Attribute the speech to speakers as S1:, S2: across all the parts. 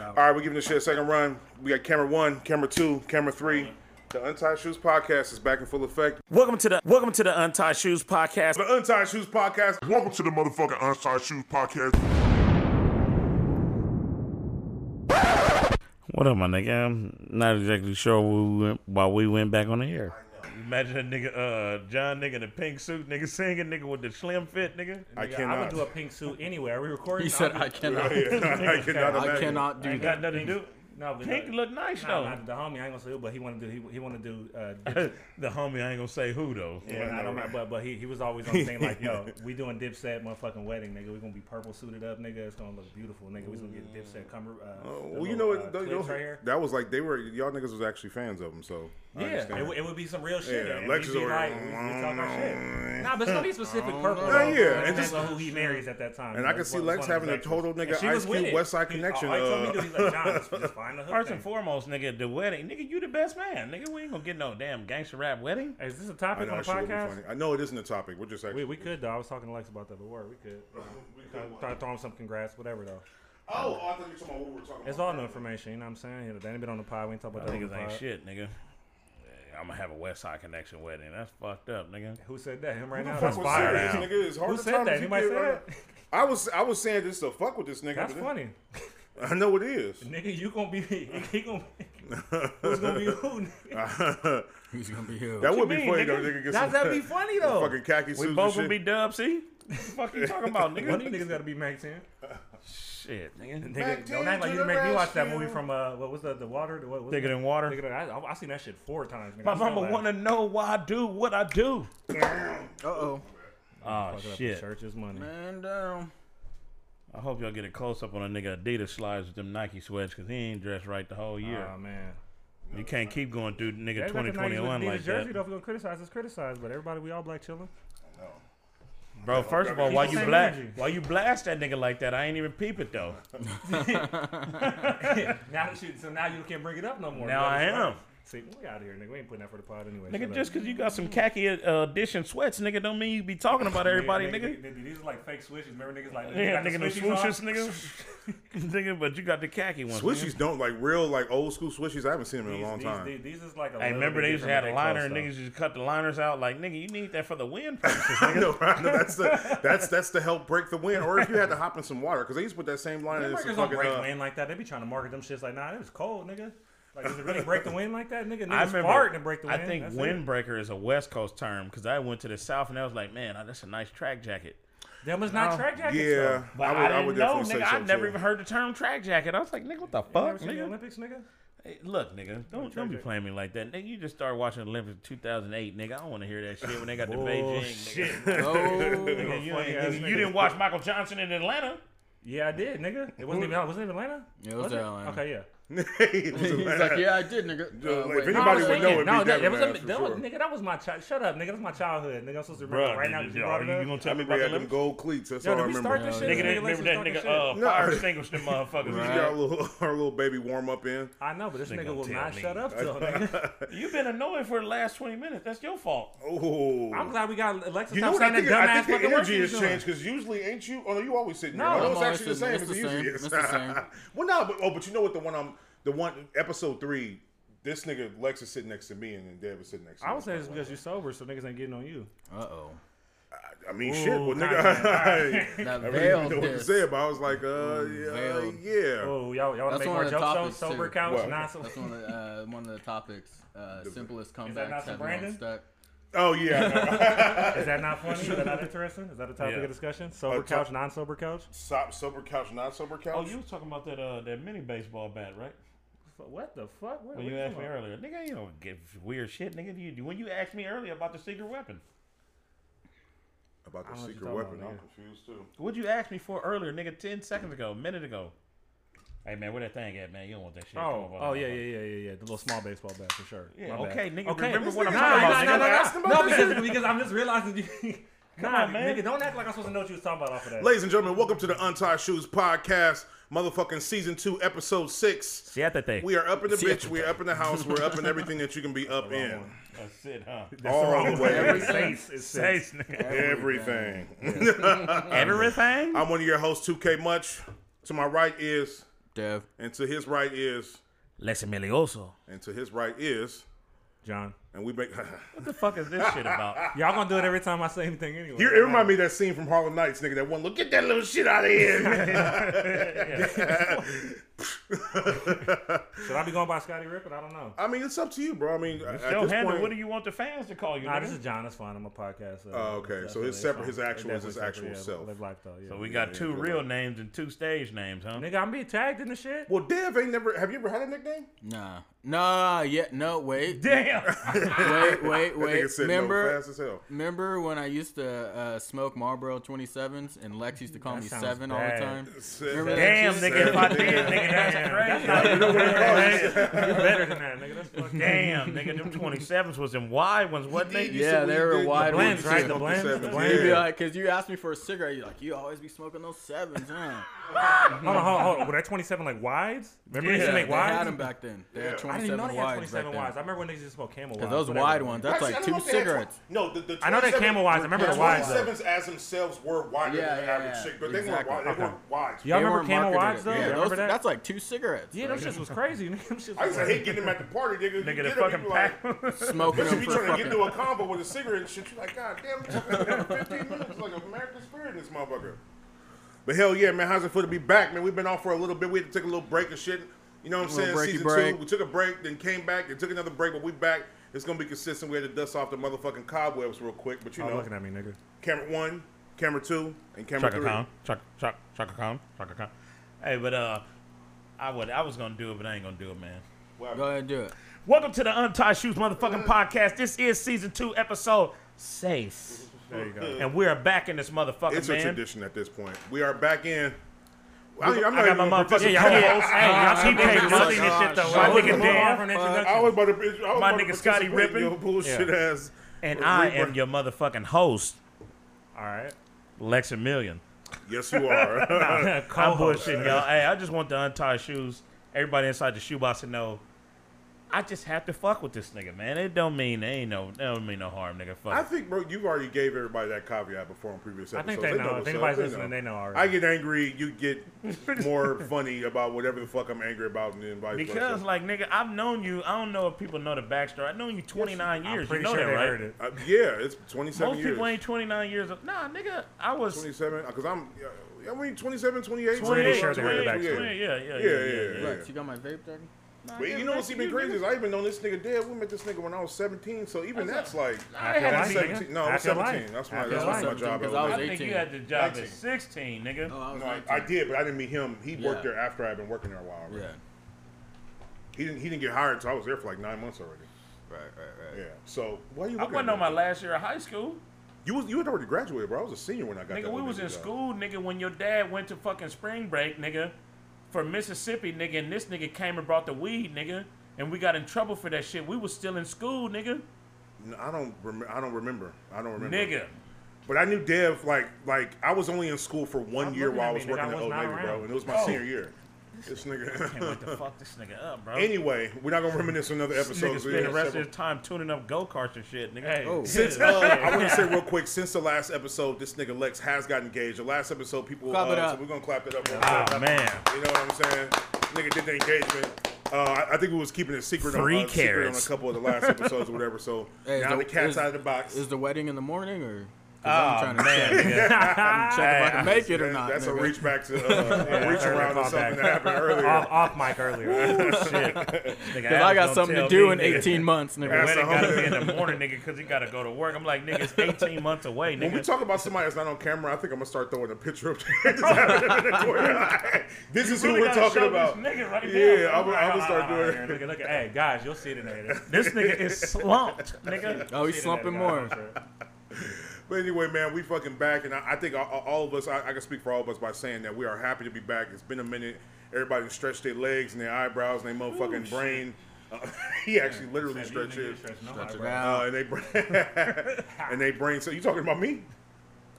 S1: out.
S2: All right, we're giving this shit a second run. We got camera one, camera two, camera three. The Untied Shoes podcast is back in full effect.
S3: Welcome to the Welcome to the Untied Shoes podcast.
S2: The Untied Shoes podcast.
S4: Welcome to the motherfucking Unsigned Shoes Podcast.
S3: What up, my nigga? I'm not exactly sure where we went, why we went back on the air.
S5: Imagine a nigga, uh, John nigga in a pink suit, nigga singing, nigga with the slim fit, nigga.
S2: I
S1: Yeah, I
S2: cannot.
S1: would do a pink suit anywhere. Are we recording?
S6: He said,
S1: I'll
S6: "I
S1: do-
S6: cannot,
S2: I cannot.
S6: I
S2: imagine.
S6: cannot
S1: I
S6: do
S1: ain't
S6: that."
S5: Got nothing to do.
S1: No, but
S5: Pink
S1: uh,
S5: look nice
S1: nah,
S5: though.
S1: not the homie. I ain't gonna say who, but he wanted to. He, he wanted to do. Uh, dip-
S5: the homie, I ain't gonna say who though.
S1: yeah, I don't know, but but he, he was always on the thing like, yo, we doing Dipset motherfucking wedding, nigga. We gonna be purple suited up, nigga. It's gonna look beautiful, nigga. We gonna get Dipset cover. Uh,
S2: Oh,
S1: the
S2: well, you
S1: little,
S2: know
S1: uh,
S2: what? though, you
S1: clips
S2: know,
S1: right here.
S2: that was like they were y'all niggas was actually fans of them, so I
S1: Yeah, it,
S2: understand.
S1: would- it would be some real shit.
S2: Yeah,
S1: and
S2: Lex
S1: we'd
S2: is
S1: be
S2: already-
S1: like, we- we talk our shit. Nah, but it's gonna be specific purple.
S2: Yeah,
S1: though.
S2: yeah,
S1: It
S2: and
S1: depends
S2: just-
S1: on who he marries at that time.
S2: and I can see Lex having a total nigga
S1: she
S2: Ice
S1: was with
S2: Cube
S1: it.
S2: West Side
S1: He-
S2: connection.
S1: All he told me
S2: uh,
S1: to do, he's like, John, just, just find the hook
S5: First
S1: thing.
S5: and foremost, nigga, at the wedding, nigga, you the best man, nigga. We ain't gonna get no damn gangster rap wedding.
S1: Is this a
S2: I
S1: topic
S2: know
S1: on the
S2: that shit would be
S1: podcast?
S2: funny. I know it isn't a topic. We're just
S1: We,
S2: actually.
S1: we could though. I was talking to Lex about that before. We could. We could try to throw him some congrats, whatever though.
S2: Oh, I thought you were talking about what we were talking about.
S1: It's all new information. You know what I'm saying? You know, They ain't been on the pod. We ain't talking about that. on
S5: Niggas
S1: the
S5: ain't
S1: pod.
S5: shit, nigga. I'm gonna have a West Side Connection wedding. That's fucked up, nigga.
S1: Who said that? Him
S2: Who
S1: right
S2: the
S1: now.
S2: fuck
S1: That's
S2: was
S1: fire.
S2: saying
S5: now.
S2: this, nigga? It's hard
S1: Who
S2: to
S1: said
S2: time
S1: that?
S2: as you
S1: Anybody
S2: get
S1: say
S2: right
S1: that?
S2: now. I was I was saying this to fuck with this nigga.
S1: That's
S2: but it-
S1: funny.
S2: I know it is.
S1: Nigga, you gonna be he gonna be, who's gonna be who? nigga?
S6: He's gonna be here.
S2: That would be
S5: mean,
S2: funny
S5: nigga?
S2: though. Nigga get
S1: That
S2: some
S1: that'd be funny though.
S2: fucking khaki
S5: We
S2: suits and
S5: both gonna
S2: shit.
S5: be dub, see? What the fuck you talking about,
S1: One of
S5: nigga?
S1: you niggas gotta be Mac Ten.
S5: Shit, nigga.
S1: Nigga, don't
S2: Ten
S1: act like
S2: to
S1: you
S2: the
S1: make me watch that
S2: rescue.
S1: movie from uh what was the the water? The, what was
S5: Thicker
S1: it?
S5: than water.
S1: Thicker than- I, I, I seen that shit four times. Nigga.
S5: My
S1: I'm still
S5: mama
S1: laughing.
S5: wanna know why I do what I do.
S6: Uh oh,
S5: Oh
S1: Fuck it up in
S5: shit.
S1: Church is money.
S6: man down.
S5: I hope y'all get a close up on a nigga Adidas slides with them Nike sweats because he ain't dressed right the whole year.
S1: Oh man.
S5: you can't keep going through nigga
S1: Everybody got the 90s with
S5: 2021
S1: Adidas
S5: like
S1: jersey,
S5: that.
S1: Though, if we're gonna criticize, it's criticize. But everybody, we all black chilling.
S5: Bro, first of all,
S1: Keep
S5: why
S1: the
S5: you
S1: same
S5: black?
S1: energy.
S5: Why you blast that nigga like that? I ain't even peep it though.
S1: now that you, so now you can't bring it up no more.
S5: Now
S1: You
S5: I
S1: gotta
S5: am.
S1: stop. See, we out of here, nigga. We ain't putting that for the pod anyway. Shut
S5: Nigga,
S1: up.
S5: just because you got some khaki uh, edition sweats, nigga, don't mean you be talking about everybody, nigga.
S1: These are like fake swishes. Remember, niggas like
S5: Yeah,
S1: got the
S5: nigga, the
S1: swishies on?
S5: swooshes, nigga. nigga, but you got the khaki ones.
S2: Swishies don't like real like old school swishies. I haven't seen them in a
S1: These-
S2: long
S1: these-
S2: time.
S1: These, these is like a
S5: I
S1: little
S5: remember
S1: bit
S5: they used to have a
S1: different than
S5: liner,
S1: they
S5: and
S1: close,
S5: niggas just cut the liners out. Like, nigga, you need that for the wind purposes,
S2: I
S5: nigga.
S2: know, I know that's the that's that's to help break the wind, or if you had to hop in some water because they used to put that same line
S1: though.
S2: in
S1: Them
S2: some
S1: Niggas don't
S2: fucking.
S1: break
S2: uh,
S1: wind like that. They be trying to market them shits like, nah, it was cold, nigga. Like, does it really break the wind like that, nigga? Niggas
S5: I remember.
S1: fart and break the wind.
S5: I think
S1: That's it.
S5: windbreaker is a West Coast term because I went to the South and I was like, man, that's a nice track jacket.
S1: Them was not track jackets.
S2: yeah,
S5: But I, didn't know, nigga. I never
S2: too.
S5: even heard the term track jacket. I was like, nigga, what the
S1: Though. You ever
S5: fuck,
S1: seen the
S5: nigga?
S1: Olympics, nigga?
S5: Hey, look, nigga, don't don't be playing me like that, nigga. You just started watching Olympics 2008, nigga. I don't want to hear that shit when they got the Beijing. Nigga.
S6: Oh,
S5: Nigga, you,
S1: Funny
S5: ain't-
S1: ass
S5: nigga,
S1: nigga.
S5: you didn't watch Michael Johnson in Atlanta.
S1: Yeah, I did, nigga. It wasn't even. Was it even Atlanta?
S6: Yeah, it was Atlanta.
S1: Okay, yeah.
S2: It was a-
S6: he's like, yeah, I did, nigga. Uh,
S2: like,
S6: wait,
S2: if anybody
S6: no, I
S2: would
S6: was
S2: know it'd
S6: thinking-
S2: be
S1: no, that, that was,
S2: Democrats
S1: a,
S2: for
S1: that was
S2: sure.
S1: nigga. That was my child. Shut up, nigga. That's my childhood, nigga. I'm supposed to remember right now. that You brought
S5: are
S1: it
S5: you
S1: up.
S5: gonna
S2: I
S5: tell me
S2: remember they
S5: about
S2: had
S5: the
S2: them
S5: Olympics?
S2: gold cleats. That's
S1: Yo,
S2: all I
S1: did we
S2: remember.
S1: start this shit?
S5: Nigga, that,
S1: Nigga, let's
S5: remember
S1: just
S5: that nigga uh,
S1: talk this shit.
S2: No.
S5: fire extinguished them motherfuckers.
S2: We got our little our little baby warm up in.
S1: I know, but this nigga
S5: gonna
S1: will
S5: tell
S1: not
S5: me.
S1: shut up though, nigga.
S5: You've been annoying for the last 20 minutes. That's your fault.
S2: Oh,
S1: I'm glad we got Alexis.
S2: you know
S1: stop
S2: what? I
S1: saying
S2: think,
S1: that
S2: I
S1: dumbass
S2: think the
S1: fucking work
S2: energy
S1: she
S2: has
S1: was doing.
S2: changed because usually ain't you? Oh no, you always sitting.
S1: No,
S2: here. I know
S1: I'm
S2: it's
S6: always
S2: actually the same. as
S6: sitting- it's
S2: it
S6: the
S2: usually
S6: same,
S2: is.
S6: it's the same.
S2: well, no, but oh, but you know what? The one I'm the one episode three. This nigga Lex is sitting next to me, and then Dev is sitting next to me.
S1: I would say it's because you're sober, so niggas ain't getting on you.
S6: Uh-oh.
S2: I mean, shit. Well, nigga,
S1: content.
S2: I,
S6: That
S2: really
S6: veil
S2: didn't know what to
S6: there.
S2: say about. it. I was like, uh, yeah,
S6: veiled.
S2: yeah.
S1: Oh, y'all, y'all want to
S6: That's
S1: make
S6: one
S1: more
S6: of
S1: jokes
S6: the
S1: though?
S6: topics,
S1: Sober
S6: too.
S1: couch,
S2: What?
S1: not so.
S6: That's one of the, uh, one of the topics. Uh, simplest
S1: not
S6: comebacks
S1: some
S6: have everyone
S1: Brandon?
S6: stuck.
S2: Oh yeah. I know.
S1: Is that not funny? Is that not interesting? Is that a topic
S5: Yeah.
S1: of discussion? Sober
S2: to-
S1: couch, non-sober couch.
S2: So- sober couch, not sober couch.
S5: Oh, you was talking about that uh, that mini baseball bat, right?
S1: F- What the fuck? What,
S5: When
S1: what
S5: you asked me
S1: talking
S5: earlier. Nigga, you don't give weird shit, nigga. You, when you asked me earlier about the secret weapon.
S2: about
S1: I
S2: the
S1: don't know what
S2: secret
S1: you're
S2: weapon?
S1: talking
S2: I'm
S1: about,
S2: confused too.
S5: What'd you ask me for earlier, nigga, 10 seconds ago, a minute ago? Hey, man, where that thing at, man? You don't want that shit. Come
S1: Oh,
S5: on,
S1: oh
S5: hold
S1: yeah,
S5: on.
S1: yeah, yeah, yeah, yeah. The little small baseball bat for sure.
S5: Yeah,
S1: My bad.
S5: okay, nigga,
S1: Okay,
S5: remember
S1: this
S5: what I'm
S1: nigga-
S5: talking
S1: nah,
S5: about,
S1: nah,
S5: nigga.
S1: nah, nah,
S2: Ask him about
S1: No,
S2: this
S1: because, because I'm just realizing you. Come
S5: on,
S1: nah,
S5: man.
S1: Nigga, don't act like I'm supposed to know what you was talking about off of that.
S2: Ladies and gentlemen, welcome to the Untied Shoes Podcast, motherfucking season two, episode six.
S5: Siéntate.
S2: We are up in the bitch. We are up in the house. We're up in everything that you can be up in.
S5: That's it, huh?
S2: All the way.
S1: Saints is safe.
S5: Says, nigga.
S2: Everything.
S5: Everything?
S2: I'm one of your hosts, 2K Much. To my right is
S6: Dev.
S2: And to his right is,
S5: Les Emilioso.
S2: and to his right is,
S1: John.
S2: and we make.
S5: What the fuck is this shit about?
S1: Y'all gonna do it every time I say anything anyway.
S2: You, it remind me of that scene from Harlem Nights, nigga. That one look, get that little shit out of here.
S1: Should I be going by Scotty Rippin? I don't know.
S2: I mean, it's up to you, bro. I mean, at
S5: Yo,
S2: this
S5: Hannah,
S2: point,
S5: what do you want the fans to call you?
S1: Nah,
S5: nigga?
S1: this is John. It's fine. I'm a podcast. Uh,
S2: Oh, okay.
S1: it's
S2: So his
S1: definitely-
S2: separate-
S1: it's
S2: his
S1: fine.
S2: actual
S1: It
S2: is his
S1: definitely
S2: actual
S1: separate, yeah,
S2: self.
S1: live lifestyle, yeah.
S5: so we got
S2: Yeah,
S5: two
S2: yeah,
S5: real
S2: like-
S5: names and two stage names, huh?
S1: Nigga, I'm being tagged in the shit.
S2: Well, Dev ain't never. Have you ever had a nickname?
S6: Nah. Nah, yeah, no, wait.
S5: Damn.
S6: Wait, wait,
S2: That
S6: wait.
S2: nigga said no
S6: Remember
S2: fast as hell.
S6: remember when I used to uh, smoke Marlboro 27s and Lex used to call
S1: That
S6: me
S1: sounds
S6: 7
S1: bad.
S6: all the time?
S2: Said-
S5: Damn,
S6: Seven,
S5: nigga, if I
S2: nigga.
S5: did, nigga, that's crazy.
S1: You're better than that, nigga. That's fucking
S5: Damn, nigga, them 27s was them wide ones, wasn't they?
S2: You
S6: Yeah,
S2: said we
S6: they were
S2: did
S6: wide
S2: the
S1: ones,
S2: blends,
S1: right?
S2: too.
S1: The blends?
S2: Seven,
S1: The
S2: yeah.
S1: blends?
S6: You'd be like, because you asked me for a cigarette, you're like, you always be smoking those sevens, huh?
S1: Hold on, hold on, hold on. Were that 27 like wides? Remember they
S5: Yeah,
S1: used to make
S6: they had
S1: wides?
S6: them back then. They had
S1: I didn't even know
S6: 27
S1: they had
S6: wides
S1: 27
S6: back
S1: wides.
S6: then.
S1: I remember when niggas used to smoke camel wides.
S6: Because those
S1: whatever.
S6: wide ones, that's
S2: Actually, I
S6: like
S2: don't know if
S6: two
S2: they had
S6: cigarettes.
S2: twen- No, the, the
S1: I know they
S2: 27
S1: camel wides. I remember
S2: the
S1: the wides, though.
S2: 27s as themselves were wider
S6: Yeah,
S2: than
S6: yeah,
S2: the average
S6: yeah.
S2: chick, but
S6: Exactly.
S2: they weren't wide. They weren't wide.
S1: Y'all
S6: They
S1: remember
S6: weren't
S1: camel
S6: marketed
S1: wides
S6: it.
S1: though?
S6: Yeah,
S1: Y'all
S6: those,
S1: remember that?
S6: that's like two cigarettes.
S1: yeah,
S6: bro.
S1: those shits was crazy. nigga. Them shits
S2: I
S1: was
S2: used to hate getting them at the party, nigga.
S5: Nigga, the
S2: Get 'em,
S5: fucking
S2: you be
S5: pack.
S2: Like,
S6: smoking
S2: you
S6: them
S2: be
S6: for
S2: trying to get into
S6: fucking.
S2: a combo with a cigarette and shit. You like, god damn, it took me another 15 minutes. Like American spirit in this motherfucker. But hell yeah, man, how's it feel to be back, man? We've been off for a little bit. We had to take a little break and shit. You know what I'm
S6: Little
S2: saying?
S6: breaky
S2: Season
S6: break.
S2: two, we took a break, then came back, and took another break, but we back. It's gonna be consistent. We had to dust off the motherfucking cobwebs real quick, but you
S1: Y'all
S2: know,
S1: looking at me, nigga.
S2: camera one, camera two, and camera
S5: Chaka
S2: three.
S5: Khan, Chaka, Chaka, Chaka Khan, Chaka Khan. Hey, but uh, I would, I was gonna do it, but I ain't gonna do it, man.
S6: Go ahead and do it.
S5: Welcome to the Untied Shoes
S2: Mm.
S5: motherfucking podcast. This is season two, episode six,
S1: There you go.
S5: and we are back in this motherfucker,
S2: It's
S5: man.
S2: a tradition at this point. We are back in. I, I'm not
S5: I
S2: even
S5: got my
S2: gonna
S5: motherfucking
S2: participate.
S5: yeah, co-host.
S1: Hey, y'all
S5: Uh,
S1: keep
S5: my
S1: that
S5: nigga
S1: money and
S5: Scott-
S1: shit though.
S5: my
S1: Y'all
S5: nigga
S1: looking
S5: Dan.
S1: down for an introduction.
S2: I was about to. I was
S5: My
S2: about to
S5: nigga
S2: participate
S5: Scotty
S2: in
S5: Rippin.
S2: Your bullshit ass.
S5: and
S2: Re-
S5: I
S2: re-
S5: am your motherfucking host,
S1: All right.
S5: Lex and Million.
S2: Yes, you are.
S5: I'm
S1: Co-host.
S5: bullshitting y'all. Hey, I just want the untied shoes. Everybody inside the shoebox to know. I just have to fuck with this nigga, man. It don't mean ain't no, it don't mean no harm, nigga. Fuck.
S2: I think, bro, you already gave everybody that caveat before on previous
S1: I
S2: episodes.
S1: think they know.
S2: what's
S1: If
S2: up.
S1: anybody's listening, they know
S2: I
S1: already.
S2: get angry, you get more funny about whatever the fuck I'm angry about, and then vice
S5: Because
S2: versa.
S5: like nigga, I've known you. I don't know if people know the backstory. I've known you 29
S1: I'm
S5: years. You
S1: pretty
S5: know
S1: sure
S5: that,
S1: they heard
S5: right?
S1: it.
S2: Uh, yeah, it's 27
S5: Most
S2: years.
S5: people ain't 29 years. Old. Nah, nigga, I was 28,
S2: 27, because I'm, yeah, I mean, 27, 28.
S1: Pretty sure
S5: 28,
S1: they heard the
S5: 28, yeah, yeah,
S1: backstory.
S5: yeah,
S2: Yeah,
S5: yeah, yeah,
S2: yeah,
S5: yeah.
S6: Lex, you got my vape, Doug?
S2: But you know what's even crazy is I even known this nigga dead. We met this nigga when I was 17, so even that's like,
S1: Half your
S5: had
S1: life,
S2: that's
S5: to
S1: nigga.
S2: 17. No, I
S1: Half
S2: was
S1: your life.
S2: 17. That's my,
S1: Half
S2: that's
S1: your
S2: my
S1: life.
S2: job.
S6: Because I was
S5: I think
S6: 18.
S5: you had the job
S2: 19.
S5: at 16, nigga.
S6: Oh, I was
S2: No, I,
S6: 19.
S2: I did, but I didn't meet him. He worked
S6: Yeah.
S2: there after I had been working there a while. Already.
S6: Yeah.
S2: He didn't. He didn't get hired, so I was there for like nine months already.
S6: Right, right,
S2: Yeah. So why you? looking
S5: I
S2: at
S5: wasn't on
S2: me?
S5: my last year of high school.
S2: You was. You had already graduated, bro. I was a senior when I got.
S5: Nigga,
S2: that
S5: we
S2: little
S5: was
S2: nigga
S5: in
S2: job.
S5: school, nigga, when your dad went to fucking spring break, nigga, for Mississippi, nigga, and this nigga came and brought the weed, nigga, and we got in trouble for that shit. We was still in school, nigga.
S2: No, I don't. Rem- I don't remember. I don't remember.
S5: Nigga.
S2: But I knew Dev. Like, like I was only in school for one
S1: I'm
S2: year
S1: looking
S2: while
S1: at
S2: I
S1: me,
S2: was
S1: nigga.
S2: working
S1: I
S2: at
S1: was
S2: Old
S1: not
S2: Navy, bro,
S1: around.
S2: and it was my senior year. This nigga.
S5: What the fuck this nigga up, bro?
S2: anyway, we're not gonna reminisce on another
S5: This
S2: episode.
S5: nigga spend the rest of his time tuning up go karts and shit, nigga.
S1: Hey.
S6: Oh.
S2: Since uh, I want to say real quick, since the last episode, this nigga Lex has got engaged. The last episode, people
S6: Clap
S2: uh,
S6: it up.
S2: So we're gonna clap it up. real quick.
S5: Oh man.
S2: You know what I'm saying? Nigga did the engagement. Uh, I, I think we was keeping it secret,
S5: Three
S2: on, uh, secret on a
S5: carrots.
S2: couple of the last episodes or whatever. So
S6: Hey, is
S2: now the
S6: the-
S2: cat's
S6: is-
S2: out of the box.
S6: Is the wedding in the morning or? 'cause
S5: Oh
S6: I'm trying to
S5: man.
S6: check,
S5: nigga.
S6: I'm checking if I can make it or
S2: That-
S6: not.
S2: That's a
S6: nigga.
S2: reach back to uh, a reach
S1: early
S2: around to
S1: callback.
S2: something that happened
S1: Off,
S2: earlier.
S1: off mic earlier.
S5: Shit. Nigga,
S6: Cause I
S5: Adam's
S6: got
S5: gonna
S6: something to
S5: tell
S6: do
S5: me,
S6: in
S5: nigga,
S6: 18 months, nigga.
S2: Ask
S5: Wedding
S2: the
S5: gotta
S2: homie.
S5: be in the morning, nigga, cause he gotta go to work. I'm like, nigga, it's 18 months away,
S2: When we
S5: nigga.
S2: talk about somebody that's not on camera, I think I'm gonna start throwing a picture up there. Just having them in the corner. this is
S5: Really
S2: who we're
S5: gotta
S2: talking
S5: show
S2: about.
S5: This nigga right
S2: Yeah,
S5: now.
S2: I'm gonna- I'm gonna start doing. it.
S1: Look at, look at, hey guys, you'll see it in later.
S5: This nigga is slumped, nigga.
S6: Oh, he's
S1: See it in
S6: slumping
S1: later,
S6: more.
S1: guys, I'm sure.
S2: But anyway, man, we fucking back, and I, I think all, all of us, I, I can speak for all of us by saying that we are happy to be back. It's been a minute. Everybody stretched their legs and their eyebrows and their motherfucking brain. Uh, he actually literally
S1: Said,
S2: stretched
S1: "You
S2: his.
S1: niggas stretch no
S6: Stretch it
S1: eyebrows."
S2: Uh,
S6: out.
S2: and they bra- and they brain. So you talking about me?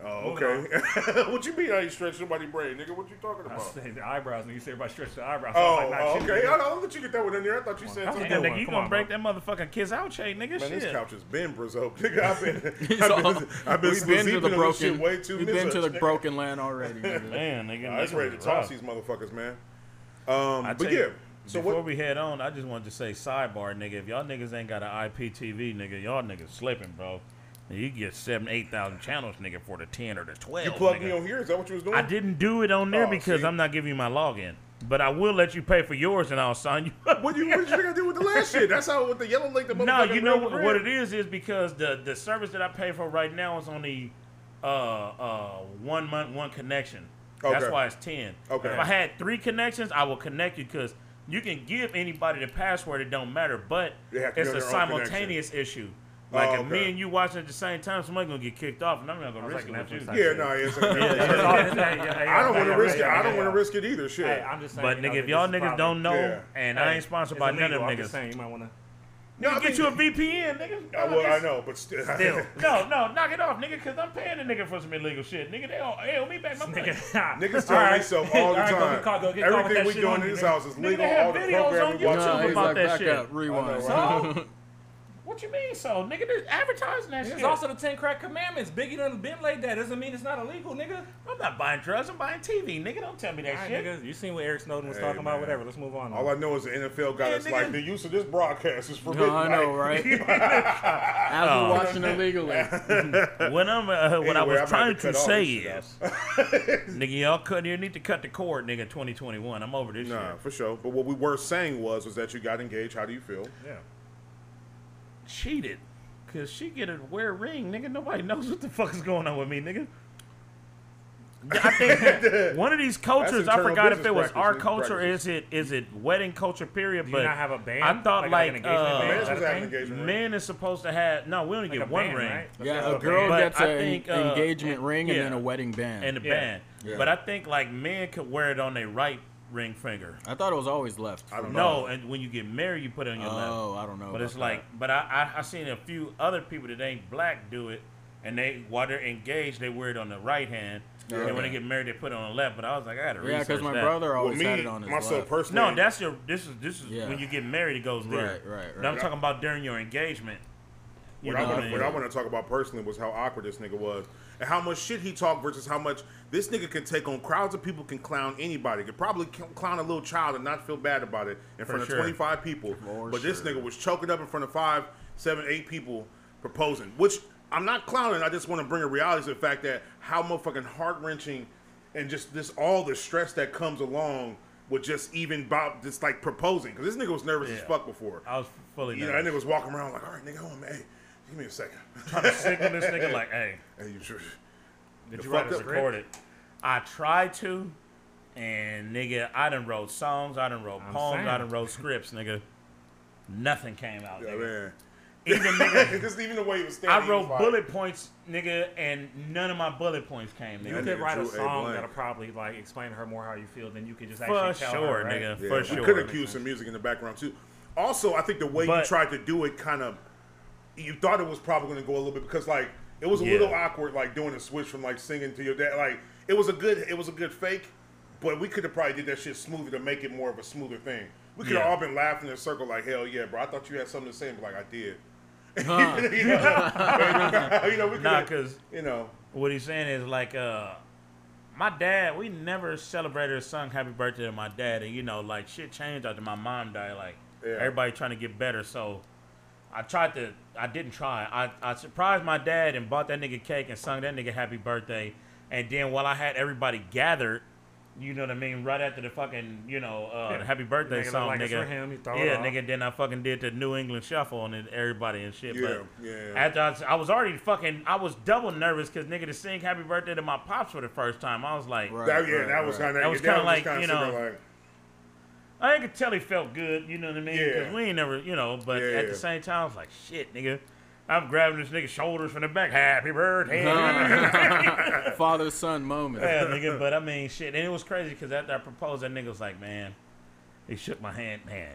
S2: Oh,
S1: Moving
S2: okay. what you mean? I ain't stretched nobody's brain, nigga. What you talking
S1: I
S2: about?
S1: said the eyebrows, and you said everybody stretched the eyebrows. So I was
S2: Oh,
S1: like,
S2: oh,
S1: not you,
S2: okay.
S1: nigga.
S2: I'll, I'll let you get that one in there. I thought you said
S1: That was
S2: something.
S1: a
S5: Damn,
S1: good
S5: nigga,
S1: one.
S5: you
S1: Come
S5: gonna
S1: on,
S5: break that motherfucking kiss out chain, nigga?
S2: Man, this
S5: shit.
S2: couch has been broke, nigga. I've been, I've been, I've been,
S6: We've been to the
S2: sleeping on this shit
S6: broken.
S2: way too
S6: We've been
S2: much,
S6: to the
S2: nigga.
S6: broken land already. nigga.
S5: Man, nigga,
S2: I was
S5: nigga
S2: ready to
S5: was
S2: toss
S5: rough.
S2: these motherfuckers, man. Um,
S5: I
S2: but
S5: tell you,
S2: yeah. So
S5: before
S2: what?
S5: we head on, I just wanted to say sidebar, nigga. If y'all niggas ain't got an IPTV, nigga, y'all niggas slipping, bro. You get seven, eight thousand channels, nigga, for the ten or the twelve.
S2: you plugged
S5: nigga.
S2: me on here? Is that what you was doing?
S5: I didn't do it on there
S2: Oh,
S5: because
S2: see?
S5: I'm not giving you my login. But I will let you pay for yours, and I'll sign you up.
S2: What do you, what did you think I did with the last shit? That's how with the yellow link. The
S5: No, you know what, what
S2: it is.
S5: it is is because the the service that I pay for right now is only uh uh one month one connection. That's
S2: Okay.
S5: why it's ten.
S2: Okay.
S5: If I had three connections, I will connect you because you can give anybody the password. It don't matter, but
S2: They have to be
S5: it's
S2: on
S5: a
S2: their own connection.
S5: simultaneous issue. Like
S2: Oh,
S5: if me
S2: okay.
S5: and you watching at the same time, somebody gonna get kicked off, and I'm not gonna
S1: was
S5: risk
S1: like
S5: it with
S1: Netflix,
S5: you.
S1: I
S2: Yeah, no, it's I
S1: I
S2: don't want to risk it. I don't want to
S1: to
S2: risk it either. Shit.
S1: Hey, I'm just saying.
S5: But
S1: you know,
S5: nigga, if
S1: that
S5: y'all
S1: this
S5: niggas
S1: is probably-
S5: don't know,
S2: Yeah.
S5: and
S1: Hey,
S5: I ain't sponsored
S1: it's
S5: by none of
S1: illegal,
S5: them
S1: I'm just
S5: niggas.
S1: saying, you might want to.
S2: no, I
S5: Get
S2: mean-
S5: you a VPN, nigga.
S2: I, well, I know, but still.
S1: Still.
S5: No, no, knock it off, nigga, because I'm paying the nigga for some illegal shit. Nigga, they all hey, owe me back my money. Nigga,
S2: Niggas tell me so all the
S1: Alright, go
S2: time.
S1: get caught, go get caught with
S2: Everything
S1: that
S2: we
S1: shit
S2: do
S1: on
S2: in
S1: you,
S2: this
S1: nigga.
S2: house is
S5: Nigga,
S2: legal.
S5: they have
S2: All the
S5: videos
S2: programs
S5: on
S2: we watch.
S5: YouTube.
S6: Nah,
S5: Tell
S6: he's
S5: him about
S6: like,
S5: that
S6: back
S5: shit.
S6: up, rewind.
S7: So
S5: what you mean so? Nigga, they're advertising that
S1: There's
S5: shit.
S1: also the Ten Crack Commandments. Biggie done been laid that. Doesn't mean it's not illegal, nigga.
S5: I'm not buying drugs, I'm buying TV. Nigga, don't tell me that
S1: Alright,
S5: shit.
S1: nigga, you seen what Eric Snowden was
S2: Hey,
S1: talking
S2: man.
S1: about? Whatever. Let's move on.
S2: All I know is the NFL got
S5: Yeah,
S2: us
S5: nigga.
S2: like the use of this broadcast is forbidden.
S6: No, I know,
S2: Like,
S6: right? As
S5: Oh,
S6: we're watching illegally.
S5: When I'm uh, when I
S2: Anyway,
S5: was
S2: I'm about
S5: trying
S2: to
S5: to
S2: cut all
S5: say
S2: this shit
S5: is, nigga, y'all cut you need to cut the cord, nigga. 2021, I'm over this
S2: Nah,
S5: shit.
S2: for sure. But what we were saying was was that you got engaged. How do you feel?
S1: yeah.
S5: Cheated, cause she get a wear ring, nigga. Nobody knows what the fuck is going on with me, nigga. I think one of these cultures, I
S2: internal
S5: forgot if
S2: business
S5: it was our
S2: practices,
S5: culture.
S2: practices.
S5: Is it is it wedding culture period?
S1: Do you
S5: but
S1: not have a band?
S5: I thought
S1: an
S5: like,
S1: engagement
S5: uh,
S1: band?
S5: Man,
S1: Is
S2: Man's
S1: that
S2: was
S1: a
S2: having
S1: thing?
S2: engagement. ring.
S5: Men is supposed to have no. We only
S1: Like
S5: get
S1: a
S5: one
S1: band,
S5: ring
S1: right?
S6: Yeah,
S1: Let's
S6: a
S1: go.
S6: girl
S5: But
S6: gets
S5: I
S6: an
S5: think, uh,
S6: engagement ring and
S5: yeah.
S6: then a wedding band.
S5: and a
S1: Yeah.
S5: band.
S6: Yeah.
S5: But I think like men could wear it on their right ring finger.
S6: I thought it was always left.
S2: I don't know.
S5: No, and when you get married, you put it on your left.
S6: Oh, I don't know.
S5: But it's
S6: about
S5: like, but I, I I seen a few other people that ain't black do it, and they while they're engaged, they wear it on the right hand, and when they get married, they put it on the left. But I was like, I gotta
S6: that. yeah,
S5: research
S6: because my
S5: that.
S6: brother
S2: Well,
S6: always
S2: me,
S6: had it on his
S2: myself
S6: left.
S2: personally.
S5: No, that's your. This is this is
S6: Yeah.
S5: when you get married, it goes there.
S6: Right, right,
S5: And I'm
S6: right.
S5: talking about during your engagement. You
S2: What I,
S5: know what
S2: want,
S5: I
S2: what I
S5: mean?
S2: want to talk about personally was how awkward this nigga was, and how much shit he talked versus how much this nigga can take on. Crowds of people can clown anybody. Could probably c- clown a little child and not feel bad about it in front
S5: sure.
S2: of twenty five people.
S6: For
S2: but this
S6: sure.
S2: nigga was choking up in front of five, seven, eight people proposing. Which I'm not clowning. I just want to bring a reality to the fact that how motherfucking heart wrenching, and just this all the stress that comes along with just even about just like proposing. Because this nigga was nervous as
S5: Yeah.
S2: fuck before.
S5: I was fully.
S2: You know, that
S5: nervous.
S2: nigga was walking around like, all right, nigga, hold on, man. Hey, give me a second.
S5: signal this nigga like, hey,
S2: Hey, you sure?
S5: did
S2: The
S5: you write
S2: fuck
S5: a
S2: up
S5: script? Recorded. I tried to, and nigga, I done wrote songs, I done wrote
S1: I'm
S5: poems, I
S1: saying.
S5: done wrote scripts, nigga. Nothing came out.
S2: Yeah,
S5: nigga.
S2: man.
S5: Even nigga,
S2: Just even the way he was standing.
S5: I
S2: he
S5: wrote
S2: was like-
S5: bullet points, nigga, and none of my bullet points came,
S1: You
S2: That
S5: nigga.
S1: could
S2: nigga
S1: write a
S2: drew a
S1: song
S2: blank.
S1: that'll probably like explain to her more how you feel than you could just
S5: For
S1: actually tell
S5: sure,
S1: her, right?
S5: nigga.
S2: Yeah,
S5: For
S2: we
S5: sure.
S2: could have cued some music in the background too. Also, I think the way
S5: But-
S2: you tried to do it kind of, you thought it was probably going to go a little bit because like it was a
S5: Yeah.
S2: little awkward, like doing a switch from like singing to your dad. Like it was a good, it was a good fake, but we could have probably did that shit smoother to make it more of a smoother thing. We could have
S5: Yeah.
S2: all been laughing in a circle like, hell yeah, bro. I thought you had something to say, but like I did. you know, you know, we could
S5: Nah,
S2: have,
S5: because
S2: you know,
S5: what he's saying is like, uh, my dad, we never celebrated or sung happy birthday to my dad. And, you know, like shit changed after my mom died. Like,
S2: Yeah.
S5: everybody trying to get better. So I tried to, I didn't try. I, I surprised my dad and bought that nigga cake and sung that nigga happy birthday. And then while I had everybody gathered, you know what I mean? Right after the fucking, you know, uh,
S1: Yeah.
S5: the happy birthday
S1: Nigga look
S5: song,
S1: like it's
S5: nigga.
S1: for him, he throw it
S5: yeah,
S1: off.
S5: nigga. Then I fucking did the New England Shuffle and then everybody and shit.
S2: Yeah,
S5: but
S2: yeah.
S5: after I, was- I was already fucking, I was double nervous because nigga to sing Happy Birthday to my pops for the first time. I was like,
S6: Right.
S2: that, yeah, that was
S6: right.
S2: kind of
S5: That was kinda like, you know, I could tell he felt good, you know what I mean? Because
S2: Yeah.
S5: we ain't never, you know, but
S2: Yeah,
S5: at
S2: yeah.
S5: the same time, I was like, shit, nigga. I'm grabbing this nigga's shoulders from the back. Happy birthday.
S6: that. father son moment.
S5: yeah, nigga. But I mean, shit. And it was crazy because after I proposed, that nigga was like, man, he shook my hand. Man,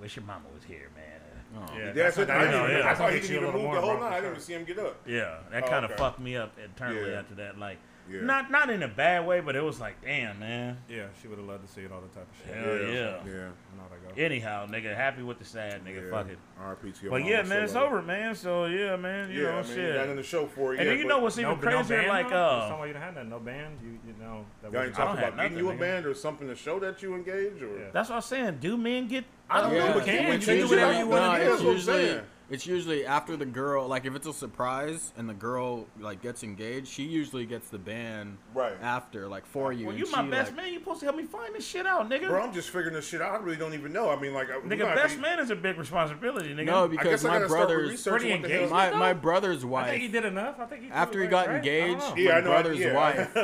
S5: wish your mama was here, man.
S1: Yeah,
S2: That's what I,
S1: how-
S2: didn't
S5: know,
S2: even-
S5: yeah.
S2: I
S1: that's how
S2: thought he
S1: you
S2: didn't
S1: feel a
S2: even
S1: little
S2: move the whole
S1: warm, bro,
S2: night. I
S1: for
S2: didn't even see him get up.
S5: Yeah, that
S2: Oh,
S5: kind of
S2: okay.
S5: fucked me up internally
S2: Yeah.
S5: after that. Like,
S2: Yeah.
S5: Not not in a bad way, but it was like, damn, man.
S1: Yeah, she would have loved to see it all the type of shit.
S5: Hell yeah.
S2: Yeah.
S1: And all that go.
S5: Anyhow, nigga, happy with the sad, nigga.
S2: yeah.
S5: Fuck it.
S2: R.I.P. to your
S5: But
S2: mama,
S5: yeah,
S2: so
S5: man, it's
S2: like-
S5: over, man. So yeah, man, you
S2: yeah,
S5: know,
S2: I mean,
S5: shit.
S2: Not in the show for it.
S5: and
S2: yet,
S5: then you know
S2: but
S5: what's even
S1: but
S5: crazier,
S1: band,
S5: like
S1: though? It's
S5: uh,
S1: not like you done had that. No band. You you know. That
S2: Y'all ain't
S1: wasn't-
S5: I
S2: talking
S5: don't have
S2: about getting
S5: nothing,
S2: you a
S5: nigga.
S2: band or something to show that you engaged or.
S1: Yeah.
S5: that's what I'm saying. Do men get?
S2: I don't
S6: Yeah,
S2: know, but
S5: can.
S2: you
S5: You
S2: can
S5: can
S2: change
S5: do
S2: it
S5: whatever
S2: up.
S5: you
S2: Nah,
S6: No,
S2: that's
S6: it's
S2: what I'm
S6: usually
S2: saying.
S6: it's usually after the girl like if it's a surprise and the girl like gets engaged, she usually gets the ban
S2: Right.
S6: after like for you.
S5: Well,
S6: and
S5: you my
S6: she,
S5: best
S6: like-
S5: man. You supposed to help me find this shit out, nigga.
S2: Bro, I'm just figuring this shit out. I really don't even know. I mean, like, I- we
S5: nigga,
S2: might
S5: best
S2: be-
S5: man is a big responsibility, nigga.
S6: No,
S2: I guess
S6: because
S2: I
S6: my
S2: gotta start with
S6: brother's
S2: research.
S1: Pretty
S2: what the
S1: engaged.
S2: hell-
S6: my my brother's
S1: I think he
S6: wife
S1: did enough. I think he
S6: after he
S1: was
S6: got
S1: right, right? I don't
S6: engaged,
S1: know.
S2: Yeah, I
S6: my
S2: know, I-
S6: brother's
S2: yeah.
S6: wife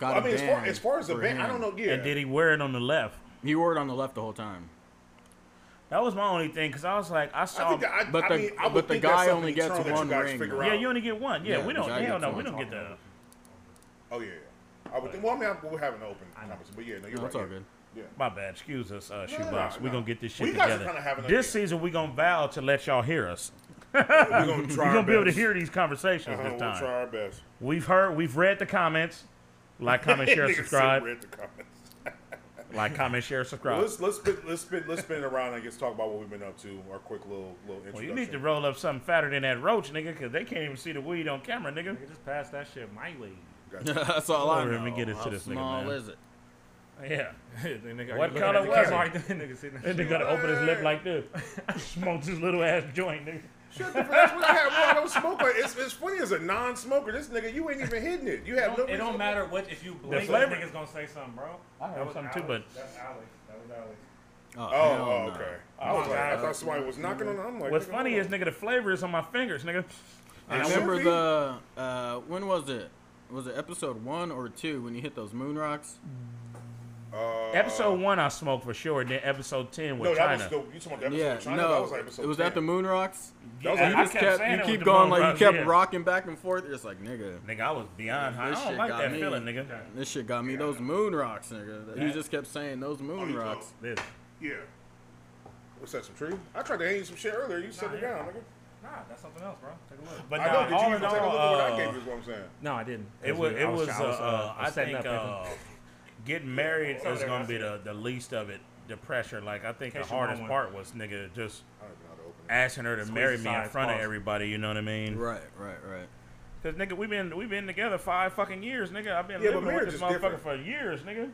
S6: got
S2: I mean,
S6: a
S2: as
S6: ban.
S2: far as far as the
S6: for
S2: band, I don't
S6: him.
S2: know. Yeah,
S5: And did he wear it on the left?
S6: He wore it on the left the whole time.
S5: That was my only thing, cause I was like, I
S2: I
S5: saw.
S2: think I, I
S6: But the-
S2: mean, I
S6: but
S2: would
S6: the
S2: think that's
S6: guy
S2: something
S6: only
S2: internal
S6: gets
S2: that you
S6: one
S2: guys
S6: ring,
S2: figure
S6: though.
S2: out.
S5: yeah, you only get one. Yeah,
S6: Yeah,
S5: we don't.
S6: exactly.
S5: Hell no,
S6: That's
S5: we
S6: what
S5: don't
S6: I'm
S5: get the.
S2: Oh yeah. I would think. Well, I mean, I, we have an open conversation, but yeah, no, you're
S6: No,
S2: right.
S6: it's all
S2: yeah.
S6: good.
S5: My bad. Excuse us, uh,
S2: no,
S5: shoebox.
S2: no.
S5: we gonna get this shit
S2: We guys are
S5: together.
S2: kinda having a-
S5: this season, we gonna vow to let y'all hear us.
S2: We're gonna try.
S5: You
S2: our
S5: gonna be able to
S2: best.
S5: hear these conversations
S2: Uh-huh,
S5: this
S2: We'll
S5: time.
S2: try our best.
S5: We've heard, we've read the comments. Like, comment, share,
S2: Nigga said
S5: subscribe.
S2: read the comments.
S5: Like, comment, share, subscribe.
S2: Let's let's spin, let's spin let's spin it around and just talk about what we've been up to. Our quick little little introduction.
S5: well, you need to roll up something fatter than that roach, nigga, because they can't even see the weed on camera, nigga.
S1: Nigga, just pass that shit my way.
S6: That's all I
S5: Over here, let
S6: know.
S5: me get it to
S6: How
S5: this nigga,
S6: small
S5: man.
S6: is it?
S5: Yeah. What
S1: what
S5: color was it?
S1: nigga sitting there.
S5: And they gotta open his lip like this. Smokes his little ass joint, nigga.
S2: Shut the fuck up. I have one. I don't smoke. Like, it's, it's funny as a non-smoker. This nigga, you ain't even hitting it. You have no.
S1: It don't, it don't
S2: reason-
S1: matter what if you blink.
S5: flavor-
S1: Nigga's gonna say something, bro. I
S5: heard something too, but-
S1: that's Alex. That was Alex.
S6: Oh,
S2: Oh,
S6: hell
S2: oh,
S6: no.
S2: okay. I was
S1: Oh,
S2: like, I
S1: God.
S2: thought somebody was knocking on. I'm like,
S5: What's
S2: nigga,
S5: funny
S2: hold
S5: is,
S2: on.
S5: nigga, the flavor is on my fingers, nigga.
S1: Uh.
S6: I
S2: It should
S6: remember
S2: be.
S6: the uh, when was it? Was it episode one or two when you hit those moon rocks?
S5: episode one, I smoked for sure. And then episode 10 with
S2: Uh, No, that
S5: China.
S2: was the you talking about episode
S6: Yeah,
S2: China?
S6: no,
S2: that was like episode
S6: it was
S2: 10.
S6: at the moon rocks.
S2: That was
S5: Yeah,
S2: like,
S5: I
S6: You just
S5: kept
S6: kept,
S5: saying it
S6: you
S5: was
S6: keep
S5: the
S6: going
S5: moon
S6: like
S5: rocks,
S6: you kept
S5: yeah.
S6: rocking back and forth. It's like nigga,
S5: Nigga, I was beyond high.
S6: This
S5: I don't
S6: shit
S5: like
S6: got
S5: that
S6: me.
S5: feeling, nigga.
S6: this shit got me those moon rocks, nigga. You just kept saying those
S2: Oh,
S6: moon
S2: you
S6: rocks.
S1: This.
S2: know. Yeah. What's that? Some tree? I tried to hang you some shit earlier. You set it down, nigga.
S1: Nah, that's something else, bro. Take a look.
S5: But
S2: I
S5: nah,
S2: know. Did
S5: all
S2: you even
S5: in
S2: take a
S5: all,
S2: look at what I
S5: uh,
S2: gave you? Is what I'm saying.
S1: No, I didn't.
S5: It was. It was.
S1: I
S5: uh, uh, I
S1: setting
S5: think
S1: up
S5: uh, getting married
S1: over
S5: is
S1: there,
S5: gonna
S1: I
S5: be
S1: see
S5: the, the least of it. The pressure. Like I think the
S1: Case you want
S5: hardest
S1: one.
S5: part was nigga just
S2: I don't even know how to open it.
S5: asking her to
S1: Squeeze
S5: marry
S1: the
S5: me in
S1: sides,
S5: front of
S1: pause.
S5: everybody. You know what I mean?
S6: Right, right, right.
S5: Because nigga, we've been we've been together five fucking years, nigga. I've been
S2: Yeah, but
S5: living with
S2: marriage
S5: this
S2: is
S5: motherfucker
S2: different.
S5: for years, nigga.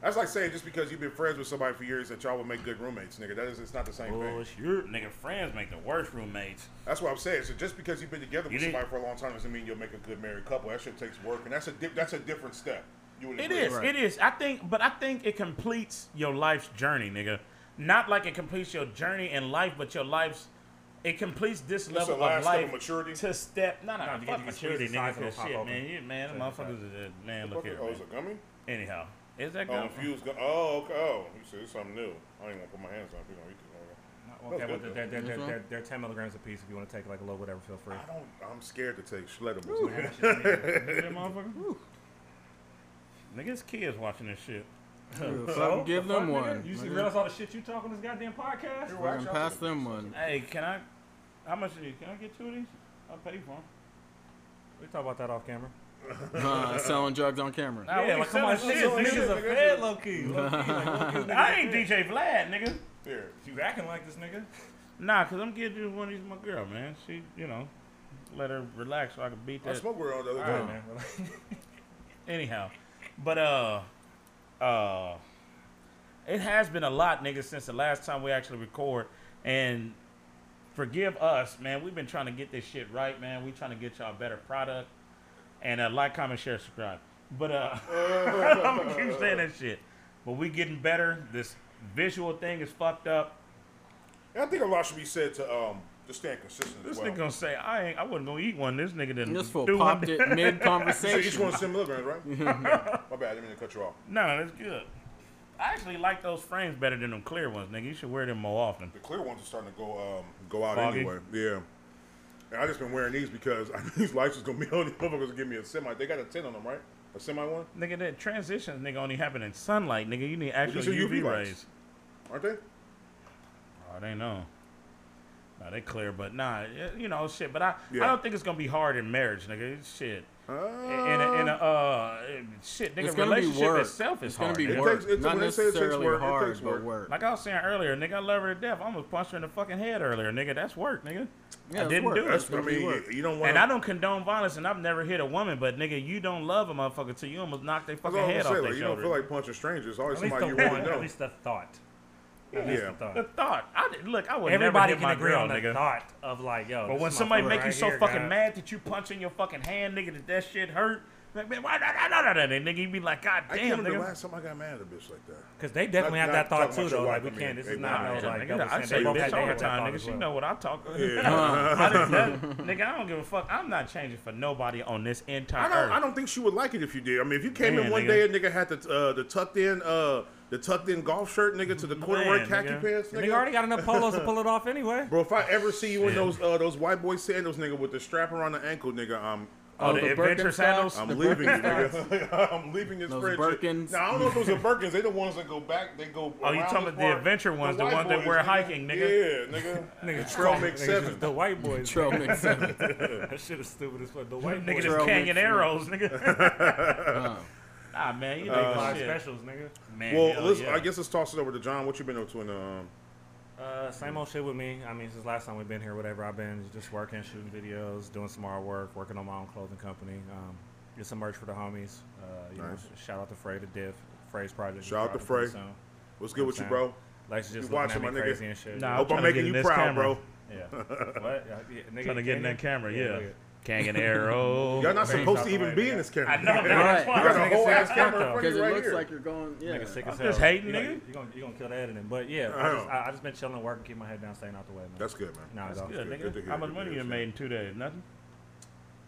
S2: That's like saying just because you've been friends with somebody for years that y'all would make good roommates, nigga. That is, it's not the same thing.
S5: Bullshit, nigga. Friends make the worst roommates.
S2: That's what I'm saying. So just because you've been together
S5: You
S2: with
S5: didn't-
S2: somebody for a long time doesn't mean you'll make a good married couple. That shit takes work, and that's a di- that's a different step. You would
S5: It
S2: agree.
S5: is. It is. I think, but I think it completes your life's journey, nigga. Not like it completes your journey in life, but your life's. It completes this level of
S2: last
S5: life
S2: step of maturity?
S5: to step. No, no,
S1: No,
S5: no
S1: you get-
S5: fuck
S1: you get squeezed
S5: maturity, nigga.
S1: inside,
S5: Cause
S1: it'll pop
S5: shit,
S1: open.
S5: man, you, man, the motherfuckers is a man. Look
S2: Fuck
S5: here,
S2: it. Oh, is
S5: man.
S2: it gummy?
S5: Anyhow, is that
S2: Oh,
S5: good?
S2: infused gum. Oh, okay. Oh, you said it's something new. I ain't gonna put my hands on it. We gonna eat this.
S1: Okay,
S2: That's
S1: well,
S2: good,
S1: they're, they're,
S6: though.
S1: they're, they're, they're 10 milligrams a piece. If you want to take like a little, whatever, feel free.
S2: I don't. I'm scared to take schlettables. man.
S5: That motherfucker? Niggas, kids watching this shit.
S6: Fucking give
S1: Oh, The fuck,
S6: them
S1: nigga?
S6: one.
S1: You see,
S6: nigga.
S1: realize all the shit you talk on this goddamn podcast?
S6: Fucking pass them one.
S5: Hey, can I? How much are these? Can I get two of these? I'll pay for them.
S1: We talk about that off camera.
S6: Uh, selling drugs on camera.
S5: Nah, we ain't selling shit,
S1: niggas
S5: nigga.
S1: a
S2: nigga.
S1: fed, low key. Low key, like, low key,
S5: I ain't DJ Vlad, nigga.
S2: Here.
S1: If you acting like this, nigga.
S5: Nah, cause I'm getting this one. These my girl, man. She, you know, let her relax so I can beat
S2: I
S5: that.
S2: smoked with her on the other
S1: All
S2: day.
S1: right, man.
S5: Anyhow, but uh, uh, it has been a lot, nigga, since the last time we actually record. And forgive us, man. We've been trying to get this shit right, man. We trying to get y'all a better product. And uh, like, comment, share, subscribe. But uh, I'm gonna keep saying that shit. But we getting better. This visual thing is fucked up.
S2: And I think a lot should be said to um just staying consistent
S5: This
S2: as well.
S5: nigga gonna say I ain't. I wasn't gonna eat one. This nigga didn't.
S6: This fool
S5: do one.
S6: popped it
S2: You said
S6: mid
S2: each
S6: conversation.
S2: one's ten milligrams, right? my bad. I didn't mean to cut you off.
S5: No, that's good. I actually like those frames better than them clear ones, nigga. You should wear them more often.
S2: The clear ones are starting to go um go out
S5: Foggy.
S2: anyway. Yeah. And I just been wearing these because I knew these lights was gonna be on. These motherfuckers give me a semi. They got a ten on them, right? A semi one,
S5: Nigga, that transitions, nigga, only happen in sunlight, nigga. You need actual
S2: these are
S5: UV,
S2: UV lights.
S5: rays.
S2: aren't they?
S5: Oh, they know. Nah, they clear, but nah, y- you know, shit. But I,
S2: Yeah.
S5: I don't think it's gonna be hard in marriage, nigga. It's shit.
S2: Uh,
S7: in a, in a uh, shit, nigga,
S6: It's gonna be
S7: relationship
S6: work.
S7: itself is
S6: It's gonna
S7: hard.
S6: be
S7: nigga.
S2: It
S6: work.
S2: takes- it's-
S6: Not
S2: when they say it takes
S6: necessarily
S2: work, it
S6: hard,
S2: takes
S6: but
S2: work.
S6: work.
S5: Like I was saying earlier, nigga, I love her to death. I almost punched her in the fucking head earlier, nigga. That's work, nigga.
S6: Yeah,
S5: I
S6: it's
S5: didn't
S6: work.
S5: do it.
S6: It's
S2: That's, I
S6: gonna be
S2: mean, you,
S6: work.
S2: you don't want
S5: And I don't condone violence, and I've never hit a woman, but nigga, you don't love a motherfucker till you almost knock their fucking head off
S2: say,
S5: their
S2: like, you don't
S5: shoulder.
S2: feel like punching strangers. It's always
S1: At least,
S2: somebody
S1: the
S2: you
S1: one,
S2: want to
S1: at
S2: know.
S1: least the thought. At least
S2: Yeah.
S1: the thought.
S5: the thought, I did, look, I would
S1: Everybody
S5: never hit
S1: can
S5: my
S1: agree
S5: girl,
S1: on the
S5: nigga.
S1: thought of like, yo.
S5: But
S1: this
S5: when
S1: is my
S5: somebody
S1: foot
S5: make you
S1: right
S5: so
S1: here,
S5: fucking
S1: guys.
S5: mad that you punch in your fucking hand, nigga, that that shit hurt, like man, why da da da da da, nigga, you be like, god
S2: I can't
S5: damn,
S2: remember the
S5: nigga.
S2: last time I got mad at a bitch like that.
S1: Because they definitely
S2: Not-
S1: have that
S2: not
S1: thought
S2: talking
S1: too,
S2: about your
S1: though.
S2: wife,
S1: Like, we
S2: I
S1: can't.
S2: mean,
S1: This
S2: they
S1: is
S2: both
S1: not
S2: had
S1: no
S2: that.
S1: like
S5: Nigga,
S1: double
S5: I say
S1: standard. They both had
S5: bitch all the
S1: that thought
S5: time, nigga.
S1: as
S5: She
S1: well.
S5: know what I talk.
S2: Yeah.
S5: I didn't, that, nigga, I don't give a fuck. I'm not changing for nobody on this entire
S2: I don't.
S5: earth.
S2: I don't think she would like it if you did. I mean, if you came in
S5: Man,
S2: one
S5: nigga.
S2: day and nigga had the uh, the tucked in uh the tucked in golf shirt, nigga, to the corduroy
S5: Man,
S2: khaki
S5: nigga.
S2: pants, nigga.
S1: Nigga already got enough polos to pull it off anyway.
S2: Bro, if I ever see you in those uh, those white boy sandals, nigga, with the strap around the ankle, nigga, I'm
S5: Oh, the adventure
S6: Birkenstocks?
S5: sandals.
S2: I'm leaving you, nigga. I'm leaving this
S6: Those
S2: friendship.
S6: Birkins.
S2: Now I don't know if those are Birkins. They the ones that go back. They go.
S5: Oh, you
S2: around
S5: talking
S2: this
S5: about the
S2: part.
S5: adventure ones, the
S2: white
S5: ones that
S2: boys,
S5: wear hiking, nigga.
S2: Yeah, nigga.
S1: Nigga,
S2: Trail
S1: Trump,
S2: Mix
S1: nigga,
S2: Seven.
S1: just The white boys.
S6: Trail mix seven.
S1: That shit was stupid as fuck. The white
S5: Nigga,
S1: boys.
S5: just
S6: Trail
S5: canyon
S6: mix,
S5: arrows, nigga. Nah, man, you
S1: They
S5: know
S1: buy
S5: shit.
S1: specials, nigga.
S5: Man,
S2: Uh, Well,
S5: hell
S2: let's,
S5: yeah.
S2: I guess let's toss it over to John. What you been up to in the? Um,
S1: Uh, same old shit with me. I mean, since last time we've been here, whatever. I've been just working, shooting videos, doing some art work, working on my own clothing company. Um, get some merch for the homies. Uh, you
S2: Nice.
S1: know, shout out to Frey, the Diff, Frey's project.
S2: Shout out to Frey. what's good with you, bro?
S1: Lex just
S2: You watching,
S1: looking at
S2: my
S1: me
S2: nigga?
S1: crazy and shit.
S5: Nah,
S2: Hope
S5: trying
S2: I'm
S5: to get
S2: making you
S5: in this
S2: proud,
S5: camera.
S2: bro.
S1: Yeah. what? Yeah, yeah, nigga,
S5: Trying to get in that camera, yeah.
S1: nigga.
S5: Kang and arrow.
S2: Y'all not
S1: Frey's
S2: supposed
S1: out
S2: to
S1: the
S2: even
S1: way,
S2: be
S1: nigga.
S2: in this camera.
S5: I know.
S6: Right.
S5: That's
S2: You got a
S5: why.
S1: Nigga,
S2: whole
S1: sick
S2: ass
S1: as
S2: camera
S1: fuck,
S2: in front of
S6: Because
S2: you
S6: it
S2: right
S6: looks
S2: here.
S6: like you're going. Yeah.
S1: Nigga sick as
S5: I'm
S1: hell.
S5: just hating,
S1: You
S5: nigga.
S1: gonna- You gonna you gonna kill that in it. But yeah,
S2: I
S1: I
S2: know.
S1: just, I, I just been chilling, working, keep my head down, staying out the way, man.
S2: That's good, man.
S1: nah, dog.
S2: Good
S5: Good,
S2: to
S5: nigga.
S2: hear,
S5: How
S2: good
S5: much
S2: to
S5: money
S2: hear,
S5: you
S2: shit.
S5: made in two days? Nothing.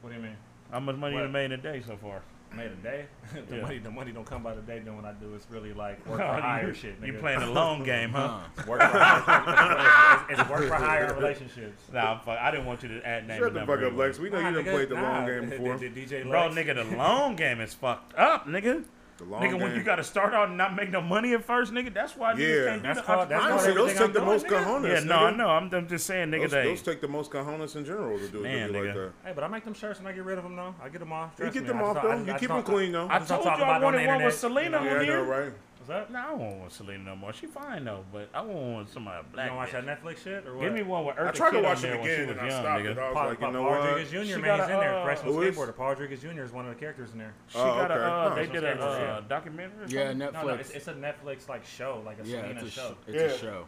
S1: What do you mean?
S5: How much money you
S1: What?
S5: made in a day so far?
S1: Made a day. the
S5: Yeah.
S1: money, the money don't come by the day. Then what I do is really like work for
S5: Oh, you-
S1: hire shit. Nigga.
S5: You playing the long game, huh?
S1: work for hire. it's, it's work for hire relationships.
S5: Nah, fuck. I didn't want you to add names.
S2: Shut the fuck up, Lex. We know you done played the long game before.
S1: Did, DJ
S5: Bro,
S1: Lex,
S5: nigga, the long game is fucked up, nigga.
S2: The long
S5: nigga, when
S2: game.
S5: you got to start out and not make no money at first, nigga, that's why
S2: Yeah.
S5: niggas can't
S1: That's
S5: do the
S1: called- that's
S5: entrepreneur-
S1: called
S2: Honestly, those
S1: everything
S2: take the
S1: I'm
S2: most
S1: doing, nigga.
S2: cojones.
S5: Yeah, no,
S2: nigga.
S5: I know. I'm, I'm just saying, nigga,
S2: Those,
S5: they.
S2: those take the most cojones in general to do Man,
S5: Man,
S2: like
S5: nigga.
S2: that.
S1: Hey, but I make them shirts and I get rid of them though. I get them off.
S2: You
S1: trust
S2: get
S1: me.
S2: them
S1: I just
S2: off
S1: don't- I
S2: though.
S1: just-
S2: You
S1: I
S2: keep
S1: just
S2: them
S1: don't-
S2: clean though.
S5: I
S1: just
S5: told
S1: don't talk
S5: y'all I
S1: about it on
S5: wanted
S1: the
S5: one with
S1: internet.
S5: Selena
S2: yeah,
S5: on
S2: I know,
S5: here.
S2: right?
S1: What's up?
S5: No, I don't want Selena no more. She fine though, but I want somebody
S1: You
S5: black.
S1: don't watch
S5: bitch.
S1: that Netflix shit or what?
S5: Give me one with Eartha
S2: I tried
S5: Kitt
S2: to
S5: on
S2: watch
S5: there
S2: it
S5: when she
S2: again
S5: was
S2: and I
S5: young,
S2: stopped
S5: nigga.
S2: it. I was
S1: Paul,
S2: like, you know
S1: Paul
S2: what?
S1: Rodriguez Jr.
S5: She
S1: man,
S5: got
S1: he's
S5: a,
S1: in there.
S5: uh,
S1: Freshman
S2: who is?
S1: skateboarder. Paul Rodriguez Jr. is one of the characters in there.
S5: She
S2: Oh,
S5: got
S2: okay.
S5: a, uh,
S2: Oh,
S5: they
S2: so
S5: did a
S1: it's okay.
S5: uh, documentary. Or
S6: Yeah,
S5: something?
S6: Netflix.
S1: No, no, it's, it's a Netflix like show, like a
S6: yeah,
S1: Selena
S6: it's a, sh-
S1: show.
S6: it's
S2: Yeah.
S6: a show.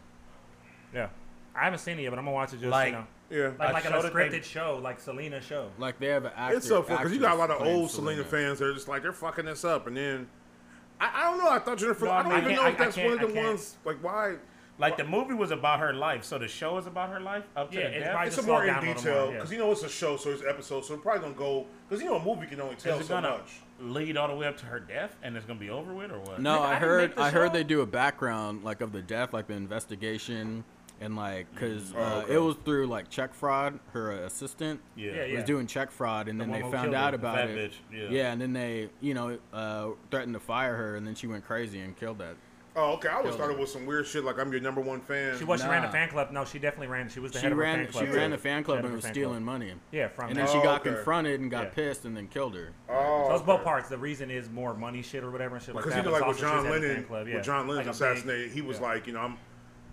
S1: Yeah, I haven't seen it yet, but I'm gonna watch it just
S5: Like-
S1: you know,
S2: Yeah.
S1: like,
S5: A
S1: like an
S5: show that
S1: unscripted
S5: they-
S1: show, like Selena show.
S6: Like they have an actor.
S2: It's so funny because you got a lot of
S6: actress
S2: old
S6: playing
S2: Selena fans that are just like they're fucking this up, and then I, I don't know. I thought Jennifer. I don't
S1: I
S2: even
S1: can't-
S2: know if
S1: I- I
S2: that's
S1: can't-
S2: one of
S1: I
S2: the
S1: can't.
S2: ones. Like why?
S5: Like the movie was about her life, so the show is about her life up to
S1: Yeah,
S5: yeah,
S1: it's
S5: death.
S1: probably
S2: It's
S1: just
S2: a more
S1: slow
S2: in
S1: down a little
S2: detail
S1: more, yeah.
S2: because you know it's a show, so it's episodes, so it's probably gonna go because you know a movie can only tell
S5: is it
S2: so
S5: gonna
S2: much.
S5: lead all the way up to her death, and it's gonna be over with, or what?
S6: No,
S1: I
S6: I
S1: didn't
S6: heard
S1: make the
S6: I
S1: show.
S6: heard they do a background like of the death, like the investigation, and like
S2: Mm,
S6: because
S2: oh,
S6: uh, it was through like check fraud. Her assistant
S1: Yeah, yeah.
S6: was doing check fraud, and then
S1: one
S6: they
S1: who
S6: found
S1: killed
S6: out
S1: her,
S6: about
S5: fat
S6: it.
S5: bitch, yeah.
S6: and then they you know uh, threatened to fire her, and then she went crazy and killed that.
S2: Oh, okay. I always
S6: Kills
S2: thought it
S6: her.
S2: was some weird shit. Like I'm your number one fan.
S1: She was she ran a
S6: Nah.
S1: fan club. No, she definitely ran. She was the
S6: She
S1: head of
S6: ran
S1: a fan
S6: she
S1: club.
S6: ran
S1: too.
S6: a fan club
S1: Head of
S6: and
S1: a
S6: was
S1: fan
S6: stealing
S1: club.
S6: money,
S1: Yeah, from
S6: and
S1: that.
S6: then she
S2: Oh,
S6: got
S2: okay.
S6: confronted and got
S1: Yeah.
S6: pissed, and then killed her.
S2: Oh,
S1: So it's
S2: okay.
S1: both parts. The reason is more money shit or whatever and shit like
S2: Because
S1: that.
S2: you know,
S1: but
S2: like
S1: it's
S2: with
S1: also
S2: John
S1: she's at the
S2: Lennon,
S1: fan club, yeah.
S2: with John Lennon
S1: Like a big-
S2: assassinated, he was
S1: yeah.
S2: like, you know, I'm,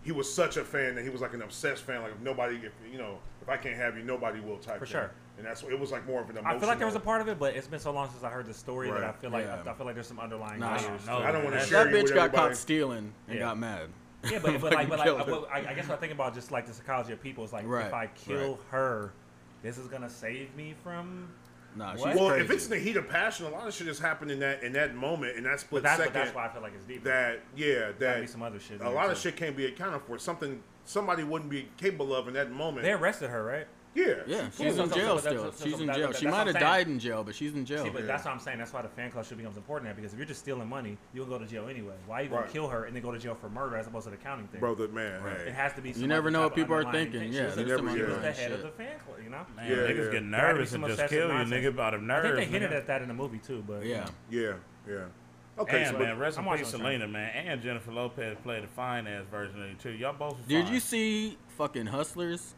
S2: he was such a fan that he was like an obsessed fan. Like if nobody, if you know, if I can't have you, nobody will type
S1: For
S2: thing.
S1: sure.
S2: And that's it was like more of an emotional.
S1: I feel like there was a part of it, but it's been so long since I heard the story that I
S2: Right.
S1: feel like
S6: Yeah.
S1: I feel like there's some underlying
S6: Nah,
S1: layers.
S5: no.
S1: to it.
S2: I don't want to
S5: That
S2: share
S6: That
S2: you
S6: bitch
S2: with
S6: got
S2: everybody.
S6: caught stealing
S1: Yeah.
S6: and got mad.
S1: Yeah, but, but like, but like,
S6: Fucking killed
S1: I, I, I guess what I think about just like the psychology of people is like,
S6: Right,
S1: if I kill
S6: right.
S1: her, this is gonna save me from.
S6: Nah, she's
S1: What?
S2: Well,
S6: crazy.
S2: if it's in the heat of passion, a lot of shit has happened in that in that moment, in that
S1: But
S2: split
S1: that's
S2: second.
S1: but that's why I feel like it's deep.
S2: that yeah,
S1: Gotta be
S2: that
S1: some other shit. in
S2: a
S1: there,
S2: lot of
S1: too.
S2: shit can't be accounted for. Something somebody wouldn't be capable of in that moment.
S1: They arrested her, right?
S2: yeah,
S6: yeah,
S2: she
S6: she's
S2: flew.
S6: in
S1: so-
S6: jail
S1: so that's- so-
S6: still.
S1: so
S6: She's in
S1: that-
S6: jail.
S1: that- that's
S6: She
S1: what
S6: might have
S1: I'm saying.
S6: died in jail, but she's in jail.
S2: Oh,
S1: See, but that's what I'm saying. That's why the fan club shit becomes important now because if you're just stealing money, you'll go to jail anyway. Why you gonna
S2: Right.
S1: kill her and then go to jail for murder as opposed to the counting thing?
S2: Bro, that man.
S1: it
S2: Hey.
S1: has to be. some
S6: You never
S1: other
S6: know
S1: type
S6: what
S1: of
S6: people are
S1: underlying
S6: thinking.
S1: thing. She
S6: Yeah,
S1: was
S6: there's
S1: the-
S6: some
S2: never-
S1: she was
S2: yeah.
S1: the
S6: underlying
S1: head of
S6: shit.
S1: the fan club, you know.
S5: Man,
S2: Yeah, yeah.
S5: niggas get
S1: Gotta be
S5: nervous
S1: some
S5: and just
S1: obsessive
S5: kill you,
S1: nonsense.
S5: nigga, out of
S1: I
S5: nerves.
S1: think they hinted
S5: man.
S1: at that in the movie too, but
S6: Yeah.
S2: Yeah, yeah. Okay,
S5: And
S2: so-
S5: man, rest
S1: I'm
S5: in
S1: watching
S5: peace,
S1: the
S5: Selena, man, and Jennifer Lopez played a fine ass version of you too. Y'all both. were
S6: Did
S5: fine.
S6: you see fucking Hustlers?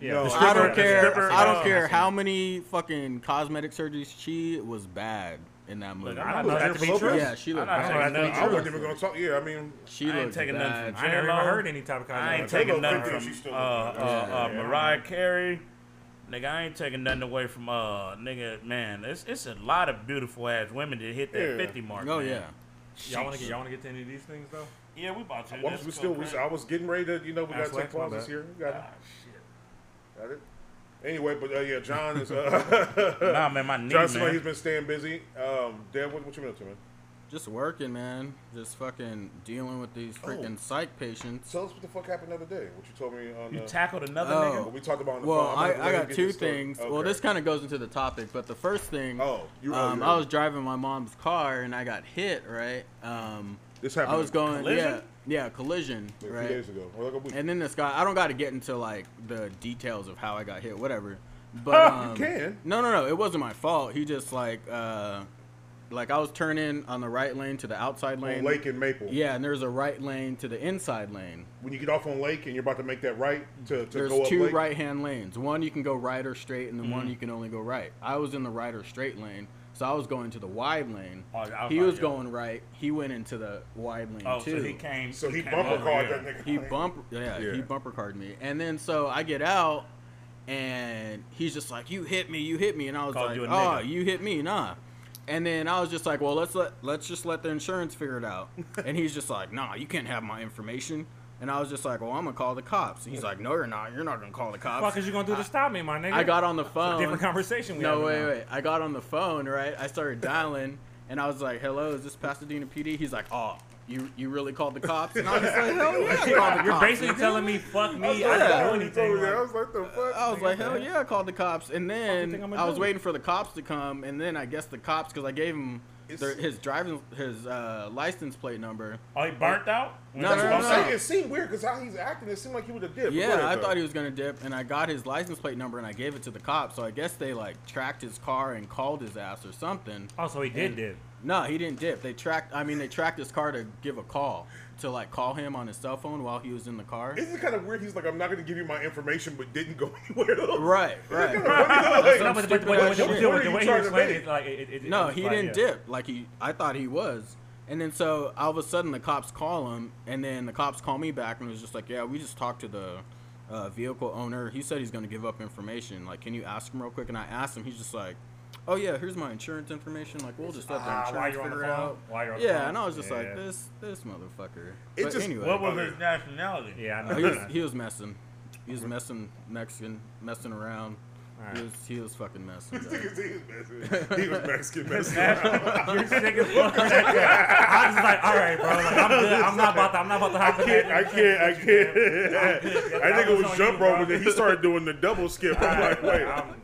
S1: Yeah,
S2: No,
S1: the
S6: I
S1: stripper-
S6: don't
S1: the
S6: care.
S1: stripper-
S6: I don't
S1: Oh.
S6: care how many fucking cosmetic surgeries she was bad in that movie.
S5: Look, I'm not
S1: know
S5: taking
S1: that to be true.
S6: yeah, she looked.
S5: I'm not
S6: bad.
S5: taking nothing.
S2: I wasn't even gonna talk. Yeah, I mean,
S6: She
S5: I ain't
S6: looked
S5: taking nothing
S6: bad.
S5: from
S1: I ain't
S5: J-Lo.
S1: never heard any type of comment.
S5: I ain't
S1: like that.
S5: taking
S2: J-Lo
S5: nothing
S2: fifty,
S5: from
S2: she still
S5: uh, uh,
S2: looking
S5: uh, Mariah Carey. Nigga, I ain't taking nothing away from uh nigga. Man, it's it's a lot of beautiful ass women that hit that
S2: Yeah.
S5: fifty mark.
S6: Oh
S5: man.
S6: yeah.
S1: Y'all want to get y'all want to get to any of these things though?
S5: yeah, we about to.
S2: I was,
S5: Let's
S2: we
S5: go
S2: still. We,
S5: crazy.
S2: I was getting ready to. You know, we got
S1: That's
S2: to take
S1: like my
S2: pauses
S1: bad.
S2: here. We got it. Got it. Anyway, but uh, yeah, John is. Uh,
S5: nah, man, my knee,
S2: John seems like
S5: man.
S2: he's been staying busy. Um, Dad, what, what you been up to, man?
S6: Just working, man. Just fucking dealing with these freaking psych patients.
S2: Tell us what the fuck happened the other day. What you told me on.
S5: You
S2: Uh,
S5: tackled another
S6: Oh.
S2: what we talked about on the
S6: Well,
S2: phone.
S6: I,
S2: I'm gonna
S6: I
S2: let him
S6: got
S2: get
S6: two
S2: this story.
S6: things. Well,
S2: Okay.
S6: this kind of goes into the topic, but the first thing,
S2: Oh, you- oh,
S6: um,
S2: yeah.
S6: I was driving my mom's car and I got hit, right? Um,
S2: This happened.
S6: I was going, yeah,
S5: collision?
S6: yeah, collision,
S2: a few
S6: right?
S2: days ago. Or like a week.
S6: And then this guy, I don't got to get into like the details of how I got hit, whatever. But
S2: You
S6: um,
S2: can.
S6: No, no, no. It wasn't my fault. He just like, uh, like I was turning on the right lane to the outside
S2: on
S6: lane.
S2: Lake and Maple.
S6: Yeah, and there's a right lane to the inside lane.
S2: When you get off on Lake and you're about to make that right to, to
S6: There's
S2: go up
S6: two
S2: Lake.
S6: right-hand lanes. One you can go right or straight, and the
S5: Mm-hmm.
S6: one you can only go right. I was in the right or straight lane, so I was going to the wide lane.
S5: Oh, I was
S6: he
S5: like,
S6: was
S5: yo.
S6: going right. He went into the wide lane
S5: Oh,
S6: too.
S5: so he came.
S2: So he
S5: came
S2: bumper
S5: over
S2: called
S5: here.
S2: that nigga.
S6: He bump, yeah,
S2: Yeah.
S6: he bumper carded me, and then so I get out, and he's just like, "You hit me, you hit me," and I was
S5: Called
S6: like,
S5: you a
S6: "Oh,
S5: nigga."
S6: you hit me, nah." And then I was just like, "Well, let's let let's just let the insurance figure it out." and he's just like, "Nah, you can't have my information." And I was just like, "Well, I'm gonna call the cops." And he's like, "No, you're not. You're not gonna call the
S1: Fuck
S6: cops."
S1: is you gonna do to stop me, my nigga?
S6: I got on the phone.
S1: different conversation. We
S6: No,
S1: having
S6: wait,
S1: now.
S6: wait. I got on the phone, right? I started dialing, and I was like, "Hello, is this Pasadena PD?" He's like, "Oh, you you really called the cops?" And I was just like, "Hell yeah, I called the
S1: You're
S6: cops."
S1: basically telling me, fuck me, I
S6: like, yeah.
S1: didn't do
S2: When you told
S1: anything.
S2: me that, I
S1: Like,
S2: was like, the fuck?
S6: I was like, hell yeah, I called the cops. And then
S1: think I'ma
S6: I was
S1: do?
S6: waiting for the cops to come, and then I guess the cops, because I gave him their,
S2: It's-
S6: his driving, his uh, license plate number.
S5: Oh, he burnt out.
S6: No, no, no,
S2: I'm
S6: no.
S2: saying it seemed weird because how he's acting, it seemed like he would have did. but go
S6: Yeah,
S2: ahead,
S6: I
S2: though.
S6: thought he was gonna dip, and I got his license plate number, and I gave it to the cops. So I guess they like tracked his car and called his ass or something.
S1: oh, so he did, did.
S6: No, he didn't dip. They tracked. I mean, they tracked his car to give a call to like call him on his cell phone while he was in the car.
S2: Isn't it kind of weird? He's like, I'm not going to give you my information, but didn't go anywhere else.
S6: Right, right.
S2: Like,
S1: No, but,
S2: shit.
S1: but, but, but, but
S2: What are
S1: the
S2: you
S1: way
S2: trying
S1: he
S2: to
S1: explained
S2: make?
S1: it, like, it, it, it
S6: No,
S1: was
S6: he
S1: like,
S6: didn't
S1: yeah.
S6: dip like he. I thought he was, and then so all of a sudden the cops call him, and then the cops call me back and was just like, "Yeah, we just talked to the uh, vehicle owner. He said he's gonna give up information. Like, can you ask him real quick?" And I asked him. He's just like, "Oh yeah, here's my insurance information. Like, we'll just let the
S1: Ah,
S6: insurance
S1: while you're on the
S6: figure it
S1: phone?
S6: out."
S1: While you're on the
S6: yeah,
S1: phone?
S6: and I was just like,
S1: Yeah.
S6: "This, this motherfucker."
S2: It
S6: but
S2: just-
S6: anyway,
S5: What was his nationality?
S1: Yeah, I know.
S6: Oh, he, was,
S1: that.
S6: he was messing. He was messing Mexican, messing around. He
S1: Alright.
S6: was he was fucking messing.
S2: He
S6: dog.
S2: was Mexican. He was Mexican. Mexican.
S1: You're sick as fuck. I was like, all right, bro. Like, I'm good. I'm not about to. I'm not about to hop in that.
S2: I can't. I can't. I think it was jump rope, and then he started doing the double skip. I'm like, wait.
S1: I'm-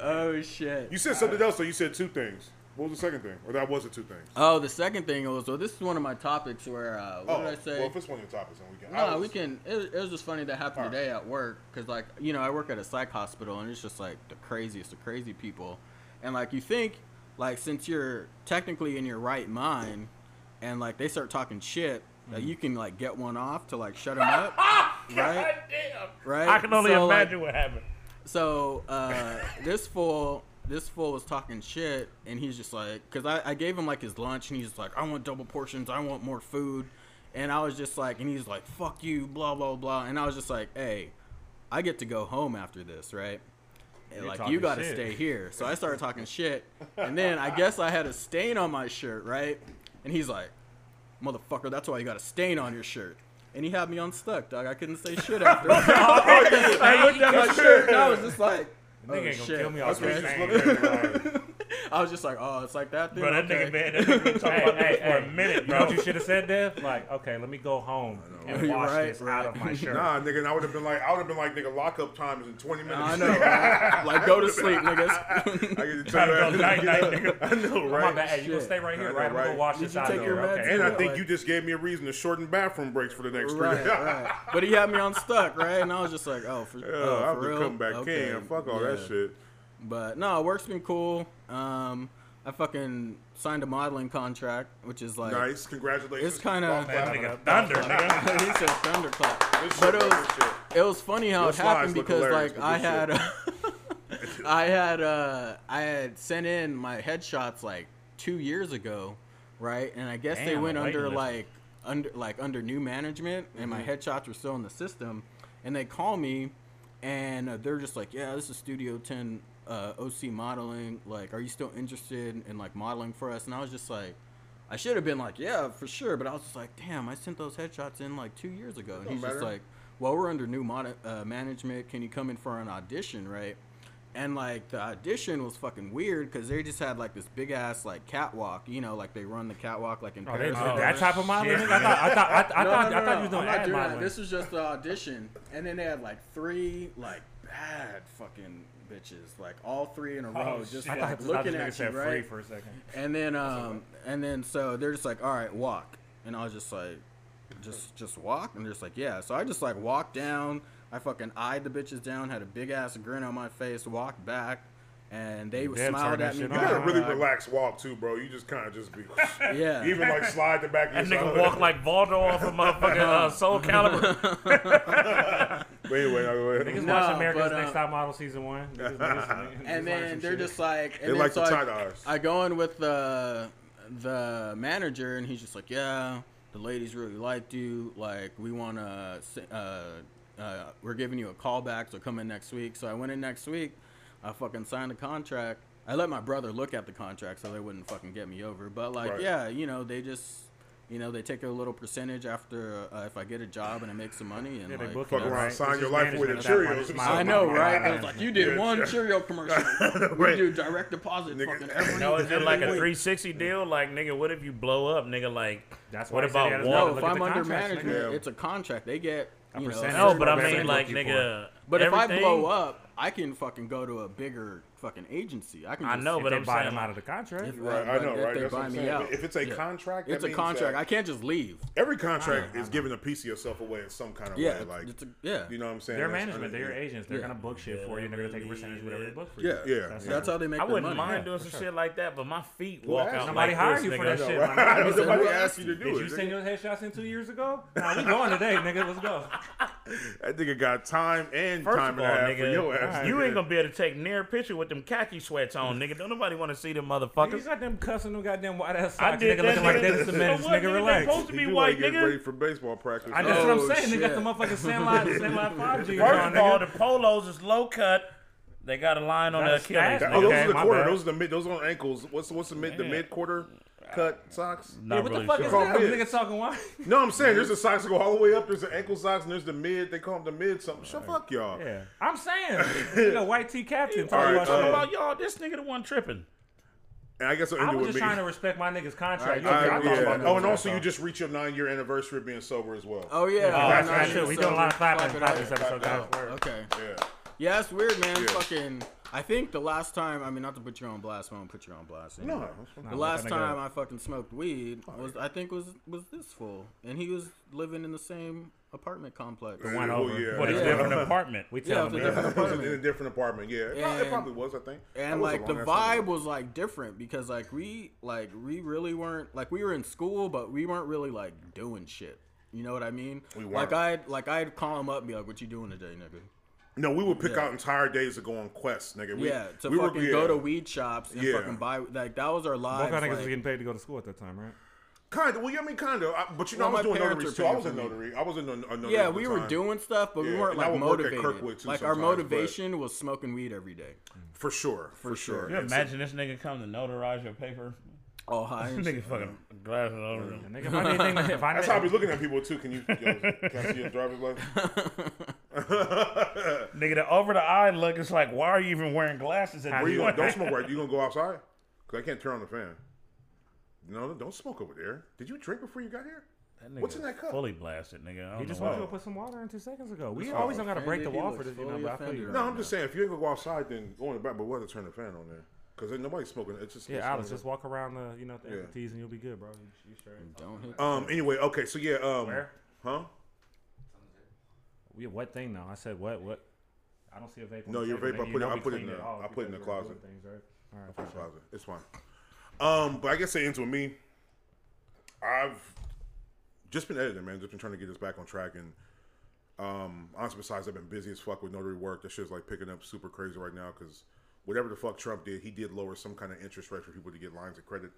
S6: oh shit.
S2: You said something else, so you said two things. What was the second thing? Or that was the two things.
S6: Oh, the second thing was well, this is one of my topics where uh, what
S2: oh,
S6: did I say?
S2: well, if it's one of your topics, then we can. I
S6: no,
S2: was-
S6: we can. It, it was just funny that happened today at work because like you know I work at a psych hospital and it's just like the craziest of crazy people, and like you think like since you're technically in your right mind, and like they start talking shit. that
S2: Mm-hmm.
S6: you can like get one off to like shut them up, right? Right.
S5: I can only
S6: So, like,
S5: imagine what happened.
S6: so uh, this fool, this fool was talking shit, and he's just like, because I, I gave him like his lunch, and he's just like, I want double portions, I want more food, and I was just like, and he's like, fuck you, blah blah blah, and I was just like, hey, I get to go home after this, right? And
S1: You're
S6: like
S1: talking
S6: you got to
S1: shit.
S6: stay here, so I started talking shit, and then I guess I had a stain on my shirt, right? And he's like, motherfucker, that's why you got a stain on your shirt. And he had me unstuck, dog. I couldn't say shit after. I looked at my shirt and I was just like, oh,
S1: Nigga ain't gonna
S6: shit.
S1: kill me
S2: I
S1: off
S2: was
S1: okay.
S2: just looking at him like,
S6: I was just like, oh, it's like that thing.
S5: Bro, that
S6: okay.
S5: nigga been that nigga been talking about
S1: Hey,
S5: this for a
S1: hey.
S5: minute,
S1: You know
S5: bro.
S1: what you should have said, Dev? Like, okay, let me go home and
S6: You're
S1: wash
S6: right,
S1: this
S6: right.
S1: out of my shirt.
S2: Nah, nigga, and I would have been like, I would have been like, nigga, lockup time is in 20 minutes.
S6: I know, right? like go to sleep, niggas.
S2: I get to tell
S5: Gotta
S2: you
S5: go
S2: that.
S5: night night, nigga.
S2: I know,
S1: Oh, my
S2: right?
S1: bad. Hey, you gonna
S6: Shit.
S1: stay right
S2: I
S1: here,
S2: know,
S1: right? I'm
S2: right.
S1: gonna go wash
S6: Did
S1: this
S6: you
S1: out
S6: take
S1: of
S6: your
S1: here.
S6: meds?
S1: Okay.
S2: And I
S6: Yeah,
S2: think
S6: like-
S2: you just gave me a reason to shorten bathroom breaks for the next three
S6: right,
S2: days.
S6: right. But he had me unstuck, right? And I was just like, oh, for,
S2: Yeah,
S6: oh,
S2: I'll
S6: for
S2: be
S6: real.
S2: coming back
S6: Okay.
S2: in. Fuck all that
S6: Yeah.
S2: shit.
S6: But no, work's been cool. Um, I fucking signed a modeling contract, which is like
S2: Nice. Congratulations.
S6: It's kinda-
S2: Golf
S6: That
S2: clap.
S5: Nigga, thunder, nigga.
S6: he said thunderclap.
S2: This shit,
S6: But it
S2: bro,
S6: was
S2: this shit.
S6: it was funny how
S2: Your
S6: it happened
S2: slides look
S6: because
S2: hilarious
S6: like
S2: with
S6: I
S2: this
S6: had, I had, uh, I had sent in my headshots like two years ago, right? And I guess they
S5: Damn,
S6: went
S5: a waiting
S6: under
S5: list.
S6: like under like under new management, and
S1: Mm-hmm.
S6: my headshots were still in the system. And they call me, and uh, they're just like, "Yeah, this is Studio Ten uh, OC modeling. Like, are you still interested in, in like modeling for us?" And I was just like. I should have been like, yeah, for sure, but I was just like, damn, I sent those headshots in like two years ago. And he's just
S2: matter.
S6: like, well, we're under new mod- uh, management. Can you come in for an audition, right? And like the audition was fucking weird because they just had like this big ass like catwalk, you know, like they run the catwalk like in
S1: Oh, they
S6: Paris.
S1: do
S6: or
S1: that
S6: whatever.
S1: type of modeling? I thought, I thought, I, I
S6: No,
S1: thought,
S6: no,
S1: I
S6: no,
S1: thought
S6: no,
S1: you was
S6: I'm
S1: doing
S6: not
S1: ad
S6: doing that.
S1: modeling.
S6: This was just the audition, and then they had like three like bad fucking bitches, like all three in a row,
S1: oh,
S6: just
S1: shit. I thought,
S6: like
S1: I thought this
S6: looking
S1: nigga
S6: at you,
S1: said
S6: right?
S1: free for a second.
S6: And then um and then so they're just like, all right, walk. And I was just like, just just walk. And they're just like, yeah. So I just like walked down. I fucking eyed the bitches down. Had a big ass grin on my face. Walked back, and they
S1: Damn,
S6: smiled
S1: turn
S6: at
S1: that
S6: me.
S1: shit
S2: You got a
S1: on.
S6: Back.
S2: really relaxed walk too, bro. You just kind of just be
S6: Yeah.
S2: even like slide the back.
S5: That
S2: of your
S5: nigga
S2: side.
S5: walk like Valdo off of motherfucking uh, Soul Calibur.
S2: But anyway, I-
S1: Niggas
S6: No,
S1: watch America's
S6: but, uh,
S1: Next Top Model season one. Niggas- niggas- niggas learn
S6: and then
S1: some
S6: they're
S1: shit.
S6: just like, and
S2: they
S6: then
S2: like
S6: so
S2: the
S6: I-
S2: tie dyes.
S6: I go in with the the manager, and he's just like, "Yeah, the ladies really liked you. Like, we want to, uh, uh, we're giving you a callback, so come in next week." So I went in next week. I fucking signed the contract. I let my brother look at the contract so they wouldn't fucking get me over. But like,
S2: Right.
S6: yeah, you know, they just, you know, they take a little percentage after uh, if I get a job and I make some money and
S1: Yeah, they
S6: like,
S1: book
S2: Fuck
S1: it,
S2: around,
S1: right?
S2: sign
S1: It's
S2: your
S1: just
S2: life with
S1: management
S2: the
S1: at that point.
S2: Cheerios
S1: It's
S2: or
S1: my-
S2: something.
S6: I know,
S1: my
S6: right? I was
S1: management.
S6: like, you did
S2: Yeah,
S6: one
S2: sure.
S6: Cheerio commercial. We
S2: Right.
S6: do direct deposit.
S2: Nigga.
S6: Fucking every
S5: No, is it like a 360 deal? Like, nigga, what if you blow up, nigga? Like,
S1: That's
S5: what
S1: why he said he
S5: about
S1: had his
S5: one?
S1: brother
S6: No,
S1: look
S6: if
S1: at
S6: I'm
S1: the
S6: under
S1: contracts, nigga.
S6: management,
S2: Yeah.
S6: it's a contract. They get
S1: A
S6: you know.
S1: percentage.
S5: No, but I
S1: Everything
S5: mean, like,
S1: you for.
S5: nigga.
S6: But if I
S5: everything-
S6: blow up, I can fucking go to a bigger fucking agency. I can.
S5: I
S6: Just,
S5: know,
S1: But
S5: but
S1: they
S5: I'm
S1: buy
S5: saying,
S1: them out of the contract.
S6: if, uh,
S2: Right, I
S6: but
S2: know,
S6: if
S2: right?
S6: They
S2: That's what
S6: buy
S2: I'm
S6: me
S2: saying.
S6: out.
S2: If it's a
S6: Yeah.
S2: contract, that
S6: it's a
S2: means
S6: contract.
S2: that
S6: I can't just leave.
S2: every contract is giving a piece of yourself away in some kind of
S6: Yeah,
S2: way.
S6: it's-
S2: Like,
S6: it's a- yeah.
S2: you know what I'm saying?
S1: They're
S2: That's-
S1: management. They're your agents. They're
S6: Yeah.
S1: gonna book shit for you. and They're gonna take a percentage of whatever they book for you.
S6: Yeah,
S2: Yeah,
S1: That's
S2: yeah.
S1: it.
S6: That's how they make
S5: I
S6: their
S5: wouldn't
S6: money.
S5: mind doing some shit like that, but my feet walk
S2: asked
S5: out.
S2: you?
S1: Nobody
S5: like
S1: hired
S5: this,
S1: you
S5: nigga.
S1: for that shit.
S2: Right?
S1: my nigga.
S2: I don't
S6: said,
S2: nobody
S6: "Who
S2: asked you to do
S1: Did
S2: it.
S1: you send your headshots in two years ago? Nah, we going today, nigga. Let's go.
S2: that nigga got time and
S5: First
S2: time
S5: of all,
S2: and a half for
S5: nigga,
S2: your ass.
S5: you
S2: nigga.
S5: ain't gonna be able to take near picture with them khaki sweats on, nigga. Don't nobody want to see them
S1: You
S5: motherfuckers.
S1: got them cussing them goddamn wide ass
S5: I
S1: socks,
S5: did
S1: nigga, looking
S5: that,
S1: like
S5: nigga.
S1: Dennis the
S5: So
S1: Menace,
S5: what,
S1: nigga.
S5: nigga? They
S1: Relax.
S5: supposed to
S2: You
S5: be
S2: do
S5: white,
S2: like get ready
S5: nigga.
S2: for baseball practice.
S1: I, that's what I'm
S6: Oh,
S1: saying. They got the
S6: shit.
S1: motherfucking Sandlot, Sandlot 5 G.
S5: First
S1: on,
S5: of all,
S1: nigga.
S5: the polos is low cut. They got a line on the
S1: That's
S5: Achilles.
S1: fast.
S2: oh,
S5: nigga.
S2: those
S1: Okay,
S2: are the
S1: my
S2: quarter.
S1: bad.
S2: Those are the mid. Those are on ankles. What's what's the mid? The
S5: Yeah.
S2: mid quarter cut socks.
S5: Not
S1: Yeah, what the
S5: really
S1: fuck
S5: sure.
S1: is
S2: Call
S1: that?
S2: it.
S1: Nigga talking why?
S2: No, I'm saying there's the socks that go all the way up. There's the ankle socks and there's the mid. They call them the mid something. Shut fuck y'all.
S1: Yeah. I'm saying. Nigga, white tee captain
S2: All
S1: talking
S2: right,
S1: about
S5: What
S1: shit.
S2: uh,
S5: about y'all? This nigga the one tripping.
S2: And I guess I'll
S1: I
S2: end it
S1: was
S2: with
S1: just
S2: me.
S1: trying to respect my nigga's contract. You
S2: I-
S1: okay, I thought
S2: yeah.
S1: about
S2: Oh,
S1: doing
S2: and
S1: that,
S2: also
S1: so.
S2: you just reached your nine year anniversary of being sober as well.
S6: Oh yeah.
S1: that's
S6: Oh,
S1: right,
S6: no,
S1: too. We
S6: so
S1: doing a lot of clapping
S6: clap it
S1: clapping
S6: up.
S1: this episode, guys.
S6: Oh,
S1: Word.
S6: Okay.
S2: Yeah.
S6: Yeah, that's weird, man.
S2: Yeah.
S6: Fucking. I think the last time. I mean, not to put you on blast. I won't put you on blast. anyway.
S2: No,
S1: Nah, let
S6: The last
S1: that nigga-
S6: time I fucking smoked weed was I think was was this fool, and he was living in the same apartment complex.
S2: The
S1: went
S2: Oh,
S1: over.
S2: yeah.
S5: But it's
S6: Yeah.
S5: different apartment.
S1: We
S6: Yeah,
S1: tell
S6: it was a
S1: them.
S6: different
S2: it was in a
S6: apartment.
S2: different apartment. Yeah, It prob- it
S6: And-
S2: probably was. I think. That
S6: And
S2: was a
S6: like the
S2: long-ass
S6: vibe
S2: time.
S6: was like different because like we like we really weren't like we were in school, but we weren't really like doing shit. You know what I mean?
S2: We
S6: Like
S2: weren't.
S6: I'd like I'd call him up and be like, "What you doing today, nigga?"
S2: No, we would pick
S6: Yeah.
S2: out entire days to go on quests, nigga. We,
S6: yeah, to
S2: we were-
S6: fucking
S2: yeah.
S6: go to weed shops and
S2: Yeah.
S6: fucking buy like that was our
S1: Both
S6: lives.
S1: our niggas was
S6: like-
S1: getting paid to go to school at that time, right?
S2: Kind of. Well, yeah, I mean, kind of. I, but you know, I
S6: Well,
S2: was
S6: my
S2: doing
S6: parents
S2: notaries
S6: are
S2: too. I
S6: paying
S2: was a
S6: for me.
S2: notary. I was a, non- a notary.
S6: yeah,
S2: at the
S6: we were
S2: time.
S6: doing stuff, but we
S2: Yeah,
S6: weren't
S2: and I
S6: like
S2: would work at
S6: motivated.
S2: Kirkwood, too,
S6: like our
S2: sometimes, but-
S6: motivation was smoking weed every day.
S2: for sure, for, sure.
S5: You imagine this nigga come to notarize your paper?
S6: All high. and shit.
S5: Nigga fucking glasses over him.
S1: And nigga, if I need anything, if I
S2: That's
S1: need-
S2: how I be looking at people too. Can you? Yo, can I see your driver's license?
S5: Nigga, the over the eye look is like, why are you even wearing glasses at
S2: Where
S5: this
S2: you going?
S5: point?
S2: Don't smoke. Right? You gonna go outside? Cause I can't turn on the fan. No, don't smoke over there. Did you drink before you got here? What's in that cup?
S5: Fully blasted, nigga. I
S1: He
S5: don't
S1: just
S5: know why.
S1: wanted to go put some water in two seconds ago. We always don't gotta break the
S6: offended.
S1: wall
S6: He
S1: for this, you
S6: looks
S1: know.
S6: fully
S1: But I feel
S6: offended
S1: you.
S6: right
S2: No, I'm just saying if you ain't gonna go outside, then go in the back. But we'll have to turn the fan on there because nobody's smoking. It's just it's
S1: Yeah, Alex,
S2: smoking.
S1: just walk around the, you know, the
S2: Yeah.
S1: entities and you'll be good, bro. You, you sure?
S6: Don't hit.
S2: Um. Anyway, okay. So yeah. Um.
S1: Where?
S2: Huh?
S1: Yeah, what thing now? I said what? What? I don't see a vape. on
S2: No,
S1: the
S2: your
S1: table.
S2: vape, I
S1: Maybe
S2: put it-
S1: you know
S2: I
S1: we
S2: put it in
S1: cleaned
S2: the-
S1: off
S2: I put it in the
S1: because we were
S2: closet.
S1: doing Things, right? All right, for sure.
S2: Closet. It's fine. Um. But I guess they into me. I've just been editing, man. Just been trying to get this back on track, and Um, honestly, besides, I've been busy as fuck with notary work. That shit's like picking up super crazy right now because whatever the fuck Trump did, he did lower some kind of interest rate for people to get lines of credit.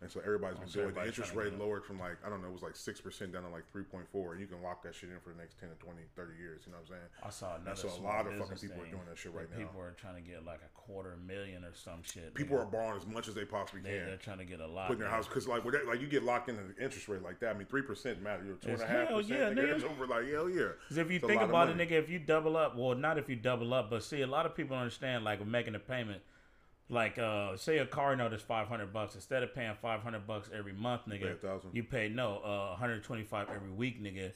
S2: And so everybody's been doing the
S5: Oh, everybody's
S2: interest
S5: trying to
S2: rate lowered from like, I don't know, it was like 6% down to like 3.4. And you can lock that shit in for the next 10 to 20, 30 years. You know what I'm saying?
S5: I saw
S2: And
S5: another.
S2: So a
S5: small
S2: lot of fucking
S5: business
S2: people are
S5: thing
S2: doing that shit
S5: where
S2: right now.
S5: People are trying to get like a quarter million or some shit.
S2: people
S5: nigga.
S2: are borrowing as much as they possibly
S5: they,
S2: can.
S5: they're trying to get a lot.
S2: Putting their
S5: nigga.
S2: house because like whatever, like you get locked into the interest rate like that. I mean, three percent matter. You're two and a half
S5: hell
S2: percent.
S5: yeah, nigga.
S2: It's over like hell yeah.
S5: 'Cause if you
S2: It's a
S5: think
S2: lot of
S5: about it,
S2: money.
S5: nigga, if you double up, well, not if you double up, but see, a lot of people don't understand like when making a payment. Like, uh, say a car note is five hundred bucks. Instead of paying five hundred bucks every month, nigga,
S2: pay a thousand.
S5: you pay no uh, one hundred twenty five every week, nigga.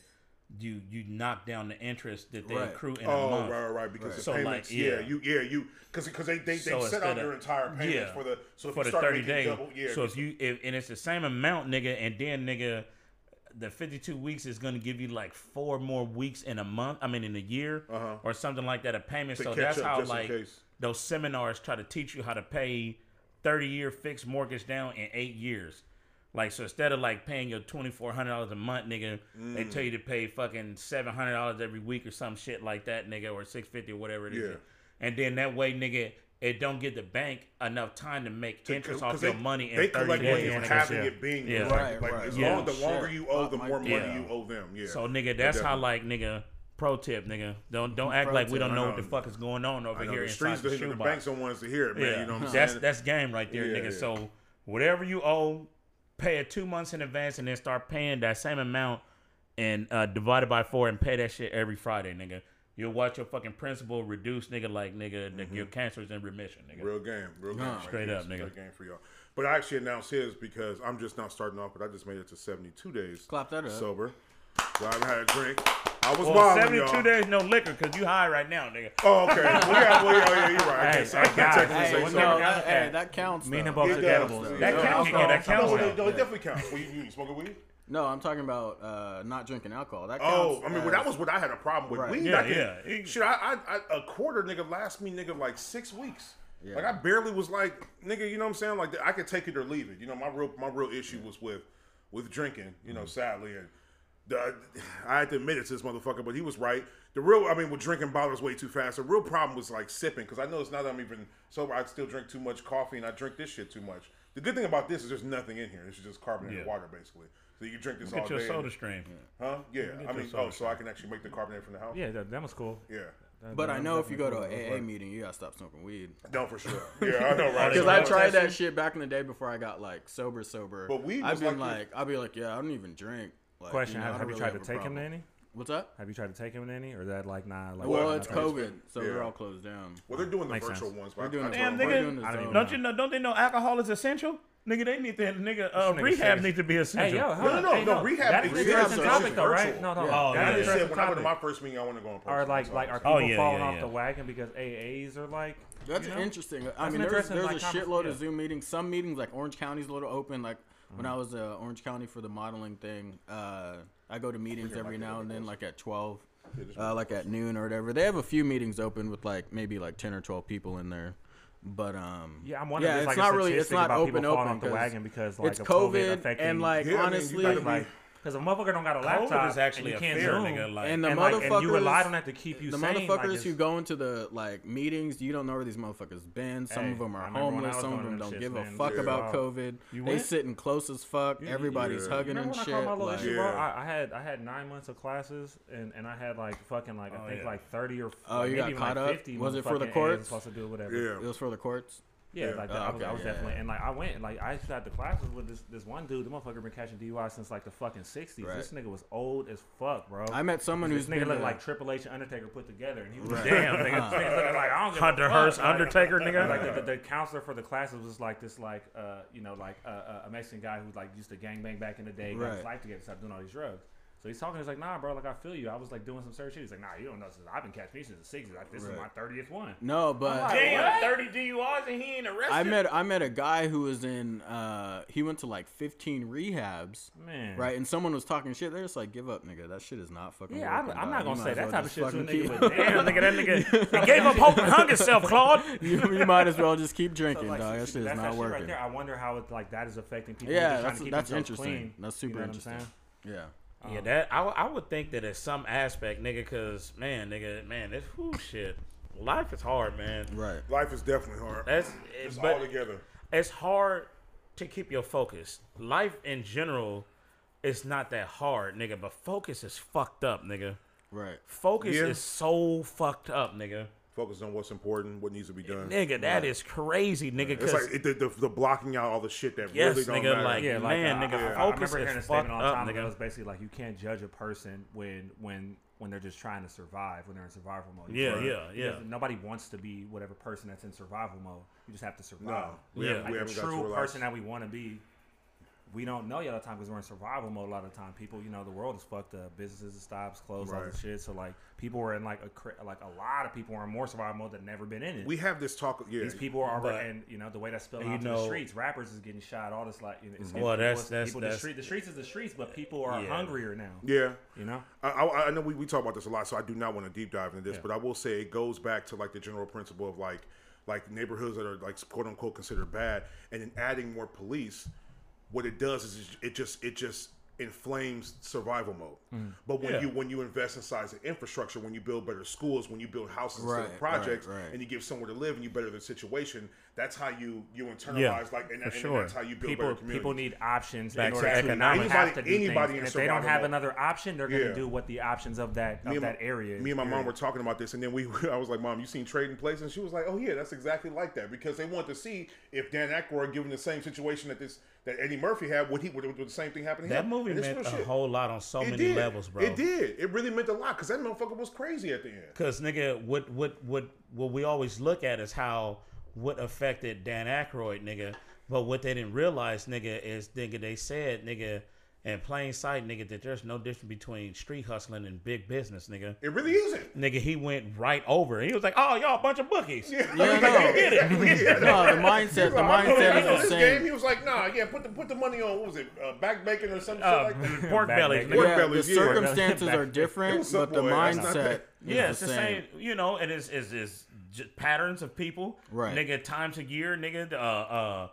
S5: You you knock down the interest that they
S6: Right.
S5: accrue in a
S2: Oh
S5: month.
S2: right, right, right. Because the
S5: So, like,
S2: payments,
S5: yeah.
S2: yeah. you, yeah, you, because because they they, they
S5: So
S2: set out
S5: instead
S2: your
S5: of-
S2: entire payments
S5: yeah,
S2: for the so if
S5: for
S2: you
S5: the
S2: start
S5: thirty
S2: making
S5: days.
S2: double, yeah.
S5: so if you if, and it's the same amount, nigga, and then nigga, the fifty two weeks is gonna give you like four more weeks in a month. I mean, in a year or something like that. A payment.
S2: Uh-huh. To
S5: so
S2: catch
S5: that's
S2: up
S5: how
S2: just in
S5: like
S2: case.
S5: those seminars try to teach you how to pay thirty year fixed mortgage down in eight years. Like so, instead of like paying your twenty four hundred dollars a month, nigga,
S2: Mm.
S5: they tell you to pay fucking seven hundred dollars every week or some shit like that, nigga, or six fifty or whatever it is.
S2: Yeah.
S5: And then that way, nigga, it don't give the bank enough time to make interest off your
S2: they,
S5: money in
S2: they
S5: 30
S2: collect money
S5: days.
S2: for
S1: niggas,
S2: having
S1: yeah.
S2: it being
S5: Yeah.
S2: yeah.
S6: Right,
S2: like,
S6: right.
S2: As
S5: Yeah.
S2: long, the longer
S6: Shit.
S2: you owe, the
S6: Fuck,
S2: more
S6: Mike.
S2: money
S5: Yeah.
S2: you owe them. Yeah.
S5: So nigga, that's how
S2: Definitely.
S5: like nigga. Pro tip, nigga. Don't don't act
S6: Pro
S5: like we
S6: tip.
S5: don't
S2: I
S5: know
S2: know.
S5: what the fuck is going on over
S2: Um, I know
S5: here
S2: the streets,
S5: inside the,
S2: the,
S5: shoebox.
S2: the banks don't want us to hear it, man.
S5: Yeah.
S2: You know what I'm saying?
S5: that's that's game right there,
S2: Yeah,
S5: nigga.
S2: yeah.
S5: So whatever you owe, pay it two months in advance and then start paying that same amount and uh, divided by four and pay that shit every Friday, nigga. You'll watch your fucking principal reduce, nigga. Like nigga, nigga, your cancer's in remission, nigga.
S2: Real game, real game. right
S5: Straight
S2: there.
S5: up,
S2: It's a
S5: nigga.
S2: Great game for y'all. But I actually announced his because I'm just now starting off, but I just made it to 72 days.
S6: Clap that up.
S2: Sober. So I haven't had a drink. I was
S5: Well,
S2: wilding,
S5: 72
S2: y'all.
S5: Oh, days no liquor because you high right now, nigga.
S2: Oh, okay. Well, yeah, well, yeah, oh, yeah, you're right. I
S5: Hey,
S2: can't, say- I
S5: hey,
S2: can't
S5: guys,
S2: technically
S6: Hey,
S2: say
S5: Well,
S2: so.
S6: no,
S5: no,
S6: that,
S5: that-
S6: hey, that counts.
S5: Me and
S6: though.
S5: the both
S2: It
S5: are
S2: does.
S5: edibles.
S2: Yeah,
S5: That
S2: no,
S5: counts, nigga.
S2: alcohol-
S5: That counts.
S2: No,
S5: now.
S2: it- no, it definitely counts. Well, you, you smoking weed?
S6: No, I'm talking about uh, not drinking alcohol. That counts.
S2: Oh, I mean, well,
S6: as-
S2: that was what I had a problem with.
S6: Right.
S2: Weed,
S5: Yeah,
S2: I could,
S5: yeah. It-
S2: Shit, I, I, I, a quarter nigga last me nigga like six weeks.
S6: Yeah.
S2: Like I barely was like nigga, you know what I'm saying? Like I could take it or leave it. You know, my real my real issue was with with drinking. You
S6: Mm-hmm.
S2: know, sadly, and the, I had to admit it to this motherfucker, but he was right. The real, I mean, with drinking bottles way too fast. The real problem was like sipping because I noticed now that I'm even sober, I still drink too much coffee and I drink this shit too much. The good thing about this is there's nothing in here. It's just carbonated
S5: Yeah.
S2: water basically. So you drink this all
S5: Get your
S2: day. and-
S5: soda stream.
S2: Huh? Oh, Yeah. I
S1: your
S2: mean,
S1: soda
S2: oh, so I can actually make the carbonate from the house.
S1: Yeah, that, that was cool.
S2: Yeah.
S1: That-
S6: But
S1: that
S6: I
S1: was
S6: know if you go
S1: definitely
S6: to
S1: cool. It was
S6: an AA
S1: like-
S6: meeting, you gotta stop smoking weed.
S2: No, for sure. Yeah, I know, right?
S6: Because I
S2: Right.
S6: tried that shit back in the day before I got like sober, sober.
S2: But weed
S6: I've
S2: was
S6: been
S2: like
S6: like, I'd be like, yeah, I don't even drink. Like,
S1: Question:
S6: you know, I
S1: Have, have
S6: don't
S1: you
S6: really
S1: tried to
S6: have a
S1: take him to
S6: problem.
S1: any?
S6: What's that?
S1: Have you tried to take him to any, or is that like nah? Like,
S6: Well,
S1: nah,
S6: it's
S1: okay.
S6: COVID, so
S2: Yeah.
S6: they're all closed down.
S2: Well, they're doing the
S1: Makes
S2: virtual
S1: sense.
S2: ones.
S6: We're doing,
S2: I,
S6: the
S5: Damn,
S6: we're
S5: nigga.
S6: doing the
S1: I don't
S6: zone.
S1: even
S5: Don't you know? Don't they know alcohol is essential? Nigga, they need that. Nigga, uh,
S1: This nigga
S5: rehab
S1: says-
S5: needs to be
S1: Hey,
S5: essential.
S1: yo,
S2: no, no, no, rehab
S1: That is
S2: exists,
S1: an interesting
S6: so it's
S1: topic,
S2: just
S1: though, right?
S2: virtual.
S1: No, no,
S6: Yeah.
S1: oh,
S2: I
S1: that's
S2: just said
S1: an interesting
S2: when I went to my
S1: topic.
S2: first meeting, I want to go in person.
S1: Are like
S2: so-
S1: like are people
S5: Oh, yeah,
S1: falling
S5: yeah,
S1: off
S5: yeah.
S1: the wagon because AAs are like?
S6: That's
S1: you know?
S6: interesting. I
S1: an
S6: mean, there's,
S1: interesting,
S6: there's
S1: like,
S6: a
S1: convers-
S6: shitload of
S1: yeah.
S6: Zoom meetings. Some meetings, like Orange County's a little open. Like when
S1: Mm-hmm.
S6: I was uh, Orange County for the modeling thing, uh, I go to meetings every now and then, like at 12, uh, like at noon or whatever. They have a few meetings open with like maybe like 10 or 12 people in there. But um,
S1: Yeah, I'm wondering. if
S6: it's
S1: like
S6: not
S1: a
S6: really it's
S1: statistic
S6: not
S1: about
S6: open
S1: people falling
S6: open
S1: off the
S6: 'cause
S1: wagon because like
S6: it's
S1: of
S6: COVID,
S1: affecting
S6: and like
S2: Yeah, I mean, you
S6: honestly,
S2: gotta be-
S1: like because a motherfucker don't got a
S5: COVID
S1: laptop
S5: is actually
S1: and
S5: a
S1: you can't
S5: fear,
S1: zoom
S5: nigga. Like,
S6: And the
S1: and, like, and you
S6: motherfuckers-
S1: relied on that to keep you
S6: the
S1: sane. like,
S6: motherfuckers
S1: it's-
S6: who go into the like meetings, you don't know where these motherfuckers been. Some
S1: Hey,
S6: of them
S1: I
S6: are
S1: remember when I
S6: homeless.
S1: was
S6: Some of
S1: going
S6: them
S1: to them
S6: don't
S1: shits,
S6: give
S1: man.
S6: a fuck
S1: Yeah.
S6: about
S1: Wow.
S6: COVID.
S1: You
S6: They
S1: went?
S6: sitting close as fuck. Everybody's
S2: yeah.
S6: hugging
S1: Remember
S6: and
S1: when I
S6: shit.
S1: called my little
S6: like-
S1: issue, bro?
S2: Yeah.
S1: I, I had I had nine months of classes, and, and I had like fucking like I think
S5: yeah.
S1: like thirty or
S6: Oh,
S1: like,
S6: you
S1: maybe
S6: got
S1: even,
S6: caught
S1: like
S6: up?
S1: fifty.
S6: Was it for the
S1: motherfucking ads
S6: courts?
S1: Supposed to do whatever.
S2: Yeah.
S6: It was for the courts.
S1: Yeah,
S2: Yeah.
S1: like
S6: Oh,
S1: that. I was,
S6: okay,
S1: I was
S6: yeah.
S1: definitely, and like I went, and like I used to have the classes with this this one dude. The motherfucker been catching DUI since like the fucking sixties. This
S6: Right.
S1: nigga was old as fuck, bro.
S6: I met someone
S1: this
S6: who's
S1: nigga
S6: been
S1: looked
S6: to-
S1: like Triple H and Undertaker put together, and he was
S6: Right. Uh-huh.
S5: damn, nigga.
S1: This nigga looking like I don't give a
S5: Hunter
S1: fuck,
S5: Hearst,
S1: like-
S5: Undertaker, nigga.
S1: Like the, the, the counselor for the classes was like this, like uh, you know, like uh, uh, a Mexican guy who like used to gangbang back in the day, got
S6: Right.
S1: his life together, stopped doing all these drugs. So he's talking, he's like, nah, bro, like I feel you. I was like doing some certain shit. He's like, nah, you don't know. Since I've been catching these since the sixties. Like this is my
S6: Right.
S1: thirtieth one.
S6: No, but
S1: like, Damn, What?
S5: 30 DUIs and he ain't arrested.
S6: I met I met a guy who was in. Uh, he went to like 15 rehabs.
S1: Man.
S6: Right, and someone was talking shit. They're just like, "Give up, nigga. That shit is not fucking."
S1: Yeah, I'm,
S6: working,
S1: I'm not gonna
S6: dog. You
S1: say
S6: might as
S1: that
S6: well
S1: type of
S6: just
S1: shit to a
S6: fucking
S1: nigga,
S6: keep-
S1: but damn, nigga, that nigga he gave up hope and hung himself, Claude.
S6: you, you might as well just keep drinking,
S1: Like,
S6: dog. That
S1: see,
S6: shit is
S1: that's
S6: not
S1: that Shit right
S6: working.
S1: there. I wonder how it like that is affecting people. who just
S6: Yeah,
S1: trying
S6: that's
S1: to keep
S6: that's
S1: themselves
S6: interesting.
S1: Clean,
S6: That's
S1: you
S6: super
S1: know what I'm
S6: interesting.
S1: saying?
S6: Yeah.
S5: yeah, that I, w- I would think that in some aspect, nigga, cause man, nigga, man, this whoo shit, life is hard, man.
S6: Right.
S2: Life is definitely hard.
S5: That's
S2: it's
S5: but
S2: all together.
S5: it's hard to keep your focus. Life in general, it's not that hard, nigga. But focus is fucked up, nigga.
S6: Right.
S5: Focus
S2: Yeah.
S5: is so fucked up, nigga.
S2: Focus on what's important, what needs to be done.
S5: Nigga, that is crazy, nigga.
S2: It's
S5: Cause
S2: like it, the, the, the blocking out all the shit that
S5: yes,
S2: really don't
S5: nigga,
S2: matter.
S5: like
S1: Yeah, like
S5: man,
S1: uh,
S5: nigga,
S1: I, I
S5: focus
S1: remember hearing a
S5: is fucked
S1: statement all the
S5: up,
S1: time. It
S5: nigga.
S1: was basically like you can't judge a person when when when they're just trying to survive, when they're in survival mode. You
S5: Yeah,
S1: can't-
S5: yeah, yeah.
S1: because Nobody wants to be whatever person that's in survival mode. You just have to survive.
S2: No, we
S5: Yeah.
S2: haven't, we
S1: like
S2: haven't
S1: the
S2: got to
S1: true
S2: realize-
S1: person that we want to be. We don't know the other time because we're in survival mode a lot of the time. People, you know, the world is fucked up. Businesses is stops, closed, all
S2: Right.
S1: this shit. So like, people were in like a cra- like a lot of people are in more survival mode than never been in it.
S2: We have this talk. Yeah,
S1: These people are,
S5: But-
S1: and you know the way that's spelled
S5: You
S1: out to
S5: know-
S1: the streets. Rappers is getting shot. All this like, you know,
S2: Mm,
S1: it's
S5: Well,
S1: getting-
S5: that's-
S1: it's
S5: that's-
S1: people
S5: that's-
S1: the, street, the streets is the streets, but people are
S5: Yeah.
S1: hungrier now.
S2: Yeah,
S1: You know,
S2: I, I, I know we, we talk about this a lot, so I do not want to deep dive into this, but I will say it goes back to like the general principle of like like neighborhoods that are like quote unquote considered bad, and then adding more police. What it does is it- it just it just inflames survival mode. But when
S5: Yeah.
S2: you when you invest inside the infrastructure, when you build better schools, when you build houses instead
S6: Right,
S2: of projects,
S6: right, right.
S2: and you give somewhere to live and you better the situation, that's how you you internalize like and,
S5: for
S2: and,
S5: sure.
S2: that's how you build better
S1: people
S2: community.
S1: people need options
S5: Back
S1: in
S5: to
S1: order to not
S5: economics.
S1: have to do
S2: Anybody- anybody
S1: things.
S2: in
S1: And if they don't
S2: survival
S1: have
S2: mode.
S1: another option, they're going to
S2: Yeah.
S1: do what the options of that
S2: Me
S1: of
S2: and
S1: that
S2: my-
S1: area.
S2: Me and my
S1: is.
S2: mom were talking about this, and then we I was like, "Mom, you seen Trading Place?" And she was like, "Oh yeah, that's exactly like that because they want to see if Dan Aykroyd, given the same situation that this that Eddie Murphy had, would he would, would the same thing happen?" to
S5: That
S2: him?
S5: movie
S2: And it's
S5: meant a
S2: real shit.
S5: whole lot on so
S2: It
S5: many
S2: did.
S5: levels, bro.
S2: It did. It really meant a lot because that motherfucker was crazy at the end.
S5: Cause nigga, what what what what we always look at is how what affected Dan Aykroyd, nigga. But what they didn't realize, nigga, is nigga they said, nigga, in plain sight, nigga, that there's no difference between street hustling and big business, nigga.
S2: It really isn't.
S5: Nigga, he went right over. He was like, "Oh, y'all a bunch of bookies."
S2: Yeah,
S6: Yeah,
S5: You get it.
S6: No, the mindset, the mindset
S2: I know
S6: is
S2: this
S6: the
S2: game.
S6: same.
S2: He was like, "Nah, yeah, put the put the money on what was it, uh, back bacon or something
S5: Uh,
S2: shit like that."
S5: pork
S1: Back
S5: bellies,
S1: naked.
S5: nigga.
S6: Yeah, the
S2: bellies, yeah.
S6: circumstances
S1: Back-
S6: are different,
S2: What's up,
S6: but the
S2: boy? That's not
S6: mindset
S2: that-
S5: Yeah,
S6: is
S5: it's
S6: the
S5: the
S6: same.
S5: same. You know, and it's is is just patterns of people.
S6: Right.
S5: Nigga, times a year, nigga, uh, uh,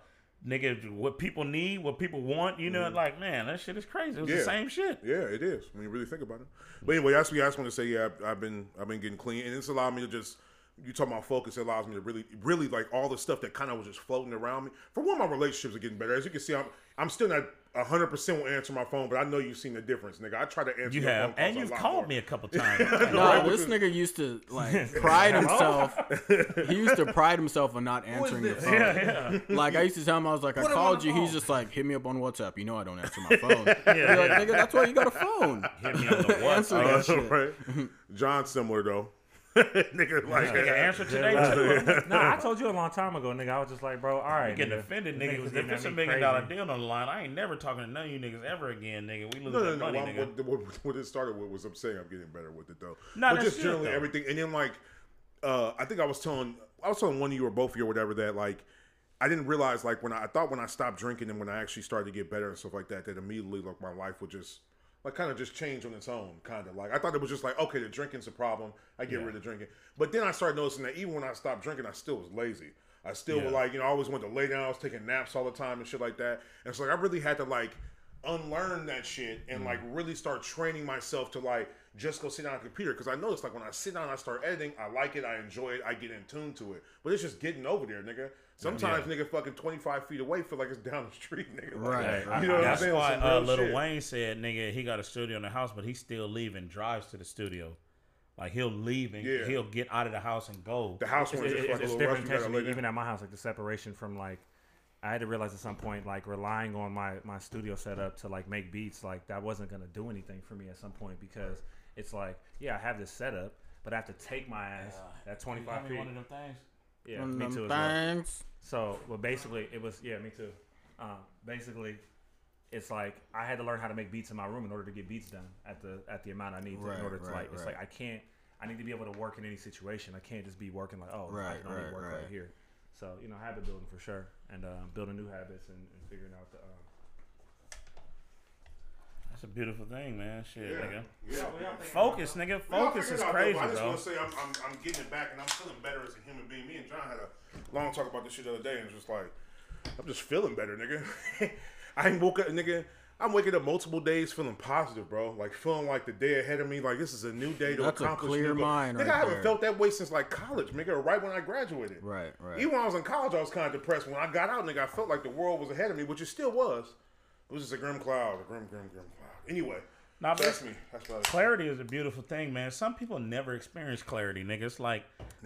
S5: nigga, what people need, what people want. You know, like man, that shit is crazy. It was
S2: Yeah.
S5: the same shit.
S2: Yeah, it is when you really think about it. But anyway, that's what I just want to say. Yeah, I've, I've been I've been getting clean, and it's allowed me to just you talking about focus. It allows me to really, really like all the stuff that kind of was just floating around me. For one, my relationships are getting better. As you can see, I'm I'm still not hundred percent will answer my phone, but I know you've seen the difference, nigga. I try to answer.
S5: You
S2: your
S5: have,
S2: phone calls
S5: and
S2: a
S5: you've
S2: lot
S5: called
S2: more.
S5: me a couple times.
S6: No, this nigga used to like pride himself. he used to pride himself on not answering the phone. Like I used to tell him, I was like, I called you. He's just like, hit me up on WhatsApp. You know I don't answer my phone. You're like, nigga, that's why you got a phone.
S5: Hit me on the
S6: Answer
S5: WhatsApp.
S6: that shit.
S2: right? John's similar though, nigga. Like
S5: Nigga, answer today too.
S1: no, I told you a long time ago, nigga. I was just like, bro, all right,
S5: Getting
S1: nigga.
S5: offended,
S1: This
S5: nigga.
S1: was
S5: If
S1: getting
S5: it's a
S1: at me
S5: million
S1: crazy.
S5: dollar deal on the line, I ain't never talking to none of you niggas ever again, nigga. We lose
S2: No,
S5: that
S2: no, no.
S5: money,
S2: I'm-
S5: nigga.
S2: What, what, what it started with was I'm saying I'm getting better with it though.
S5: No,
S2: but
S5: that's
S2: just
S5: good,
S2: generally
S5: though.
S2: everything. And then like, uh, I think I was telling I was telling one of you or both of you or whatever that like I didn't realize like when I, I thought when I stopped drinking and when I actually started to get better and stuff like that that immediately like my life would just like kind of just change on its own kind of like I thought it was just like okay the drinking's a problem I get rid of drinking but then I started noticing that even when I stopped drinking I still was lazy I still would, like you know I always went to lay down I was taking naps all the time and shit like that and so like I really had to like unlearn that shit and like
S6: Mm.
S2: really start training myself to like just go sit down on a computer because I noticed like when I sit down, I start editing. I like it, I enjoy it, I get in tune to it. But it's just getting over there, nigga. Sometimes nigga fucking twenty five feet away feel like it's down the street, nigga. Like,
S6: Right, right.
S2: You know what I'm
S5: That's
S2: saying?
S5: why
S2: Some
S5: uh,
S2: real
S5: Little
S2: shit.
S5: Wayne said, nigga, he got a studio in the house, but he still leave and drives to the studio. Like he'll leave and
S2: Yeah.
S5: he'll get out of the house and go.
S2: The house
S1: It's,
S2: one is
S1: it's-
S2: just like a
S1: it's
S2: little rush.
S1: different
S2: You gotta lay
S1: intentionally,
S2: down.
S1: even at my house, like the separation from like. I had to realize at some point, like relying on my my studio setup to like make beats, like that wasn't gonna do anything for me at some point because it's like, yeah, I have this setup, but I have to take my ass that twenty five feet.
S5: them things.
S1: Yeah,
S6: One
S1: me
S6: of
S1: too.
S6: them
S1: As well.
S6: things.
S1: So, well, basically, it was yeah, me too. Um, basically, it's like I had to learn how to make beats in my room in order to get beats done at the at the amount I need to,
S6: Right,
S1: in order to
S6: right,
S1: like. It's
S6: right.
S1: like I can't. I need to be able to work in any situation. I can't just be working like oh, I
S6: Right,
S1: can only
S6: right,
S1: work
S6: right.
S1: right. here. So you know, habit building for sure, and um, building new habits and, and figuring out the. Um,
S5: That's a beautiful thing, man. Shit, nigga.
S2: Yeah, yeah.
S5: Focus, nigga.
S2: Y'all
S5: Focus
S2: figure
S5: is
S2: it out,
S5: crazy,
S2: though, but I just
S5: bro.
S2: want to say I'm, I'm, I'm getting it back and I'm feeling better as a human being. Me and John had a long talk about this shit the other day and it's just like, I'm just feeling better, nigga. I ain't woke up, nigga. I'm waking up multiple days feeling positive, bro. Like feeling like the day ahead of me, like this is a new day to
S6: That's a
S2: accomplish.
S6: clear
S2: new goal.
S6: mind
S2: Nigga,
S6: right
S2: I haven't
S6: there.
S2: felt that way since like college, nigga. or Right when I graduated.
S6: Right, right.
S2: Even when I was in college, I was kind of depressed. When I got out, nigga, I felt like the world was ahead of me, which it still was. It was just a grim cloud, a grim, grim, grim cloud. Anyway,
S5: Nah, but
S2: that's
S5: it's-
S2: me. That's what I
S5: Clarity is a beautiful thing, man. Some people never experience clarity, nigga. It's like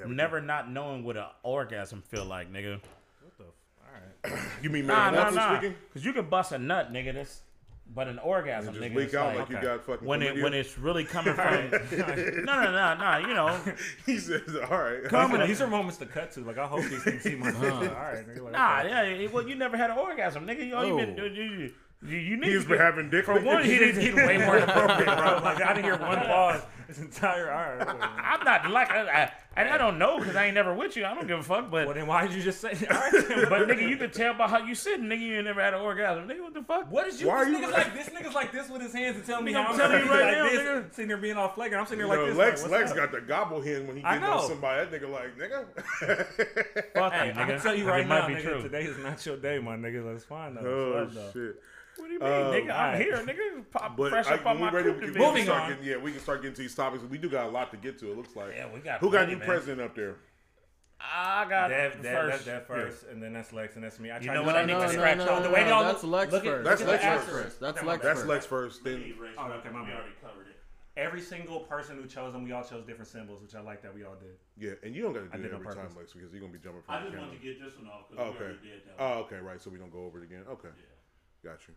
S5: never, not knowing what an orgasm feel like, nigga.
S2: You mean
S5: Nah,
S2: man,
S5: nah,
S2: nothing
S5: nah.
S2: speaking?
S5: Because you can bust a nut, nigga. That's but an orgasm,
S2: Just
S5: nigga.
S2: leak
S5: it's
S2: out
S5: like,
S2: like, you
S1: okay.
S2: got fucking.
S5: when it
S2: chlamydia?
S5: when it's really coming from. no, no, no, no. You know,
S2: he says, all right.
S1: But these are moments to cut to. Like I hope these things see
S6: Uh-huh.
S1: my. All right, nigga, like,
S5: nah,
S1: okay.
S5: yeah. it- Well, you never had an orgasm, nigga. You, all you been
S6: Oh.
S5: you, you, you need
S2: He's
S5: to
S2: been
S5: get-
S2: having dick
S5: for one. He didn't.
S1: He did way more appropriate, bro. Like I didn't hear one pause this entire hour.
S5: I'm not like I, I, and I don't know because I ain't never with you. I don't give a fuck. But
S1: Well, then why did you just say? All right, then,
S5: but nigga, you can tell by how you sitting, nigga. You ain't never had an orgasm, nigga. What the fuck?
S1: What is you?
S2: Why
S1: Why
S2: are you-
S1: niggas like this? Niggas like this with his hands and telling me
S5: Nigga, I'm
S1: how I'm
S5: telling
S1: telling
S5: you
S1: like
S5: right now,
S1: this,
S5: nigga.
S1: sitting there being all flagrant. I'm sitting
S2: You
S1: there
S2: know,
S1: like
S2: Lex,
S1: this. like,
S2: Lex
S1: what's
S2: got
S1: up?
S2: the gobble hen when he
S1: I
S2: gets on
S1: know.
S2: somebody. That nigga like, nigga.
S5: Fuck
S1: Hey,
S5: you,
S1: I
S5: nigga.
S1: can tell you
S5: It
S1: right
S5: might
S1: now,
S5: be
S1: nigga.
S5: true.
S1: Today is not your day, my nigga. That's fine. Though.
S2: oh,
S1: It's love, though.
S2: shit.
S5: What do you mean, nigga? I'm
S1: alright.
S5: here, nigga. Pop
S2: Oh, But
S5: fresh
S2: I,
S5: up on
S2: when
S5: my
S2: we ready, we can, we can
S5: coupe to be-
S1: Moving
S2: start
S1: on.
S2: Getting, yeah, we can start getting to these topics. We do got a lot to get to. It looks like.
S5: Yeah, we got
S2: Who got
S5: plenty,
S2: new
S5: man.
S2: president up there?
S5: I got
S1: Dev,
S5: the
S1: Dev,
S5: first.
S1: first. Dev first, and then that's Lex, and that's me. I tried
S5: know
S1: to
S5: what
S1: say
S5: I need
S1: that
S5: to
S1: was
S5: scratch
S1: scratch
S5: off
S1: the way y'all
S6: That's
S1: look-
S6: Lex
S1: look at-
S6: first.
S2: That's
S1: look at
S2: Lex
S1: the
S2: first.
S1: answers.
S6: That's
S1: Never
S6: Lex
S1: mind.
S2: That's Lex first. Then
S1: Oh, okay, my bad. Every single person who chose them, we all chose different symbols, which I like that we all did.
S2: yeah, and you don't got to
S1: I
S2: do
S1: did
S2: that
S1: on
S2: every
S1: purpose.
S2: time, Lex, because you're gonna be jumping from the camera.
S5: get this one off
S2: Oh, okay. Oh, okay. Right. So we don't go over it again. Okay. Got you.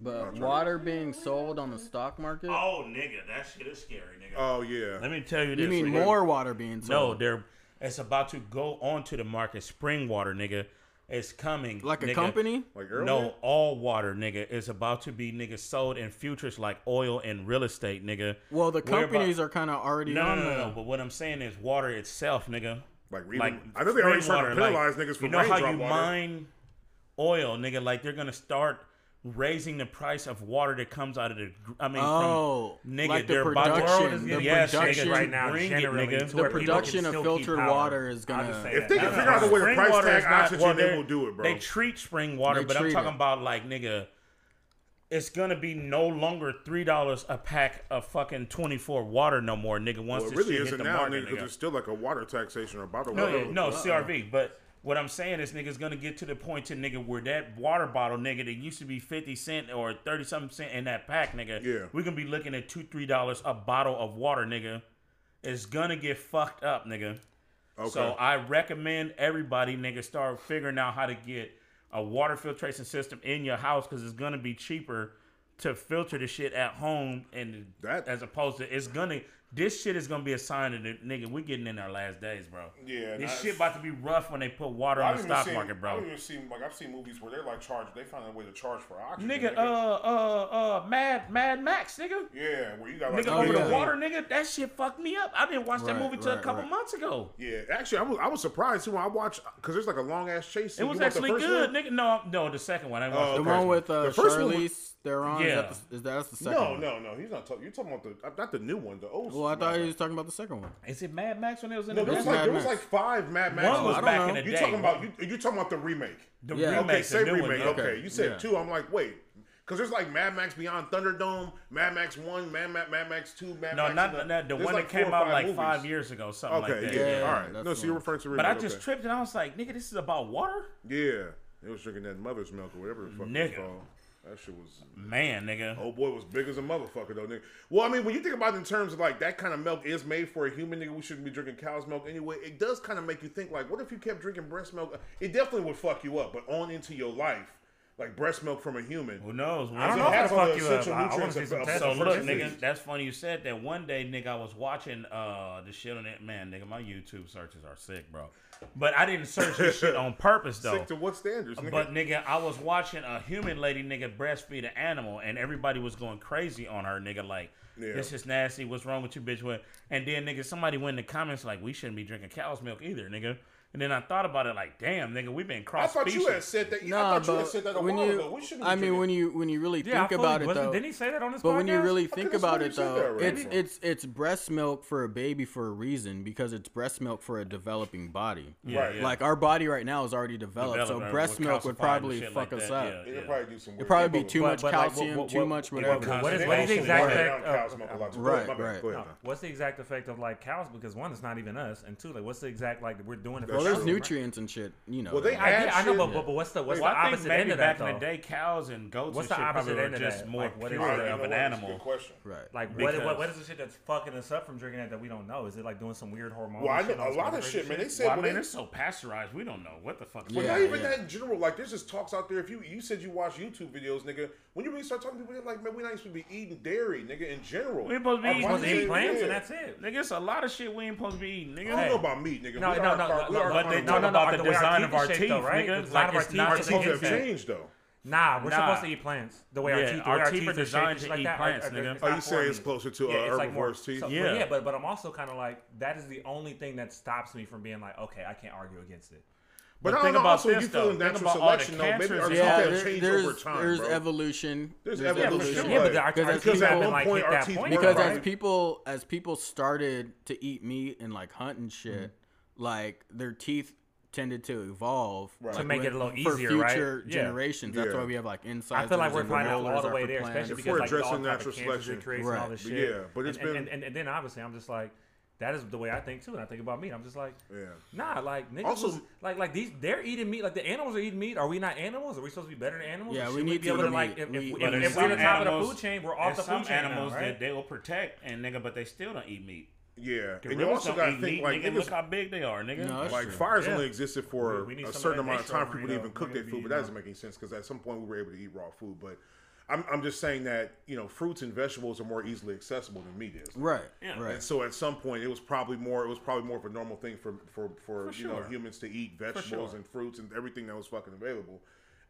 S6: But water being sold on the stock market?
S5: Oh, nigga, that shit is scary, nigga.
S2: Oh yeah.
S5: Let me tell you this.
S6: you mean
S5: nigga.
S6: more water being
S5: No,
S6: sold?
S5: they're it's about to go onto the market. Spring water, nigga, it's coming.
S6: like a
S5: nigga.
S6: company?
S2: Like earlier.
S5: No, all water, nigga, is about to be nigga sold in futures like oil and real estate, nigga.
S6: Well, the
S5: We're about-
S6: companies are kind of already
S5: No,
S6: on
S5: no, no,
S6: the-
S5: no. But what I'm saying is water itself, nigga.
S2: Like, even- I know they already
S5: spring
S2: started to
S5: water,
S2: penalize niggas for
S5: You know how
S2: raindrop
S5: you
S2: water.
S5: mine oil, nigga? Like they're gonna start raising the price of water that comes out of the. gr- I mean,
S6: Oh,
S5: from, nigga,
S6: like the
S5: they're about to-
S6: production, the
S5: yes,
S6: production-
S5: nigga,
S1: right now,
S5: bring it,
S1: generally,
S5: nigga.
S1: to where
S6: The
S1: people can
S6: production of
S1: still keep
S6: filtered
S1: power.
S6: water is
S1: I'll
S6: gonna-
S1: just say
S2: If
S1: that.
S2: they can
S1: That's
S2: figure out
S1: all.
S2: a way to
S5: Spring
S2: price
S5: water
S2: tag
S5: is not-
S2: oxygen,
S5: well,
S2: they
S5: they're-
S2: will do it, bro.
S5: They treat spring water,
S6: They
S5: but I'm
S6: treat
S5: talking
S6: it.
S5: about like nigga. It's gonna be no longer three dollars a pack of fucking twenty four water no more, nigga. Once
S2: well, it
S5: this
S2: really
S5: shit hit
S2: isn't
S5: the
S2: now,
S5: market,
S2: nigga, because
S5: nigga.
S2: there's still like a water taxation or about a
S5: No,
S2: water.
S5: no, CRV. But what I'm saying is, niggas gonna get to the point to nigga where that water bottle, nigga, that used to be fifty cent or thirty something cent in that pack, nigga.
S2: Yeah.
S5: We're gonna be looking at two, three dollars a bottle of water, nigga. It's gonna get fucked up, nigga.
S2: Okay.
S5: So I recommend everybody, nigga, start figuring out how to get a water filtration system in your house because it's gonna be cheaper to filter the shit at home and
S2: That-
S5: as opposed to it's gonna this shit is gonna be a sign of the nigga we getting in our last days, bro.
S2: Yeah,
S5: this
S2: and I-
S5: shit about to be rough when they put water
S2: I
S5: on
S2: don't
S5: the
S2: even
S5: stock
S2: see-
S5: market,
S2: I
S5: bro.
S2: don't even see like I've seen movies where they're like charged. They find a way to charge for oxygen.
S5: Nigga, uh, uh, uh, Mad, Mad Max, nigga.
S2: Oh, yeah, where you got like
S5: Nigga,
S2: a
S5: over
S2: little-
S5: the water, nigga, that shit fucked me up. I didn't watch that
S6: Right,
S5: movie till a
S6: right,
S5: couple
S6: right.
S5: months ago.
S2: Yeah, actually, I was I was surprised too when I watched because there's like a long ass chase.
S5: It
S2: scene.
S5: was
S2: You want the
S5: actually
S2: first
S5: good,
S2: one?
S5: nigga. No, no, the second one. I didn't watch
S2: Oh,
S5: the
S6: The
S2: okay.
S6: one with uh,
S2: The first one was-
S6: Charlize Theron.
S5: Yeah.
S6: Is that the, is that that's the second
S2: No,
S6: one?
S2: no, no. He's not. Talking, you're talking about the uh, not the new one, the old.
S6: Well, I
S2: Mad
S6: thought he
S2: Max.
S6: was talking about the second one.
S5: Is it Mad Max when it was in
S2: No,
S5: the
S2: there was
S6: That's
S2: like
S6: Mad
S2: there was
S6: Max.
S2: like five Mad Max.
S5: One was
S2: I don't
S5: back
S2: know.
S5: in the
S2: you
S5: day.
S2: talking about you? You talking about the remake?
S5: the
S6: Yeah.
S5: remake,
S2: Okay,
S5: the
S2: say
S5: new one,
S2: remake.
S5: nigga.
S2: okay. you said
S6: Yeah.
S2: two. I'm like, wait, because there's like Mad Max Beyond Thunderdome, Mad Max One, Mad Max, Mad Max Two, Mad
S5: No,
S2: Max.
S5: not
S2: and
S5: not the
S2: there's
S5: one that
S2: four or
S5: came out like
S2: movies.
S5: five years ago, something
S2: Okay,
S5: like that.
S2: yeah,
S6: Yeah,
S2: all right.
S6: that's
S2: No,
S6: the
S2: so you're
S6: one.
S2: referring to remake.
S5: But I just
S2: okay.
S5: tripped and I was like, nigga, this is about water?
S2: Yeah, they was drinking that mother's milk or whatever the fuck it's
S5: Nigga.
S2: called. That shit was.
S5: Man, nigga.
S2: Oh boy, was big as a motherfucker though, nigga. Well, I mean, when you think about it in terms of like that kind of milk is made for a human, nigga, we shouldn't be drinking cow's milk anyway. It does kind of make you think like, what if you kept drinking breast milk? It definitely would fuck you up, but on into your life, like breast milk from a human.
S5: Who knows?
S1: I don't
S2: It
S1: know if
S2: has
S1: it'll
S2: all
S1: fuck
S2: the
S1: you up.
S2: essential
S1: I- I wanna
S2: nutrients
S1: see
S2: of-
S1: some
S2: of-
S1: tests
S5: So
S1: That's
S2: of
S1: what
S5: look,
S1: she
S2: fertility.
S5: nigga, that's funny you said that. One day, nigga, I was watching uh the shit on that man, nigga. My YouTube searches are sick, bro. But I didn't search this shit on purpose though.
S2: Sick to what standards, nigga?
S5: But nigga, I was watching a human lady nigga breastfeed an animal, and everybody was going crazy on her nigga. Like,
S2: Yeah.
S5: this is nasty. What's wrong with you, bitch? What? And then nigga, somebody went in the comments like, we shouldn't be drinking cow's milk either, nigga. And then I thought about it like, damn, nigga, we've been
S2: I
S5: cross
S2: thought you had
S5: species.
S2: said that.
S6: Nah,
S2: I thought you had
S6: but
S2: said that a
S6: when
S2: while
S6: you,
S2: ago. We shouldn't.
S6: I mean, when you when you really
S1: Yeah, I
S6: think
S1: fully
S6: about it
S1: wasn't-
S6: though,
S1: Didn't he say that on his
S6: but
S1: podcast?
S6: when you really
S2: Fucking
S6: think
S2: that's
S6: about
S2: what
S6: it
S2: he said
S6: though,
S2: already.
S6: it's it's it's breast milk for a baby for a reason because it's breast milk for a developing body.
S2: right.
S5: yeah.
S2: Like,
S6: Like our body right now is already developed,
S5: Developed,
S6: so
S5: right,
S6: breast
S5: we're
S6: milk would
S5: calcified and
S6: probably
S5: shit
S6: fuck
S5: like
S6: us
S5: that,
S6: up.
S5: yeah.
S2: It'll probably do some.
S6: It'd
S2: weird
S6: probably be
S2: shit,
S6: too
S2: but-
S1: But-
S6: much
S1: but, like, what-
S6: calcium,
S1: what-
S6: too
S1: what-
S6: much
S1: what-
S6: whatever.
S1: what- what is-
S2: They
S1: what is the
S2: also
S1: exact
S2: water
S1: fact
S2: down
S1: of-
S2: cows milk a lot. Go
S6: Right,
S2: ahead, my bad.
S6: right.
S2: Go ahead,
S1: No,
S2: man.
S1: what's the exact effect of like cows? Because one, it's not even us, and two, like what's the exact like we're doing it for
S2: Well,
S6: Well,
S1: ourselves,
S6: there's
S2: Sure.
S1: right?
S6: nutrients and shit. You know.
S2: Well, they
S6: that.
S1: I,
S2: add
S1: yeah, I know,
S2: shit-
S1: but, but, but what's the what's
S2: Well,
S1: the
S5: I think
S1: opposite
S5: maybe
S1: end of
S5: back
S1: that
S5: in the
S1: though?
S5: day, cows and goats and
S1: What's the
S5: shit
S1: opposite
S5: probably
S1: end
S5: were
S1: of
S5: just
S1: that?
S5: more
S1: Like, what is
S5: pure
S1: that?
S2: You know
S5: of
S2: what?
S5: an
S2: That's a Good
S5: animal.
S2: question.
S6: right.
S1: Like what,
S5: Because-
S1: what what is the shit that's fucking us up from drinking that that we don't know? Is it like doing some weird hormonal?
S2: Well, I
S1: shit on
S2: know a
S1: some
S2: lot of
S1: crazy
S2: shit, man. They said
S5: Well, I
S2: when
S5: mean,
S2: they-
S5: they're so pasteurized, we don't know what the fuck. is
S2: Well,
S5: in
S6: Yeah,
S2: not
S5: there.
S2: even that in general. Like, there's just talks out there. If you you said you watch YouTube videos, nigga, when you really start talking to people, they're like, man, we not supposed to be eating dairy, nigga, in general.
S5: We supposed to be
S2: Our
S5: eating-
S1: Supposed
S2: bodies
S1: to eat
S2: ain't-
S1: plants
S2: yeah.
S1: and that's it.
S5: Nigga, it's a lot of shit we ain't supposed to be eating, nigga.
S2: I don't
S1: Hey.
S2: know about meat, nigga.
S1: No,
S2: we
S1: no,
S2: are
S1: no,
S2: car-
S1: no,
S2: we are
S1: but
S5: they
S2: carnivores.
S5: talk
S1: no,
S5: about
S1: no,
S5: the
S1: the way our
S5: design
S1: teeth
S5: of our
S1: is
S5: teeth,
S1: shaped, though,
S5: nigga.
S1: right? The
S5: Like,
S1: design of our
S5: it's
S1: teeth
S5: not
S1: is
S2: Our
S5: supposed
S2: teeth
S1: shaped
S2: have
S5: to
S1: like that.
S2: changed though.
S1: Nah, we're
S5: Nah.
S1: supposed to eat plants. The way our
S5: Yeah,
S1: teeth, the
S5: our
S1: way our
S5: teeth
S1: teeth
S5: are
S1: are
S5: designed to
S1: shaped just like
S5: eat
S1: that.
S5: plants,
S1: Are- are-
S5: nigga.
S1: it's
S2: Are Oh, you
S1: not
S2: saying
S1: for
S2: it's
S1: me.
S2: closer to uh, a
S1: it's like more-
S2: herbivore's teeth?
S1: so- but
S5: Yeah.
S1: yeah, but but I'm also kind of like that is the only thing that stops me from being like, okay, I can't argue against it.
S2: But,
S5: But
S2: I
S5: think
S2: don't know.
S5: about
S2: Also,
S5: this,
S2: you
S5: though.
S2: feeling
S5: Think
S2: natural
S5: about all the
S2: selection though. Maybe
S5: cancers
S2: our
S5: and
S2: teeth
S5: shit.
S6: Yeah,
S2: have
S6: there,
S2: changed
S6: there's
S2: over time,
S6: there's
S2: bro.
S6: evolution.
S2: There's
S1: for
S2: evolution.
S1: sure.
S2: Right.
S1: Yeah, but our, our
S6: Because
S1: teeth
S6: at one
S1: haven't like
S2: point
S1: hit
S2: our
S1: that
S2: teeth
S1: point.
S2: were
S6: because
S2: Right.
S6: as people as people started to eat meat and like hunt and shit, like their teeth tended to evolve
S2: Mm-hmm. Right. To
S6: like,
S1: make
S6: with-
S1: it a little
S6: for
S1: easier, right?
S6: future
S1: Yeah.
S6: generations. That's
S2: Yeah.
S6: why we have like insides.
S1: I feel like we're
S6: and the
S1: finding out all
S6: molars
S1: the
S6: are
S1: way
S6: for
S1: there,
S6: plants.
S1: especially
S2: If we're
S1: because like all
S2: addressing
S1: type of
S2: natural
S1: cancers it
S2: selection.
S1: creates and all this
S6: Right.
S1: shit.
S2: Yeah, but it's
S1: and, and-
S2: been-
S1: and, and, then obviously I'm just like that is the way I think too, and I think about meat. I'm just like,
S2: Yeah.
S1: nah, like niggas
S2: Also-
S1: was- like like these they're eating meat. Like the animals are eating meat. Are we not animals? Are we supposed to be better than animals?
S6: Yeah,
S1: Or
S6: we
S1: should
S6: need
S1: be
S6: to
S1: able
S6: eat
S1: to like
S6: meat.
S1: if,
S6: We-
S1: if,
S6: But
S1: if,
S5: there's
S1: if we're
S5: some
S1: the top of the
S5: animals-
S1: food chain, we're
S5: There's
S1: off the
S5: some
S1: food chain now,
S5: animals
S1: right?
S5: that they will protect, and nigga, but they still don't eat meat.
S2: Yeah, and you
S5: Gorillas
S2: also
S5: don't
S2: gotta
S5: eat
S2: think
S5: meat,
S2: like
S5: nigga,
S2: niggas
S5: look how big they are, nigga.
S6: No, that's
S2: Like
S6: true.
S2: fires
S1: Yeah.
S2: only existed for
S1: We- we need
S2: a
S1: some of
S2: certain
S1: that
S2: amount of
S1: extra
S2: time for people to
S1: overheat
S2: even
S1: though.
S2: cook
S1: We're
S2: their
S1: gonna
S2: food,
S1: be
S2: but that doesn't
S1: eating
S2: make any sense because at some point we were able to eat raw food. But I'm, I'm just saying that you know fruits and vegetables are more easily accessible than meat is.
S6: Right.
S5: Yeah.
S6: Right.
S2: And so at some point it was probably more it was probably more of a normal thing for for for, you know
S5: sure.
S2: humans to eat vegetables
S5: sure.
S2: and fruits and everything that was fucking available.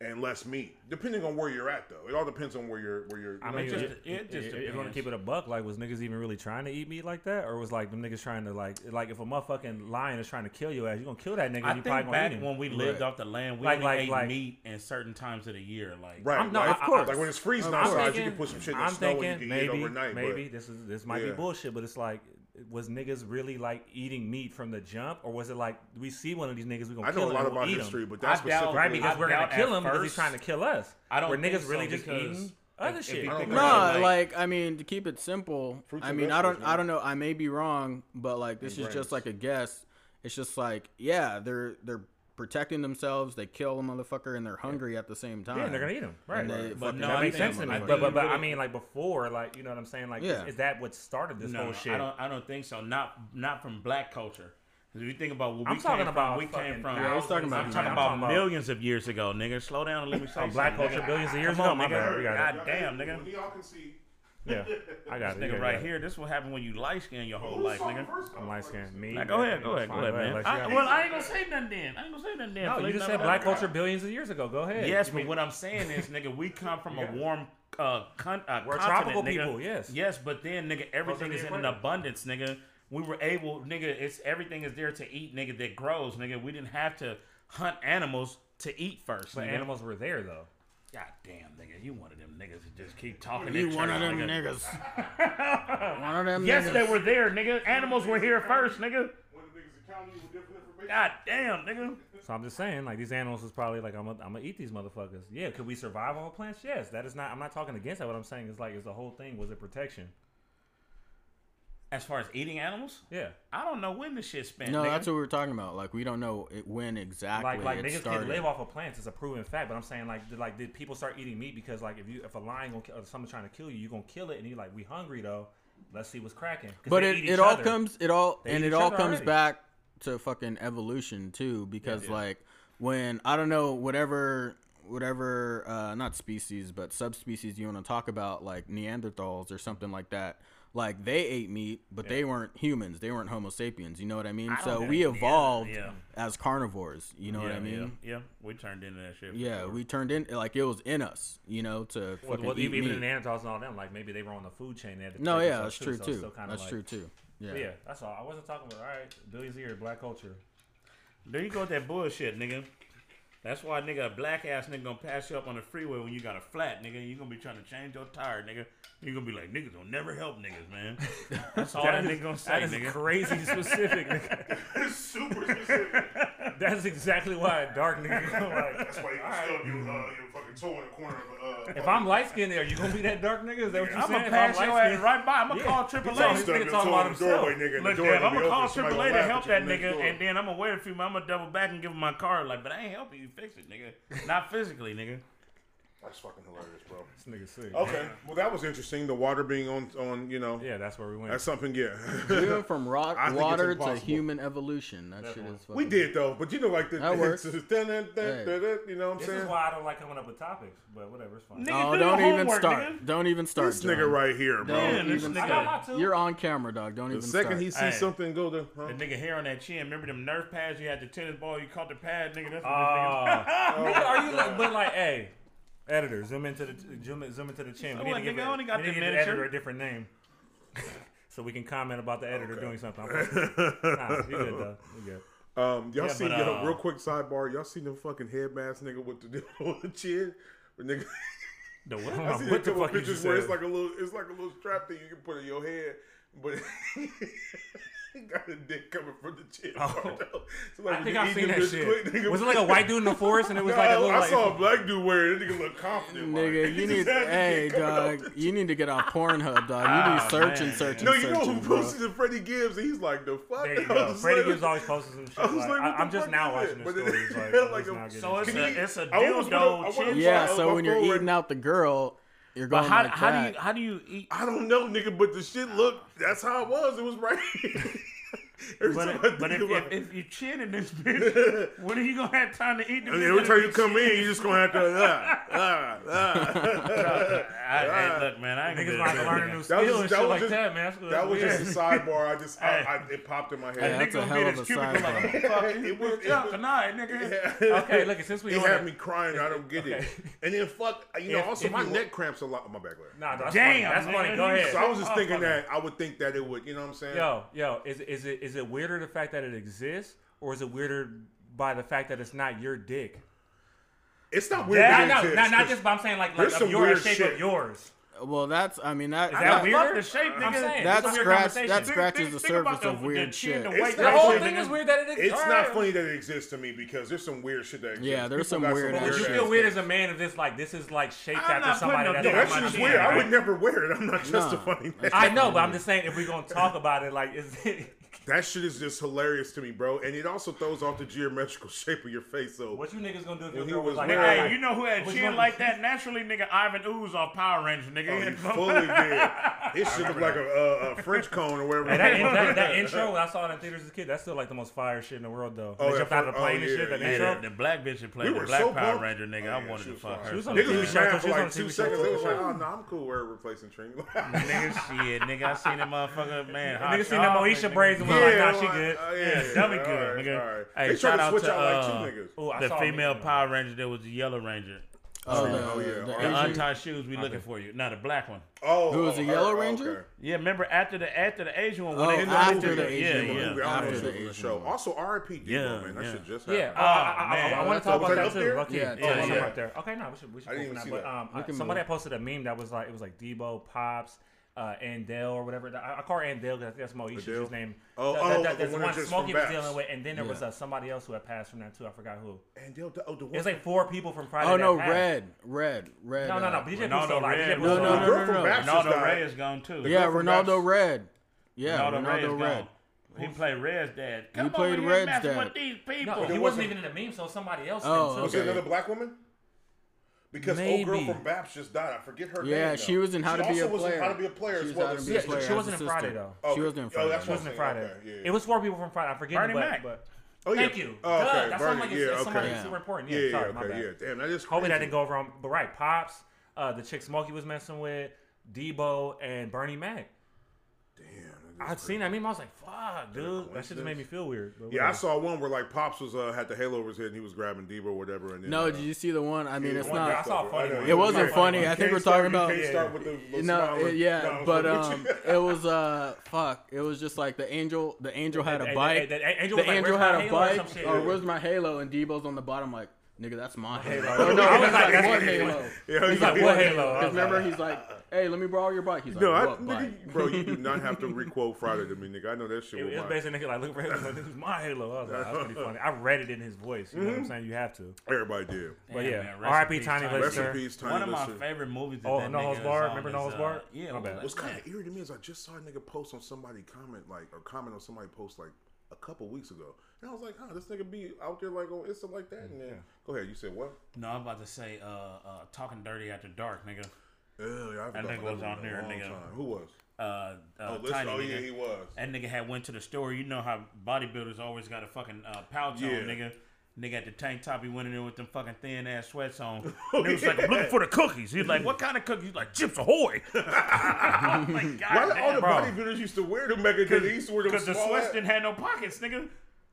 S2: And less meat, depending on where you're at, though. It all depends on where you're, where you're. you
S1: I
S2: know,
S1: mean,
S5: just-
S1: just,
S5: it just
S1: if you want
S5: depends.
S1: to keep it a buck, like was niggas even really trying to eat meat like that, or was like them niggas trying to like like if a motherfucking lion is trying to kill your ass, you gonna kill that nigga?
S5: I
S1: and you probably
S5: think
S1: gonna
S5: back
S1: eat him.
S5: when we lived
S6: Right.
S5: off the land, we
S1: Like-
S5: only
S1: like-
S5: ate
S1: like-
S5: meat in certain times of the year. Like,
S2: right?
S1: I'm- no,
S2: like,
S1: of course.
S2: Like when it's freezing
S1: I'm
S2: outside, you
S1: thinking-
S2: can put some shit in the
S1: I'm
S2: snow
S1: thinking
S2: and you can
S1: maybe,
S2: eat it overnight.
S1: Maybe
S2: but-
S1: this is this might
S2: yeah.
S1: be bullshit, but it's like was niggas really like eating meat from the jump, or was it like we see one of these niggas we gonna
S2: I know
S1: kill
S2: a
S1: him
S2: lot
S1: and we'll
S2: about
S1: eat him?
S2: history, but that's
S5: I doubt-
S2: specifically.
S1: right? Because
S5: I
S1: we're gonna
S5: doubt
S1: kill
S5: at
S1: him because he's
S5: first-
S1: trying to kill us.
S5: I don't
S1: Where
S5: think
S1: niggas
S5: so
S1: really just
S5: because
S1: eating other
S5: if- if
S1: shit.
S5: you
S2: I don't
S5: think
S2: think
S6: No,
S5: about
S2: so.
S5: it,
S6: like I mean, to keep it simple,
S2: Fruits
S6: I
S2: and
S6: mean, I don't,
S2: vegetables, man.
S6: I don't know, I may be wrong, but like this is
S2: grains.
S6: just like a guess. It's just like, yeah, they're they're protecting themselves. They kill a motherfucker and they're hungry at the same time.
S1: Yeah, they're gonna eat him, right?
S6: And they
S1: Right.
S6: fucking
S5: no,
S1: that
S5: I
S1: makes
S5: think-
S1: sense to
S5: I
S1: me.
S5: think
S1: But but, but
S5: literally-
S1: I mean, like before, like you know what I'm saying? Like,
S6: Yeah.
S1: is that what started this
S5: no,
S1: whole
S5: no,
S1: shit?
S5: I don't. I don't think so. Not not from black culture. 'Cause If you think about what
S1: I'm
S5: we
S1: talking
S5: came
S1: about
S5: from, we came
S1: fucking
S5: from.
S1: thousands
S6: he's talking about
S5: I'm
S1: of
S5: talking
S1: years.
S5: about millions of years ago, nigga. Slow down and let me say something.
S1: black culture
S5: nigga.
S1: billions of years
S5: Come
S1: ago.
S5: on,
S1: My
S5: nigga.
S1: bad. We got it.
S5: God damn, nigga.
S2: When y'all can see,
S1: Yeah, I got it.
S5: Nigga,
S1: Yeah,
S5: right
S1: yeah.
S5: here, this will happen when you light skin your whole life, nigga.
S1: Oh, I'm light skinned. Me.
S5: Now, go ahead, go ahead, go
S1: Fine,
S5: ahead, man.
S1: Lex, you
S5: I,
S1: got it.
S5: well, I ain't gonna say nothing then. I ain't gonna say nothing then.
S1: No,
S5: Flip,
S1: you just
S5: nothing.
S1: said black culture billions of years ago. Go ahead.
S5: Yes, but what I'm saying is, nigga, we come from a warm uh, con- uh
S1: We're
S5: continent,
S1: tropical
S5: nigga.
S1: people, yes.
S5: Yes, but then, nigga, everything
S1: the
S5: is in an
S1: equator.
S5: abundance, nigga. We were able, nigga. It's everything is there to eat, nigga. That grows, nigga. We didn't have to hunt animals to eat first.
S1: But
S5: nigga.
S1: animals were there though.
S5: God damn, nigga, you one of them niggas that just keep talking.
S6: You
S5: in
S6: one
S5: church,
S6: of them
S5: nigga.
S6: niggas. one of them.
S5: Yes,
S6: niggas.
S5: they were there, nigga. Animals were here first, nigga.
S2: When the niggas are counting you with different information.
S5: God damn, nigga.
S1: So I'm just saying, like these animals was probably like, I'm gonna I'm gonna eat these motherfuckers. Yeah, could we survive on plants? Yes. That is not. I'm not talking against that. What I'm saying is like, is the whole thing was it protection?
S5: As far as eating animals,
S1: Yeah.
S5: I don't know when this shit spent.
S6: No,
S5: nigga.
S6: that's what we were talking about. Like we don't know it, when exactly
S1: Like like
S6: it
S1: niggas
S6: started.
S1: can live off of plants. It's a proven fact. But I'm saying like did, like did people start eating meat because like if you if a lion gonna kill, or someone trying to kill you, you gonna kill it and you like we hungry though. Let's see what's cracking. 'Cause
S6: but
S1: they
S6: it,
S1: eat
S6: it
S1: each
S6: all
S1: other.
S6: comes it all
S1: They
S6: and
S1: eat
S6: it
S1: each
S6: all
S1: other
S6: comes
S1: already.
S6: back to fucking evolution too because like when i don't know whatever whatever uh not species but subspecies you want to talk about like neanderthals or something like that like they ate meat but they weren't humans they weren't homo sapiens you know what i mean so
S5: think-
S6: we
S5: yeah,
S6: evolved
S5: yeah.
S6: as carnivores you know what i mean
S5: Yeah, yeah. we turned into that shit. for
S6: yeah,
S5: sure.
S6: we turned in like it was in us you know to
S1: Well,
S6: fucking
S1: well,
S6: eat
S1: even even
S6: meat.
S1: the Neanderthals and all them, like maybe they were on the food chain. They had to
S6: no
S1: protect
S6: yeah
S1: themselves
S6: that's true
S1: so it's
S6: too
S1: still kinda
S6: that's
S1: like-
S6: true too yeah
S1: But yeah, that's all. I wasn't talking about all right, billions of years, black culture.
S5: There you go with that bullshit, nigga. That's why, nigga, a black ass nigga gonna pass you up on the freeway when you got a flat, nigga. You gonna be trying to change your tire, nigga. You gonna be like, niggas don't never help niggas, man. That's all that,
S1: That is-
S5: nigga gonna say,
S1: that is
S5: nigga.
S1: crazy specific. nigga.
S4: It's super specific.
S1: That's exactly why a dark nigga gonna like.
S4: That's why you can stub your, uh, your fucking toe in the corner of a. Uh,
S1: If I'm light skinned, are you gonna be that dark nigga? Is that what you're
S5: I'm
S1: saying?
S5: gonna pass
S1: if I'm
S5: your
S1: light-skinned-
S5: ass right by. I'm gonna
S1: Yeah.
S5: call
S1: He's
S5: AAA.
S1: all
S2: Stub
S1: nigga
S2: your
S1: talking
S2: toe
S1: about
S2: in the doorway,
S1: himself.
S2: nigga, and the
S5: Look,
S2: door
S5: Dad, I'm gonna
S2: gonna
S5: call
S2: be open. Somebody
S5: AAA to
S2: gonna
S5: help
S2: laugh
S5: that
S2: at you next
S5: nigga,
S2: door.
S5: and then I'm gonna wait a few. minutes. I'm gonna double back and give him my card, like, but I ain't helping you fix it, nigga. Not physically, nigga.
S2: That's fucking hilarious, bro.
S1: This nigga sick.
S2: Okay, well that was interesting. The water being on, on you know,
S1: Yeah, that's where we went.
S2: that's something. Yeah,
S6: We went from rock
S2: I think it's
S6: water to
S2: impossible.
S6: human evolution. That, shit is fucking.
S2: we did though. But you know, like the,
S6: That works.
S2: it's- it's- you know what I'm
S1: this
S2: saying?
S1: is why I don't like coming up with topics, but whatever, it's fine.
S5: Nigga,
S6: Oh,
S5: do
S6: don't
S5: your
S6: even
S5: homework,
S6: start.
S5: nigga.
S6: Don't even start.
S2: This nigga
S6: John.
S2: right here, bro.
S6: Don't
S5: Man, this
S6: even
S5: nigga-
S1: I got my
S6: start.
S1: two.
S6: You're on camera, dog. Don't
S2: The
S6: even
S2: second
S6: start.
S2: he sees
S5: Hey.
S2: something go to, huh?
S5: The nigga hair on that chin. Remember them Nerf pads? You had the tennis ball. You caught the pad, nigga. That's what
S1: Oh. nigga, are you like, but like, hey, editor, zoom into the zoom, in- zoom into the chin.
S5: So
S1: we need
S5: what,
S1: to give,
S5: nigga,
S1: it,
S5: I only got
S1: we need
S5: the
S1: to give the
S5: miniature.
S1: editor a different name, so we can comment about the editor doing something. nah, you good though. You good.
S2: Um, y'all
S5: Yeah,
S2: seen
S5: but,
S2: yo,
S5: uh,
S2: real quick sidebar? Y'all seen the fucking head mask nigga with the, with the chin? But nigga,
S5: The
S2: I
S5: what?
S2: seen a
S1: What the
S2: couple
S1: fuck you
S2: pictures
S1: just
S2: where it's
S1: said?
S2: like a little, it's like a little strap thing you can put in your head, but he got a dick coming from the chin. part, though. So, like,
S1: Oh. I
S2: if
S1: think
S2: you
S1: I've
S2: eat
S1: seen
S2: them
S1: that
S2: bitch
S1: shit.
S2: quick, nigga-
S1: was it like a white dude in the forest and it was
S2: Nah,
S1: like a
S2: I-
S1: little
S2: I
S1: like,
S2: saw a black dude wearing it. That nigga look confident. like, he
S6: Nigga, you
S2: just had
S6: need.
S2: the
S6: hey,
S2: dick coming out
S6: dog.
S2: the chin.
S6: You need to get on Pornhub, dog. You
S5: Ah,
S6: need searching,
S5: man.
S6: searching,
S2: No, you know
S6: searching,
S2: who
S6: bro.
S2: posted it? Freddie Gibbs. And he's like, the fuck?
S1: there you
S2: I
S1: go.
S2: was
S1: Freddie
S2: like-
S1: Gibbs always posting some shit.
S2: I was
S1: like,
S2: like,
S1: I,
S2: what the
S1: I'm just
S2: fuck
S1: now
S2: is
S1: watching
S2: it?
S1: the
S2: But it-
S1: stories. Like,
S2: yeah,
S1: I'm
S2: like
S1: just
S2: a-
S5: So
S1: now getting into
S5: it's
S1: it.
S2: Can you-
S5: a, it's a
S2: I almost went up- I
S5: dildo
S2: went
S5: chin.
S2: up-
S6: Yeah,
S2: Sorry,
S6: so
S2: my
S6: when you're
S2: phone
S6: eating
S2: rang.
S6: out the girl, you're
S5: But
S6: going
S5: how,
S6: like
S5: how do
S6: that.
S5: you how do you eat?
S2: I don't know, nigga, but the shit look. That's how it was. It was right. Every
S5: But,
S2: time I
S5: if- but
S2: think
S5: if,
S2: about
S5: if,
S2: it.
S5: if you chin in this bitch, when are you gonna have time to eat? The
S2: I mean,
S5: bitch
S2: every
S5: that'll
S2: time
S5: be
S2: you come in, you just gonna have to. Ah, ah, ah.
S5: I, I, look, man, I ain't
S1: Niggas
S5: good
S1: might
S5: at
S1: have to
S5: that,
S1: learn a
S5: nigga.
S1: new
S2: That was
S1: skill and
S2: just- that
S1: shit
S2: was
S1: like
S2: just-
S1: that, man. That's-
S2: That was
S1: yeah.
S2: just a sidebar. I just, I, I, it popped in my
S6: Yeah,
S2: head.
S6: that's a hell of a sidebar.
S2: It was- it
S5: Yeah,
S2: was-
S5: tonight, nigga.
S1: okay. Look, since we
S2: It
S1: on
S2: had
S1: it-
S2: me crying. I don't get it. And then fuck, you know.
S1: If-
S2: also,
S1: if
S2: my
S1: you-
S2: neck cramps a lot. on my back. go ahead.
S1: Nah, that's funny.
S5: Damn,
S1: That's
S5: man.
S1: funny. Go ahead. Oh,
S2: So I was just
S5: Oh,
S2: thinking
S5: fuck.
S2: that I would think that it would. You know what I'm saying?
S1: Yo, yo, is is it is it weirder the fact that it exists, or is it weirder by the fact that it's not your dick?
S2: It's not weird.
S1: I
S2: that it
S1: know,
S2: exists,
S1: not, not
S2: 'cause-
S1: just. But I'm saying like
S2: There's
S1: like of
S2: some
S1: your
S2: weird
S1: shape
S2: shit.
S1: of yours.
S6: Well, that's. I mean, that.
S1: Is that oh,
S6: that-
S1: weird?
S5: the shape,
S1: I'm
S5: nigga.
S1: saying
S6: That
S1: it's a weird
S6: scratch-
S1: conversation.
S6: that scratches the
S5: about
S6: surface of
S5: the
S6: weird
S5: chin,
S6: shit.
S5: the
S2: It's not
S5: weight,
S1: The whole
S2: Actually,
S1: thing
S5: nigga.
S1: is weird that it exists.
S2: It's not funny that it exists to me because there's some weird shit that exists.
S6: Yeah, there's some
S2: got
S6: weird ass
S1: Would you
S6: shit.
S1: feel weird as a man if this like this is like shaped
S5: I'm
S1: after
S5: not
S1: somebody
S5: putting no-
S1: that's
S2: No,
S5: Yeah,
S1: not
S2: that
S1: my
S2: shit's
S1: dick,
S2: weird. I
S1: right?
S2: would never wear it. I'm not justifying that.
S1: I know, but I'm just saying if we're gonna talk about it, like, is it,
S2: That shit is just hilarious to me, bro. And it also throws off the geometrical shape of your face. So
S1: what you niggas gonna do if your
S2: he
S1: girl was
S2: was
S1: like,
S2: wearing-
S1: hey,
S5: Hey, you know who had
S1: Which
S5: chin
S1: one?
S5: like that? Naturally, nigga, Ivan Ooze off Power Rangers, nigga.
S2: Oh,
S5: He
S2: he
S5: had the-
S2: fully did. His shit looked like a, a, a French cone or whatever.
S1: Hey, that, in, that, that intro when I saw it in theaters as a kid, that's still like the most fire shit in the world, though.
S2: Oh,
S1: they
S2: yeah,
S1: jumped out of
S2: for-
S1: the plane
S2: oh,
S1: and shit.
S2: yeah,
S1: That
S2: yeah.
S5: Hey,
S1: intro.
S5: the, the black bitch that played
S2: We
S5: the
S2: were
S5: Black
S2: so
S5: Power
S2: pumped.
S5: Ranger, nigga.
S2: Oh,
S5: I
S2: yeah,
S5: wanted
S2: she
S5: to
S2: was
S5: fuck
S2: fine.
S1: She
S5: her.
S1: was on
S5: so
S1: the
S2: Niggas
S1: TV
S2: was
S1: show.
S2: mad for
S1: I thought She was on
S2: like
S1: the
S2: two
S1: TV show.
S2: seconds. They was like, oh, no, I'm cool. We're replacing Trinity.
S5: Nigga, shit, nigga, I seen that motherfucker, man. hot
S1: Nigga seen them
S5: chocolate,
S1: Moesha
S5: nigga.
S1: braids and was like, nah, she good.
S2: uh,
S5: Yeah, that'd be
S2: all
S5: good,
S2: right,
S5: nigga.
S2: all right.
S5: Hey,
S2: they
S5: shout
S2: tried to
S5: out
S2: switch
S5: to,
S2: out
S5: uh,
S2: like two niggas.
S1: Ooh, I
S5: The
S1: saw a
S5: female
S1: meme.
S5: Power Ranger that was the Yellow Ranger.
S6: Oh, the,
S2: Oh, yeah.
S6: the
S2: Oh,
S5: The
S6: Asian-
S5: untied shoes, we looking for you. Not the black one.
S2: Oh,
S6: Who was
S2: oh,
S6: the
S2: her-
S6: Yellow
S2: oh,
S6: Ranger?
S2: okay.
S5: Yeah, remember after the after the Asian one. when
S6: Oh,
S5: they-
S2: In the
S6: After
S2: movie,
S6: the
S2: yeah,
S6: Asian
S2: yeah, movie.
S6: one.
S2: I don't know
S6: After
S2: if
S6: the
S2: it was the
S6: Asian
S2: show.
S6: one.
S2: Also, RIP
S5: Yeah,
S2: Demo, man. That
S5: yeah.
S2: shit just
S1: Yeah,
S2: happened.
S1: uh, I, I,
S5: man.
S1: I, I want
S2: Was
S1: to talk
S2: that
S1: about
S2: up
S1: that
S2: there?
S1: too. Lucky,
S6: Yeah,
S1: yeah,
S6: yeah,
S1: yeah,
S2: yeah.
S1: Up there. Okay, no, we should we should.
S2: I didn't
S1: open
S2: even
S1: that,
S2: see
S1: but, um,
S6: that. We
S1: I-
S6: can
S1: somebody had
S6: move.
S1: posted a meme that was like it was like Debo, Pops, uh, Andell or whatever. I, I call her Andell because I think that's Moesha's
S2: Adele?
S1: his name.
S2: Oh,
S1: that,
S2: oh,
S1: that,
S2: the
S1: that, that's
S2: one
S1: the
S2: that
S1: one
S2: just from
S1: Smokey was
S2: Bax.
S1: dealing with, and then there was
S6: Yeah.
S1: uh, somebody else who had passed from that too. I forgot who.
S2: And Dale, oh, the
S1: It
S2: one
S1: was like four people from Friday.
S6: Oh
S1: that
S6: no,
S1: passed.
S6: red, red, red.
S1: No, no, no.
S6: uh,
S1: BJ
S5: Ronaldo
S1: Ronaldo Red.
S5: Red
S1: BJ
S5: was
S2: the
S1: Puso alive.
S6: No, no, no,
S2: girl
S6: no,
S2: from
S6: no.
S2: Baxter's
S5: Ronaldo
S2: died.
S5: Ray is gone too.
S6: Yeah,
S2: girl from Babs.
S6: Ronaldo Red. Yeah,
S5: Ronaldo, Ray is
S6: Ronaldo Red.
S5: gone. He played Red's dad. Come
S6: played
S5: over here
S6: Red's
S5: and mess
S6: dad.
S5: with these people.
S1: No, he
S2: wasn't-
S1: wasn't even in the meme, so somebody else.
S6: Oh,
S1: did, too.
S2: Was
S6: okay.
S2: it another black woman? Because old girl
S1: Maybe.
S2: from Baps just died. I forget her name.
S6: Yeah,
S2: now.
S6: she was in How to Be a
S2: also was in
S6: Player.
S2: How to Be a Player
S6: She
S2: as
S6: was
S2: well.
S6: How to Be a
S1: Yeah,
S2: She-
S1: Player.
S6: Player
S1: she
S6: as
S1: wasn't
S6: a
S1: in Friday,
S6: sister.
S1: though.
S2: Okay.
S6: She wasn't in
S2: Oh,
S6: Friday.
S2: that's
S1: It wasn't
S2: Okay,
S1: Friday.
S2: yeah, yeah.
S1: It was four people from Friday. I forget.
S5: Bernie
S1: but,
S5: Mac.
S1: But,
S2: Oh, yeah.
S1: Thank you.
S2: Oh,
S1: Duh,
S2: okay.
S1: That's
S2: Bernie,
S1: not like it's,
S2: yeah,
S1: it's
S2: okay.
S1: somebody
S6: Yeah.
S1: super important.
S2: Yeah,
S1: Yeah,
S2: yeah,
S1: sorry, my
S2: okay,
S1: bad.
S2: yeah. Damn, that is
S1: Hopefully that
S2: crazy.
S1: didn't go wrong. But right, Pops, uh, the chick Smokey was messing with, Debo, and Bernie Mac.
S2: Damn,
S1: I'd seen that meme. I was like, "Fuck, dude, that shit just
S2: coincidence?
S1: made me feel weird." But
S2: Yeah, I
S1: whatever.
S2: saw one where like Pops was uh, had the halo over his head and he was grabbing Debo or whatever. And then,
S6: No,
S2: uh,
S6: did you see the one? I mean, it's
S2: one
S1: I
S6: not.
S2: guy-
S1: saw a funny
S2: I know,
S1: one.
S2: yeah,
S6: It wasn't
S2: right.
S6: funny. I
S2: You
S6: think
S2: can't
S6: we're
S2: start-
S6: talking
S2: you
S6: about.
S2: can't start with the- the
S6: No,
S2: smiling-
S6: it- yeah,
S2: No,
S6: but
S2: what you-
S6: um, it was uh, fuck. It was just like the angel. The angel had a
S1: the-
S6: bike.
S1: the- the angel
S6: The
S1: was like,
S6: angel
S1: "Where's
S6: had
S1: my
S6: a
S1: halo?" or some
S6: bike.
S1: shit.
S6: Or where's my halo? And Debo's on the bottom, like nigga, that's my halo.
S1: halo.
S6: Or no,
S1: I was
S6: he's
S1: like,
S6: like,
S1: that's
S6: what
S1: my halo.
S6: halo?
S2: Yeah,
S6: He's
S2: yeah.
S6: like,
S1: Halo?
S6: what halo?
S1: I
S6: Because
S1: was like-
S6: remember, he's like, hey, let me borrow your bike. He's like,
S2: No, I,
S6: what bike?
S2: nigga, bro, you do not have to requote Friday to me, nigga. I know that shit.
S1: It,
S2: was
S1: it was
S2: mine.
S1: basically nigga like look for halo. This was my halo. I was like, that's pretty funny. I read it in his voice. You know what I'm saying? You have to.
S2: Everybody did.
S1: But
S5: Damn,
S1: yeah,
S5: man, rest in
S1: R.I.P.
S5: peace,
S1: Tiny
S5: Tiny
S2: Rest
S1: Lister.
S2: in peace, Tiny
S5: One of my
S2: Lister.
S5: favorite movies. That
S1: Oh,
S5: that
S1: No
S5: nigga
S1: Holds
S5: is
S1: Barred?
S5: on
S1: Remember
S5: is,
S1: No Holds
S5: uh,
S1: Barred?
S5: Yeah,
S1: My
S5: what
S1: bad.
S5: was
S2: What's
S5: that?
S2: kind of eerie to me is I just saw a nigga post on somebody comment like or comment on somebody post like a couple weeks ago, and I was like, huh, this nigga be out there like on Insta like that. And then go ahead, you said what?
S5: No, I'm about to say uh, uh, talking dirty after dark, nigga.
S2: Ew, yeah, I forgot
S5: nigga
S2: about
S5: was
S2: one
S5: out
S2: in a
S5: there,
S2: long
S5: nigga.
S2: time. Who was?
S5: Uh, uh,
S2: Oh, listen,
S5: tiny
S2: oh
S5: nigga.
S2: yeah, he was.
S5: That nigga had went to the store. You know how bodybuilders always got a fucking uh, pouch
S2: Yeah.
S5: on, nigga. Nigga had the tank top. He went in there with them fucking thin ass sweats on. and he was like, "I'm looking for the cookies." He's like, "What kind of cookies?" He's like, "Chips Ahoy." I'm like, God
S2: Why all
S5: damn,
S2: the
S5: bro.
S2: bodybuilders used to wear them back in the day? They used to wear them
S5: Because the
S2: small
S5: sweats
S2: ass-
S5: didn't have no pockets, nigga.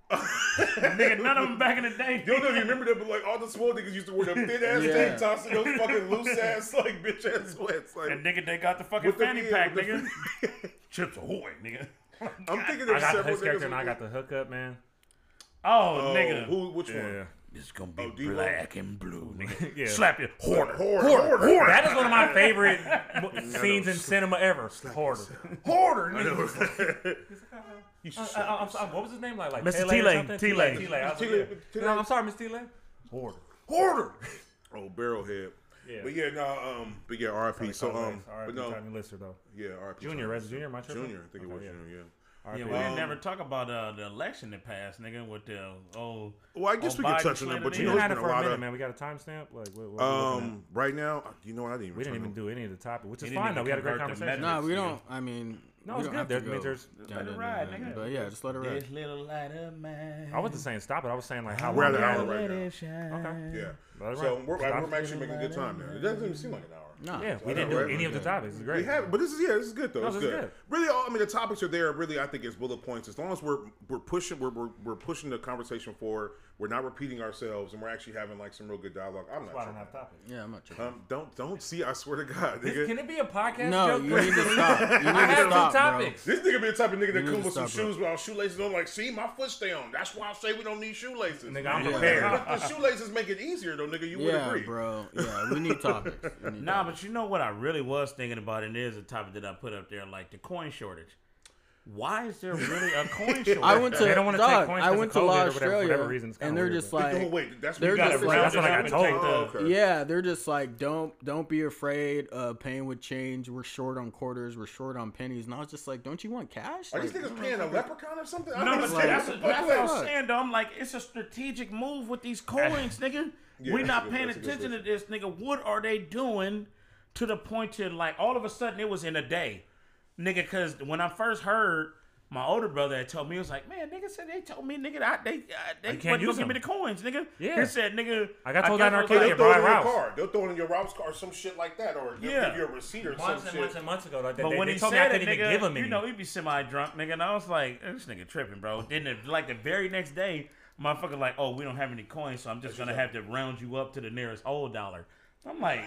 S5: nigga, none of them back in the day.
S2: You don't know if you remember that, but like all the small niggas used to wear them thin ass
S6: Yeah.
S2: tank tops and those fucking loose ass like bitch ass sweats. Like
S5: And nigga, they got the fucking
S2: the-
S5: fanny
S2: yeah,
S5: pack,
S2: with the-
S5: nigga. Chips Ahoy, nigga.
S2: I'm thinking
S1: I
S2: there's
S1: got the
S2: several
S1: his
S2: niggas.
S1: character and I got the hookup, man.
S5: Oh,
S2: oh,
S5: nigga.
S2: Who? Which
S1: Yeah,
S5: It's gonna be
S2: Oh, D-Lo?
S5: black and blue, nigga.
S1: Yeah.
S5: Slap you,
S2: one?
S5: hoarder.
S2: Hoarder. Hoarder. Hoarder.
S1: that is one of my favorite mo- scenes in cinema ever. Hoarder. Hoarder. nigga.
S2: You should
S1: Uh,
S2: slap
S1: uh, I'm sorry, what was his name like? Like
S5: Mr.
S1: Tele or
S5: Tele,
S1: something?
S5: Tele.
S1: Tele, Tele. I was like,
S2: Tele,
S1: yeah.
S2: Tele.
S1: No, I'm sorry, Miss Tele. Hoarder.
S2: Hoarder. Oh, barrelhead.
S1: Yeah.
S2: But yeah, nah, um, but yeah, RIP. So, um,
S1: All
S2: but
S1: right,
S2: no,
S1: Tiny Lister though.
S2: yeah, RIP.
S1: Junior, Rez Junior, my tripping?
S2: Junior, I think it
S1: Okay,
S2: was
S1: yeah.
S2: Junior, yeah.
S5: Yeah,
S1: RIP.
S5: we
S2: Um,
S5: didn't never talk about uh, the election that passed, nigga, with the oh.
S2: Well, I guess we can touch on that, but you
S1: We
S2: know, it's
S1: had
S2: been
S1: it
S2: a
S1: for a
S2: lot
S1: minute,
S2: of.
S1: man. We got a timestamp. Like, what, what are we looking at?
S2: Um, right now, you know what? I didn't even.
S1: we didn't
S2: turn
S1: even
S2: on-
S1: do any of the topic, which is
S5: They didn't
S1: fine though.
S5: even
S1: We had a great
S5: convert the
S1: conversation.
S5: metric.
S6: No, we
S5: Yeah.
S6: don't. I mean,
S1: No,
S6: we
S1: it's
S6: don't
S1: good.
S6: have to
S1: There's- I mean,
S6: go
S1: there's-
S6: down
S1: Just
S5: let it
S6: that
S5: ride,
S6: road.
S5: nigga.
S6: But yeah, just let it ride.
S5: This little light of mine.
S1: I wasn't saying stop it. I was saying like how
S2: We're at
S1: long
S2: an
S1: the
S2: hour
S1: hour.
S2: right now.
S1: Okay.
S2: Yeah.
S1: Let it
S2: So
S1: run.
S2: we're,
S1: Stop.
S2: we're actually making good time now. It doesn't even seem like an hour.
S6: No.
S1: Yeah, we
S2: I
S1: didn't
S2: know,
S1: do
S2: right?
S1: any of the
S6: Yeah.
S1: topics. It's
S2: We
S1: great.
S2: have, but this is yeah, this is good though.
S1: No,
S2: it's
S1: this is
S2: good.
S1: good.
S2: Really, all, I mean, the topics are there. Really, I think it's bullet points. As long as we're we're pushing, we're we're, we're pushing the conversation forward. We're not repeating ourselves, and we're actually having like some real good dialogue. I'm not.
S1: That's why I
S2: tripping.
S1: don't have topics.
S6: Yeah, I'm not tripping.
S2: Um, don't don't see. I swear to God, nigga.
S1: Can it be a podcast
S6: No,
S1: joke?
S6: you need to stop. You need
S1: I
S6: to
S1: have
S6: stop,
S1: two
S6: bro.
S1: topics.
S2: This nigga be the type of nigga that
S6: need
S2: come
S6: to
S2: with some
S6: stop, bro.
S2: shoes without shoelaces on. Like, see, my foot stay on. That's why I say we don't need shoelaces.
S1: Nigga, I'm
S6: Yeah.
S1: prepared.
S2: the shoelaces make it easier though, nigga. You would
S6: Yeah,
S2: agree.
S6: bro. Yeah, we need topics. We need
S5: Nah,
S6: topics.
S5: but you know what I really was thinking about, and there's a topic that I put up there, like the coin shortage. Why is there really a coin shortage?
S6: I went to
S1: They don't wanna take
S6: dog,
S1: coins
S6: I
S1: 'cause
S6: went
S1: of
S6: to
S1: COVID
S6: Law
S1: or whatever-
S6: Australia,
S1: whatever reason, it's kinda
S6: and they're
S1: weird,
S6: just
S1: but-
S2: Oh,
S6: like,
S2: wait, that's
S6: they're
S2: you
S6: just
S2: gotta
S6: like-
S2: round
S1: That's what I
S2: it
S1: got
S2: up.
S1: told.
S2: Oh, okay.
S6: yeah, they're just like, don't don't be afraid of paying with change. We're short on quarters. We're short on pennies. And I was just like, don't you want cash?
S2: Are these
S6: Like,
S2: niggas paying a leprechaun or something? I
S5: No,
S2: don't
S5: but
S2: understand.
S5: that's,
S2: That's a
S5: that's
S2: fucking-
S5: what I'm
S6: fuck.
S5: saying, though. I'm like, it's a strategic move with these coins, nigga.
S2: Yeah,
S5: We're
S2: that's a
S5: not
S2: good-
S5: paying
S2: that's a good
S5: attention to this, nigga. What are they doing to the point to, like, all of a sudden it was in a day, nigga? Because when I first heard, my older brother had told me, he was like, man, nigga said they told me, nigga, I, they, I, they wasn't
S1: can't use
S5: going to give me the
S1: them.
S5: coins, nigga.
S1: Yeah.
S5: He said, nigga.
S1: I got told that in
S5: guess it was
S1: Arcadia,
S2: They'll throw
S1: Yeah,
S2: it in
S1: Brian
S2: your
S1: Rouse.
S2: car. They'll throw it in your Ralph's car or some shit like that, or they'll
S5: Yeah.
S2: give you a receipt or
S1: Months
S2: some
S1: and
S2: shit.
S1: months and months ago, like, they,
S5: But
S1: they,
S5: when
S1: they
S5: he
S1: told
S5: said
S1: me I
S5: it,
S1: couldn't
S5: nigga,
S1: even give him any.
S5: you know, he'd be semi-drunk, nigga, and I was like, this nigga tripping, bro. Then, it, like, the very next day, motherfucker like, oh, we don't have any coins, so I'm just gonna have to round you up to the nearest old dollar. I'm like,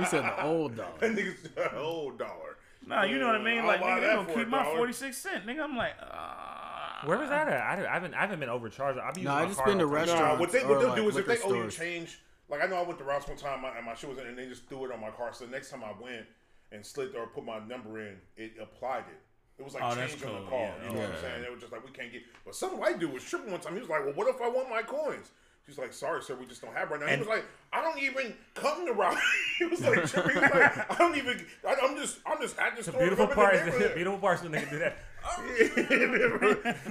S6: You said the old dollar.
S2: That niggas, oh, dollar.
S5: nah, you know what I mean? Like,
S2: I'll buy
S5: nigga, they
S2: that
S5: gonna
S2: for a
S5: keep my
S2: dollar.
S5: 46 cent, nigga. I'm like, uh,
S1: Where was that at? I, didn't- I haven't, I haven't been overcharged. I've been
S6: No,
S1: using
S6: I
S1: my
S6: just
S1: card
S6: been to
S1: all the time.
S6: restaurants
S2: Nah, what they
S6: or,
S2: what they'll
S6: like,
S2: do is if they
S6: liquor
S2: owe you
S6: stores.
S2: change, like I know I went to Rouse one time my- and my shit was in, and they just threw it on my car. So the next time I went and slid or put my number in, it applied it. It was like
S5: Oh, that's
S2: change on the
S5: cool.
S2: car.
S5: Yeah,
S2: you know what I'm saying? They were just like, we can't get. But some white dude was tripping one time. He was like, well, what if I want my coins? She's like, sorry, sir, we just don't have right now. he was like, I don't even come to Rouse. he was like, tripping. He was like, I don't even. I, I'm just, I'm just at the store.
S1: Beautiful
S2: I'm in the
S1: parts.
S2: neighborhood."
S1: Beautiful parts when niggas do that.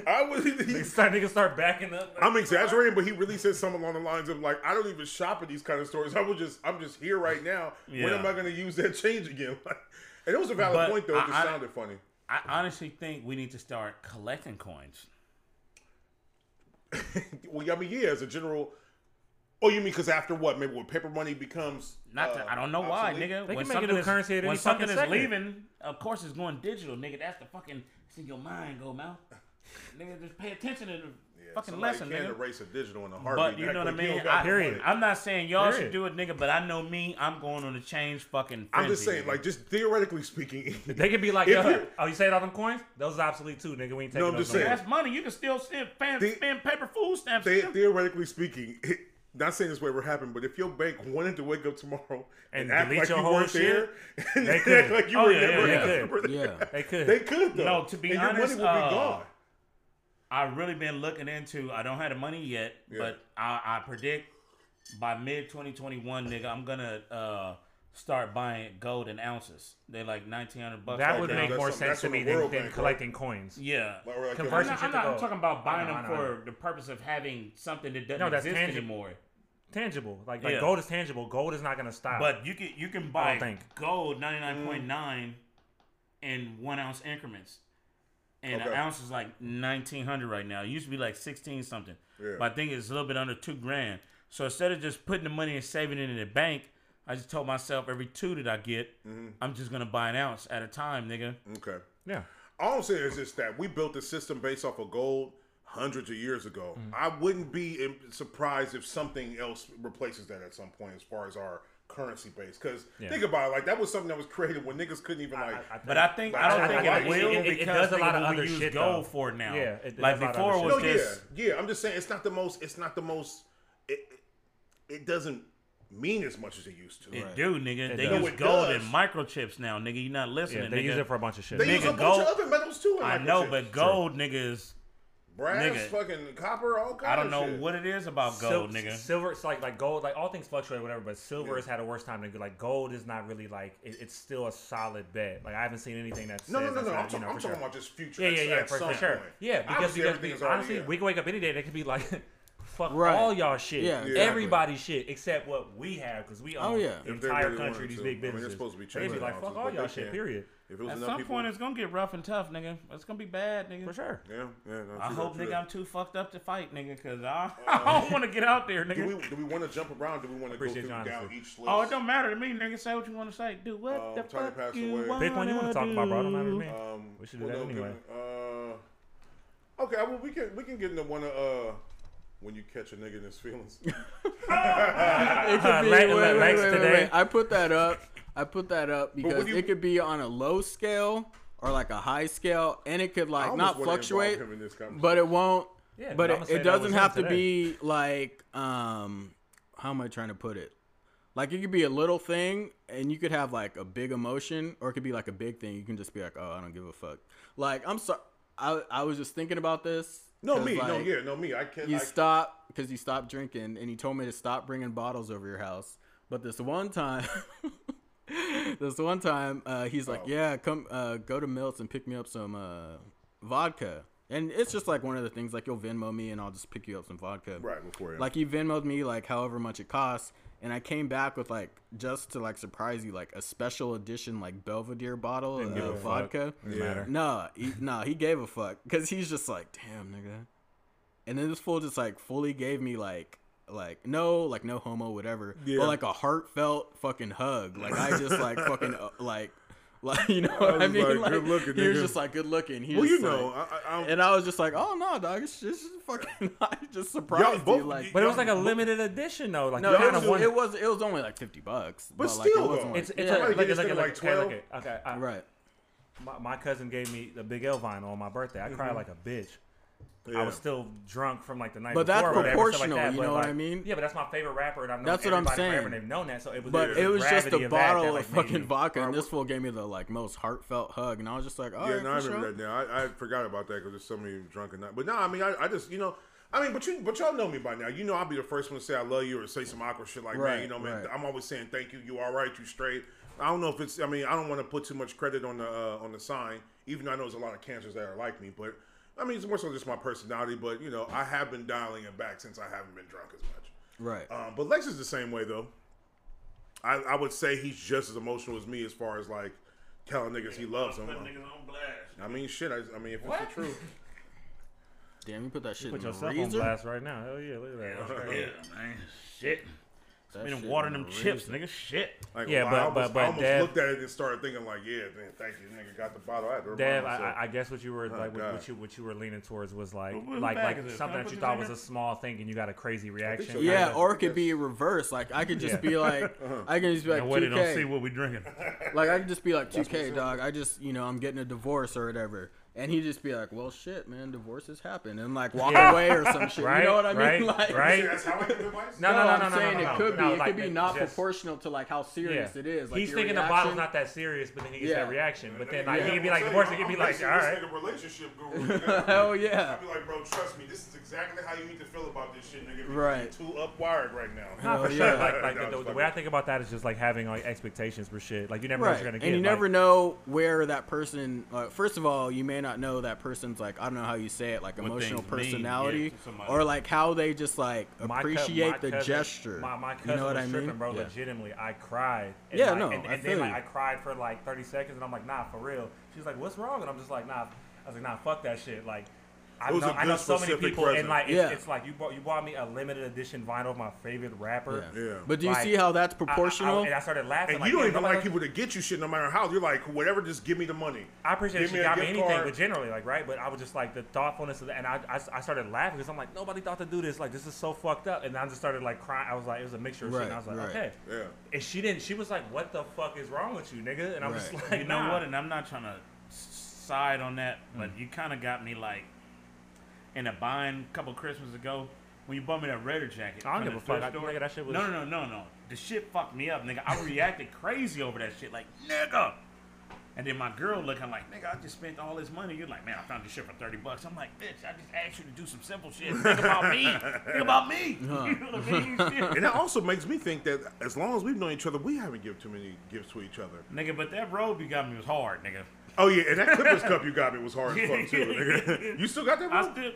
S2: I was.
S1: They start, niggas start backing up.
S2: I'm exaggerating, but he really said something along the lines of like, "I don't even shop at these kind of stores. I was just, I'm just here right now. When
S5: Yeah.
S2: am I going to use that change again?" and it was a valid
S5: But
S2: point, though. It
S5: I-
S2: just
S5: I-
S2: sounded funny.
S5: I honestly think we need to start collecting coins.
S2: Well, I mean, yeah, as a general. Oh, you mean because after what? Maybe when paper money becomes
S5: Not
S2: uh,
S5: that I don't know why,
S2: obsolete?
S5: nigga.
S1: They
S5: when
S1: can make a
S5: something
S1: new
S5: is,
S1: currency at
S5: when
S1: any
S5: something
S1: fucking
S5: is
S1: second.
S5: leaving, of course it's going digital, nigga. That's the fucking See your mind go, Mal. nigga, just pay attention to the
S2: Yeah,
S5: fucking
S2: somebody
S5: lesson,
S2: can't
S5: nigga.
S2: erase a digital in a heartbeat.
S5: But you
S2: that
S5: know what I
S2: quick. You
S5: mean?
S2: don't got
S5: I,
S1: Period.
S2: money.
S5: I'm not saying y'all should
S1: Period.
S5: do it, nigga, but I know me, I'm going on a change fucking.
S2: I'm just
S5: frenzy,
S2: saying,
S5: nigga.
S2: like, just theoretically speaking.
S1: They could be like,
S2: If
S1: yo,
S2: you-
S1: oh, you saved all them coins? Those obsolete too, nigga. We ain't taking
S2: No, I'm
S1: those
S2: just
S1: no
S2: saying.
S1: more.
S5: That's money. You can still spend, fan,
S2: The-
S5: spend paper food stamps.
S2: They,
S5: nigga.
S2: theoretically speaking, not saying this will ever happen, but if your bank wanted to wake up tomorrow and,
S1: And
S2: act
S1: delete
S2: like
S1: your
S2: you
S1: whole
S2: weren't there,
S1: shit,
S2: and
S1: they
S2: act
S1: could.
S2: like you
S5: Oh,
S2: were
S5: yeah,
S2: never,
S1: yeah, yeah.
S2: never there,
S6: Yeah.
S1: They could.
S2: they could though.
S5: No, to be
S2: and
S5: honest,
S2: your money would
S5: uh,
S2: be gone.
S5: I've really been looking into. I don't have the money yet,
S2: Yeah.
S5: but I, I predict by mid 2021, nigga, I'm gonna uh, start buying gold in ounces. They're like 1900 bucks.
S1: that
S5: right
S1: would
S5: now.
S1: make
S2: that's
S1: more
S2: something-
S1: sense
S2: that's
S1: to
S2: on the
S1: me than,
S2: World
S1: than
S2: Bank, right?
S1: collecting coins.
S5: Yeah,
S2: Like, or like the-
S1: Conversion-
S5: I'm
S1: shit
S5: not,
S1: to
S5: I'm
S1: go.
S5: talking about buying
S1: I know,
S5: them
S1: I know, I
S5: for the purpose of having something that doesn't
S1: No, that's
S5: exist
S1: tangible.
S5: anymore.
S1: Tangible. Like, like
S5: Yeah.
S1: gold is tangible. Gold is not going to stop.
S5: But you can you can
S1: I
S5: buy
S1: don't think.
S5: gold 99.9 in one ounce increments, and
S2: Okay.
S5: an ounce is like 1900 right now. It used to be like 16 something,
S2: Yeah.
S5: but I think it's a little bit under two grand. So instead of just putting the money and saving it in the bank, I just told myself every two that I get, I'm just gonna buy an ounce at a time, nigga.
S2: Okay.
S1: yeah.
S2: All I'm saying is just that we built a system based off of gold hundreds of years ago. I wouldn't be im- surprised if something else replaces that at some point as far as our currency base. Because think about it, like that was something that was created when niggas couldn't even like.
S5: Mm-hmm. But I think I don't
S2: I-
S5: think
S2: I-
S5: it
S2: I-
S5: will
S2: it-
S1: it- it
S5: because
S1: does a lot
S5: nigga,
S1: of
S5: we
S1: other
S5: use
S1: shit,
S5: gold
S1: though.
S5: for it now. Oh,
S1: Yeah, it- it
S5: like
S1: does a lot of
S5: before
S1: other
S5: it was
S2: no, yeah,
S5: just
S2: yeah. I'm just saying it's not the most. It's not the most. It it, it doesn't mean as much as it used to.
S5: it do, nigga. They
S1: does.
S5: use
S2: No, it
S5: gold
S2: does.
S5: and microchips now, nigga. You're not
S1: Yeah,
S5: listening.
S1: they
S5: nigga.
S1: use it for a bunch of shit.
S2: They use a
S5: Nigga,
S2: bunch of
S5: gold-
S2: other metals too. in
S5: I know,
S2: microchips.
S5: but gold, nigga, is
S2: brass,
S5: nigga.
S2: fucking copper, all kinds.
S5: I don't
S2: of
S5: know
S2: shit.
S5: what it is about gold,
S1: Sil-
S5: nigga.
S1: Silver, it's like like gold, like all things fluctuate, whatever. But silver has had a worse time than like gold is not really like it, it's still a solid bet. Like I haven't seen anything that says
S2: No, no, no,
S1: that's
S2: no.
S1: not,
S2: I'm,
S1: you
S2: talking
S1: know,
S2: I'm
S1: for
S2: talking
S1: sure.
S2: about just future.
S1: Yeah, yeah,
S2: at-
S1: yeah,
S2: at
S1: for,
S2: some
S1: for sure.
S2: point.
S1: Yeah, because,
S2: Obviously,
S1: because
S2: everything is
S1: we,
S2: already
S1: honestly,
S2: here.
S1: we can wake up any day. They could be like, fuck
S6: Right.
S1: all y'all shit.
S6: Yeah,
S1: everybody
S6: exactly.
S1: Everybody's shit except what we have because we own
S6: Oh, yeah.
S1: the
S2: If they
S1: entire
S2: really
S1: country,
S2: wanted
S1: these
S2: to.
S1: big
S2: I mean, they're
S1: businesses.
S2: supposed to be
S1: They'd be
S2: changing
S1: like, fuck
S2: houses,
S1: all
S2: but
S1: y'all
S2: they
S1: shit,
S2: can't.
S1: period.
S2: If it was
S5: At
S2: enough
S5: some
S2: people,
S5: point, it's gonna get rough and tough, nigga. It's gonna be bad, nigga.
S1: For sure.
S2: yeah, yeah. No,
S5: I
S2: true,
S5: hope,
S2: true. Oh.
S5: nigga, I'm too fucked up to fight, nigga, because I, I don't want to get out there,
S2: Do
S5: nigga.
S2: we do we want to jump around? Do we want to go
S1: Appreciate
S2: through
S1: your
S2: down
S1: honesty.
S2: each list?
S5: Oh, it don't matter to me, nigga. Say what you want to say. Do what
S2: Um,
S5: the
S2: Tony
S5: fuck
S2: passed
S5: you
S2: away.
S5: want
S1: Pick one you want to talk about, bro. It Don't matter to me.
S2: Um,
S1: we should do
S2: well,
S1: that
S2: no,
S1: anyway.
S2: can- Uh, okay, well, we can we can get into one of uh, when you catch a nigga in his feelings.
S6: It could be.
S1: Lex-
S6: wait, wait,
S1: Lex
S6: wait, wait,
S1: today.
S6: wait. I put that up. I put that up because
S2: do you-
S6: it could be on a low scale or like a high scale, and it could
S2: I
S6: like
S2: almost
S6: not
S2: wanna
S6: fluctuate,
S2: involve him in this conversation.
S6: but it won't.
S1: Yeah,
S6: but
S1: I'm gonna
S6: it,
S1: say
S6: it
S1: that was
S6: doesn't
S1: him
S6: have to
S1: today.
S6: be like um, how am I trying to put it? Like it could be a little thing, and you could have like a big emotion, or it could be like a big thing. You can just be like, oh, I don't give a fuck. Like I'm sorry, I I was just thinking about this.
S2: no
S6: 'cause,
S2: me, no
S6: like,
S2: yeah, no me. I can't.
S6: you
S2: I,
S6: stop because you stopped drinking and you told me to stop bringing bottles over your house but this one time this one time uh, he's like yeah come uh, go to milt's and pick me up some uh, vodka and it's just like one of the things like you'll venmo me and i'll just pick you up some vodka
S2: Right, before, yeah.
S6: like you venmoed me like however much it costs and i came back with like just to like surprise you like a special edition like belvedere bottle of
S1: give a
S6: uh,
S1: fuck.
S6: vodka
S1: Doesn't matter.
S6: Nah, he, nah, he gave a fuck because he's just like, damn, nigga. And then this fool just like fully gave me like, like no, like no homo, whatever, but like a heartfelt fucking hug. Like I just like fucking uh, like, like you know what I,
S2: was
S6: mean?
S2: like, "Good looking,
S6: he was
S2: nigga."
S6: just like good looking. He
S2: well,
S6: was
S2: you
S6: just, like-
S2: know, I, I, I,
S6: and I was just like, oh no, dog, it's just fucking. I just surprised
S2: Y'all
S6: you,
S2: both-
S6: like.
S1: But it was like a limited edition, though. Like,
S6: no,
S1: you
S6: it
S1: kinda
S6: was,
S1: wanted-
S6: it was it was only like fifty bucks.
S2: But
S6: like, it
S2: still,
S6: wasn't,
S2: though.
S6: like-
S1: It's it's
S6: yeah,
S1: a,
S2: Somebody get
S1: look, look,
S2: this
S1: look,
S2: nigga
S1: look,
S2: like
S1: okay, look
S2: 12.
S1: at- okay. I,
S6: right.
S1: my, my cousin gave me the Big L vinyl on my birthday. I
S2: Mm-hmm.
S1: cried like a bitch. I was still drunk from like the night
S6: But that's
S1: before. or whatever, stuff
S6: proportional,
S1: like that.
S6: you
S1: but,
S6: know what I
S1: like,
S6: mean?
S1: Yeah, but that's my favorite rapper, and I've known
S6: That's what I'm
S1: everybody forever,
S6: saying.
S1: and they've known that. So it was,
S6: But
S1: the
S6: it was just
S1: gravity
S6: a
S1: of that that,
S6: bottle
S1: like,
S6: of
S1: made
S6: fucking
S1: me-
S6: vodka, and this fool gave me the like most heartfelt hug, and I was just like, "All right,
S2: Yeah, no, I
S6: for
S2: remember
S6: sure."
S2: that now. I, I forgot about that because there's so many drunk and not. But no, I mean, I, I just, you know, I mean, but you, but y'all know me by now. You know, I'll be the first one to say I love you or say some awkward shit like, man,
S6: Right,
S2: you know, man,
S6: right.
S2: I'm always saying thank you. You all right? You straight? I don't know if it's. I mean, I don't want to put too much credit on the uh, on the sign, even though I know there's a lot of cancers that are like me. But I mean, it's more so just my personality. But you know, I have been dialing it back since I haven't been drunk as much.
S6: Right.
S2: Um, but Lex is the same way though. I, I would say he's just as emotional as me as far as like telling niggas he loves them.
S4: Put niggas on blast.
S2: I mean, shit. I, I mean, if it's the truth,
S6: Damn, you put that shit
S1: Put
S6: in the
S1: yourself on
S6: freezer.
S1: blast right now. Hell yeah, look at that.
S4: Yeah, man.
S5: Shit.
S6: That
S5: Been
S6: shit
S5: watering
S6: on
S5: them
S6: the
S5: chips,
S6: reason.
S5: nigga. Shit.
S2: Like,
S1: Yeah,
S2: wow,
S1: but-
S2: I almost,
S1: but-
S2: I
S1: but
S2: almost
S1: Dev-
S2: looked at it and started thinking like, yeah, man, thank you, nigga, got the bottle. I had to remind
S1: Dev, I,
S2: myself.
S1: I- I guess what you were like, what,
S2: God.
S1: what you what you were leaning towards was like,
S5: What- what
S1: like,
S5: bag
S1: like
S5: is this? Can I
S1: something that
S5: put
S1: you
S5: this
S1: thought
S5: in
S1: was
S5: there?
S1: a small thing, and you got a crazy reaction.
S2: so.
S1: kinda.
S2: I-
S6: Yeah, or it could be reverse. Like I could just be like,
S1: Uh-huh.
S6: I can just be like,
S5: Now wait, they don't see
S6: 2K.
S5: what we drinking.
S6: Like I could just be like, 2K, dog. I just, you know, I'm getting a divorce or whatever. And he just be like, well, shit, man, divorces happen, and like walk
S1: Yeah.
S6: away or some shit.
S1: Right,
S6: you know what I mean?
S1: right,
S6: Like,
S1: right.
S4: See, that's how I give advice.
S1: No, no, no, no,
S6: I'm
S1: no,
S6: saying
S1: no, no,
S6: it could
S1: no,
S6: be. it
S1: like,
S6: could be not
S1: just-
S6: proportional to like how serious it is. Like
S1: He's
S6: your
S1: thinking the
S6: reaction.
S1: bottle's not that serious, but then he gets
S6: Yeah.
S1: that reaction. But then like
S6: Yeah.
S1: he'd be like divorced, and he'd be like, all right.
S4: This nigga relationship guru.
S6: Hell
S4: nigga.
S6: yeah.
S4: I'd be like, bro, trust me, this is exactly how you need to feel about this shit, nigga. because
S6: Right.
S4: you Too up wired right now.
S1: No,
S6: Oh,
S1: for sure.
S6: yeah.
S1: Like, like
S2: No,
S1: the,
S2: it's
S1: the
S2: fucking-
S1: way I think about that is just like having like expectations for shit. Like you never know what
S6: Right,
S1: you're gonna
S6: and
S1: get.
S6: you
S1: like,
S6: never know where that person. Uh, first of all, you may not know that person's like I don't know how you say it, like emotional
S5: things mean, yeah,
S6: personality,
S5: to somebody.
S6: or like how they just like
S1: my cou-
S6: appreciate
S1: my
S6: the
S1: cousin-
S6: gesture.
S1: My, my cousin
S6: you know what
S1: was
S6: I mean?
S1: tripping, bro.
S6: Yeah.
S1: Legitimately, I cried. And
S6: Yeah,
S1: like,
S6: no,
S1: and,
S6: I
S1: and
S6: feel
S1: then like
S6: you.
S1: I cried for like 30 seconds, and I'm like, nah, for real. She's like, what's wrong? And I'm just like, nah. I was like, nah, fuck that shit. Like. I
S2: It was
S1: know,
S2: a
S1: I know
S2: good
S1: so many
S2: specific
S1: people,
S2: present.
S1: and like it's,
S6: Yeah.
S1: it's like you bought you bought me a limited edition vinyl of my favorite rapper.
S6: Yeah.
S2: Yeah.
S6: But do you
S1: Like,
S6: see how that's
S1: I- I- I-
S6: proportional?
S1: and I started laughing.
S2: and
S1: like,
S2: you don't
S1: damn,
S2: even
S1: nobody
S2: like
S1: else-
S2: people to get you shit no matter how. You're like, whatever, just give me the money.
S1: I appreciate
S2: Give
S1: she
S2: me a
S1: got me
S2: gift
S1: anything,
S2: card.
S1: but generally, like, right? But I was just like the thoughtfulness of that, and I, I, I started laughing because I'm like, nobody thought to do this. Like, this is so fucked up. And I just started like crying. I was like, it was a mixture of shit. And I was
S6: Right,
S1: like,
S6: right.
S1: okay.
S2: Yeah.
S1: And she didn't. She was like, what the fuck is wrong with you, nigga? And I'm just
S6: Right.
S1: like,
S5: You know
S1: nah. Mm.
S5: what? And I'm not trying to side on that, but you kind of got me like in a bind a couple Christmas ago when you bought me that Raider jacket.
S1: I don't
S5: from
S1: give
S5: the
S1: a fuck.
S5: thrift
S1: I-
S5: store.
S1: nigga, that shit was-
S5: No, no, no, no, no. The shit fucked me up, nigga. I reacted crazy over that shit, like nigga. And then my girl looking like, nigga, I just spent all this money. You're like, man, I found this shit for thirty bucks. I'm like, bitch, I just asked you to do some simple shit. Think about me. Think about me. You know what I mean? Shit.
S2: And that also makes me think that as long as we've known each other, we haven't given too many gifts to each other.
S5: nigga, but that robe you got me was hard, nigga.
S2: Oh yeah, and that Clippers cup you got me was hard as fuck too. Nigga. You still got that?
S5: I
S2: Bro?
S5: still,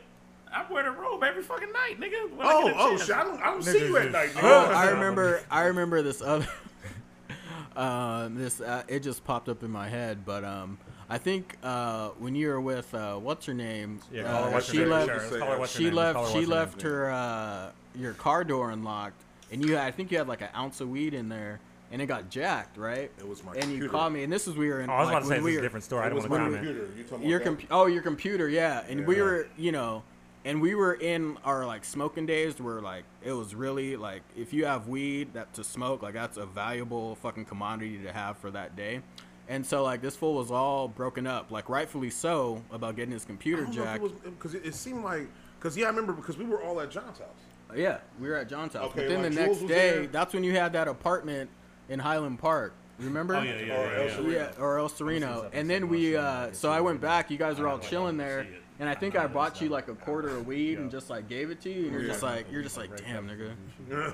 S5: I wear the robe every fucking night, nigga. When I
S2: oh,
S5: get a
S2: oh
S5: chance.
S2: shit! I don't, I don't see you at night. Nigga.
S6: oh, I remember. I remember this other. um, this uh, it just popped up in my head, but um, I think uh, when you were with uh, what's her name,
S1: Yeah,
S6: uh,
S1: call her what's
S6: she
S1: her name.
S6: left.
S1: Sure, let's call her what's her
S6: she
S1: name. Let's
S6: left.
S1: call her
S6: she
S1: what's her
S6: left her uh, your car door unlocked, and you. I think you had like an ounce of weed in there, and it got jacked, right?
S2: It was my
S6: And you
S2: computer.
S6: called me, and this is we were in.
S1: Oh, I was
S6: like,
S1: about to say
S6: when
S1: it's
S6: we
S1: a
S6: were-
S1: different story. I
S2: It
S1: didn't
S2: was
S1: want
S2: my
S1: to comment.
S2: computer. You talking about
S6: your
S2: that?
S6: comp- oh your computer yeah and we
S2: Yeah.
S6: were you know and we were in our like smoking days where like it was really like if you have weed that to smoke like that's a valuable fucking commodity to have for that day and so like this fool was all broken up like rightfully so about getting his computer jacked
S2: because it, it seemed like because yeah, I remember because we were all at John's house.
S6: Oh, yeah we were at john's house
S2: Okay,
S6: but then
S2: like
S6: the
S2: Jules
S6: next
S2: was
S6: day
S2: there.
S6: that's when you had that apartment in highland park remember
S5: Oh yeah, yeah,
S2: Or
S5: yeah.
S2: else
S5: yeah.
S2: we-
S6: Yeah, or El Sereno. And then we, uh, so I went back. You guys were all chilling there, and I think I bought you like a quarter of weed and just like gave it to you, and you're just like, you're just like, damn, nigga,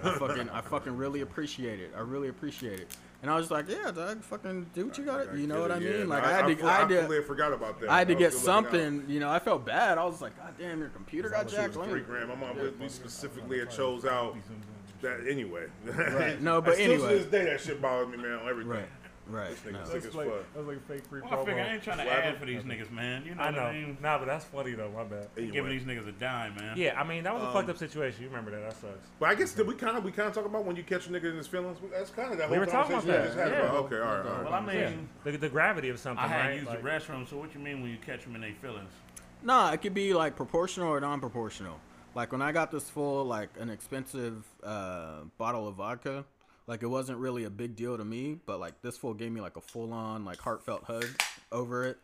S6: I fucking, I fucking really appreciate it. I really appreciate it. And I was like, yeah, dog, fucking do what you got. to You know what I mean? Like I had to, I had
S2: fully
S6: to,
S2: forgot about that.
S6: I had to
S2: was
S6: get
S2: still looking out.
S6: something. You know, I felt bad. I was like, god damn, your computer got
S2: It was
S6: jacked. Let me-
S2: three grand. My mom, we- we specifically had chose out that anyway.
S6: Right. No, but
S2: Still
S6: anyway.
S2: to this day, that shit bothered me, man. On everything.
S6: Right, right.
S2: This nigga
S6: no.
S2: sick as fuck.
S1: was like a fake free
S5: Well, I figure I ain't trying to add for these niggas, man. You know,
S1: I
S5: what I
S1: know.
S5: mean?
S1: Nah, but that's funny though. My bad.
S2: Anyway.
S5: Giving these niggas a dime, man.
S1: Yeah, I mean that
S6: Um,
S1: was a fucked up situation. You remember that? That sucks.
S2: But I guess that we kind of we kind of talk about when you catch a nigga in his feelings. That's kind of that
S1: We
S2: whole
S1: were talking
S2: conversation
S1: about
S2: we just
S1: that,
S2: had.
S1: yeah.
S2: about- Okay, all right, all right.
S5: Well, I mean,
S1: Yeah, the, the gravity of something.
S5: I had
S1: right?
S5: used
S1: Like-
S5: the restroom, so what you mean when you catch them in their feelings?
S6: Nah, it could be like proportional or non-proportional. Like when I got this full, like an expensive uh, bottle of vodka, like it wasn't really a big deal to me, but like this fool gave me like a full-on, like heartfelt hug over it.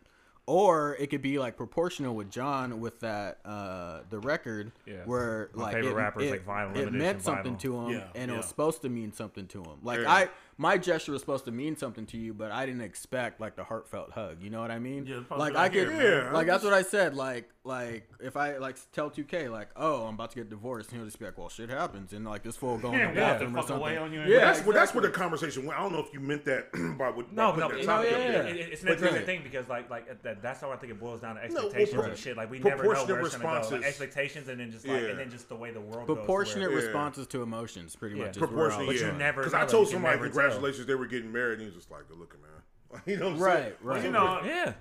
S6: Or it could be like proportional with John with that uh, the record
S1: Yeah.
S6: where
S1: My
S6: like
S1: favorite
S6: it,
S1: rapper is,
S6: it,
S1: like, vinyl,
S6: it
S1: limited
S6: meant
S1: edition
S6: something
S1: vinyl.
S6: to him
S5: Yeah,
S6: and it was
S5: yeah.
S6: supposed to mean something to him. Like
S2: Yeah.
S6: I my gesture was supposed to mean something to you, but I didn't expect like the heartfelt hug. You know what I mean?
S5: Yeah, it's
S6: like
S5: probably
S6: I
S5: like,
S6: could,
S5: here,
S2: man. Yeah, I
S6: like that's what I said. Like, like if I like tell 2K, like, oh, I'm about to get divorced, and he'll just be like, well, shit happens, and like this fool going
S5: Yeah,
S6: to the
S5: walk the
S6: bathroom or
S5: fuck
S6: something.
S5: away on you and-
S6: yeah,
S2: Well, that's where that's
S6: exactly.
S2: where the conversation went. I don't know if you meant that by what.
S1: No,
S2: by
S1: no,
S2: putting that topic
S1: it- no,
S2: up
S1: yeah,
S2: there.
S1: yeah, yeah. It- it's an
S2: But
S1: interesting
S6: right.
S1: thing because like like at that, that's how I think it boils down to
S2: well,
S1: expectations
S2: pro-
S1: and shit. Like we never know
S2: proportionate
S1: where it's gonna go. Like
S2: responses.
S1: expectations and then just like
S2: Yeah.
S1: and then just the way the world
S6: proportionate
S1: goes.
S2: Yeah.
S6: responses to emotions, pretty
S1: Yeah.
S6: much. is where
S2: proportionally.
S6: I
S1: But
S6: was
S1: you
S2: yeah.
S6: at.
S1: never
S2: because
S1: know,
S2: I
S1: like,
S2: told
S1: you
S2: somebody
S1: never tell.
S2: congratulations they were getting married, and he was just like, "Good looking, man." You know what I'm saying?
S6: Right, right.
S5: You know,
S1: to- Yeah.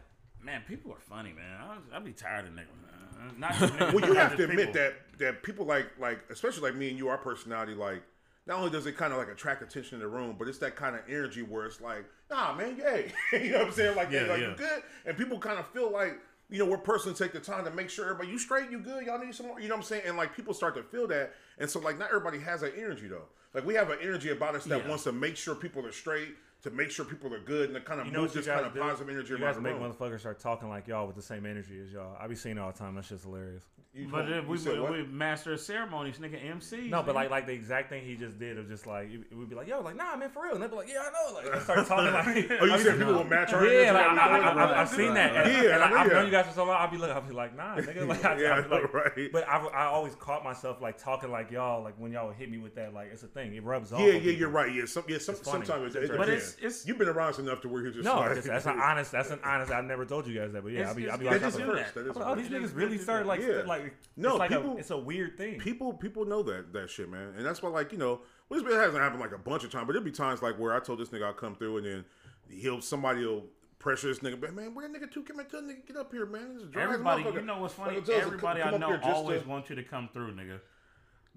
S5: man, people are funny, man. I was, I'd be tired of niggas. man. Not just niggas,
S2: Well, you
S5: but
S2: have
S5: just
S2: to admit
S5: people.
S2: that that people like like especially like me and you, our personality like not only does it kind of like attract attention in the room, but it's that kind of energy where it's like, nah, man, yay. you know what I'm saying? Like, yeah, like
S1: yeah.
S2: you good. And people kind of feel like, you know, we're personally take the time to make sure everybody, you straight, you good, y'all need some more. You know what I'm saying? And like people start to feel that. And so like not everybody has that energy though. Like we have an energy about us that
S7: Yeah.
S2: wants to make sure people are straight, to make sure people are good, and to kind of
S1: You know
S2: move
S1: what you
S2: this
S1: guys
S2: kind of
S1: do?
S2: positive energy
S1: You
S2: around
S1: guys
S2: the
S1: make
S2: room.
S1: motherfuckers start talking like y'all with the same energy as y'all. I be seeing it all the time. That shit's hilarious.
S2: You
S7: But
S2: told-
S7: if
S2: you
S7: we,
S2: said
S7: we,
S2: what?
S7: we master of ceremonies, nigga, MC.
S1: No, but like like the exact thing he just did of just like it would be like yo like nah man for real and they'd be like yeah I know like they start talking like
S2: Oh, you
S1: I be-
S2: said people will match our energy?
S1: yeah like, I, I,
S2: Right,
S1: I, I,
S2: right,
S1: I've seen
S2: right.
S1: that and,
S2: Yeah,
S1: and I,
S2: I know,
S1: I've
S2: yeah.
S1: known you guys for so long I'll be like I'll be like nah nigga like, I,
S2: Yeah,
S1: I be like
S2: right.
S1: but I, I always caught myself like talking like y'all like when y'all would hit me with that like it's a thing it rubs off
S2: Yeah,
S1: on
S2: yeah,
S1: people.
S2: you're right. Yeah, some, yeah, some,
S1: funny.
S2: sometimes it's,
S1: But
S2: yeah.
S7: it's- it's-
S2: you've been around enough to where you're just
S1: no
S2: like,
S1: that's, that's an honest that's an honest I've never told you guys that but yeah
S7: It's-
S1: I'll be I'll
S7: it's-
S1: be
S2: that is
S7: it's
S1: like I'm
S7: just
S1: like,
S7: doing
S2: first.
S7: that.
S2: That is
S1: oh
S2: first.
S1: these niggas really started like
S2: Yeah.
S1: like
S2: No,
S1: it's like a-
S2: people-
S1: it's a weird thing
S2: people people know that that shit, man, and that's why like you know, well, this it hasn't happened like a bunch of times, but there'll be times like where I told this nigga I'll come through, and then he'll somebody will pressure this nigga, but man, where that nigga two come and tell nigga get up here, man. This is dry as
S5: Everybody,
S2: motherfucker."
S5: you know what's funny?
S2: Like, tell us to
S5: Everybody
S2: come-
S5: I
S2: come up here
S5: know
S2: just to-
S5: always wants you to come through, nigga.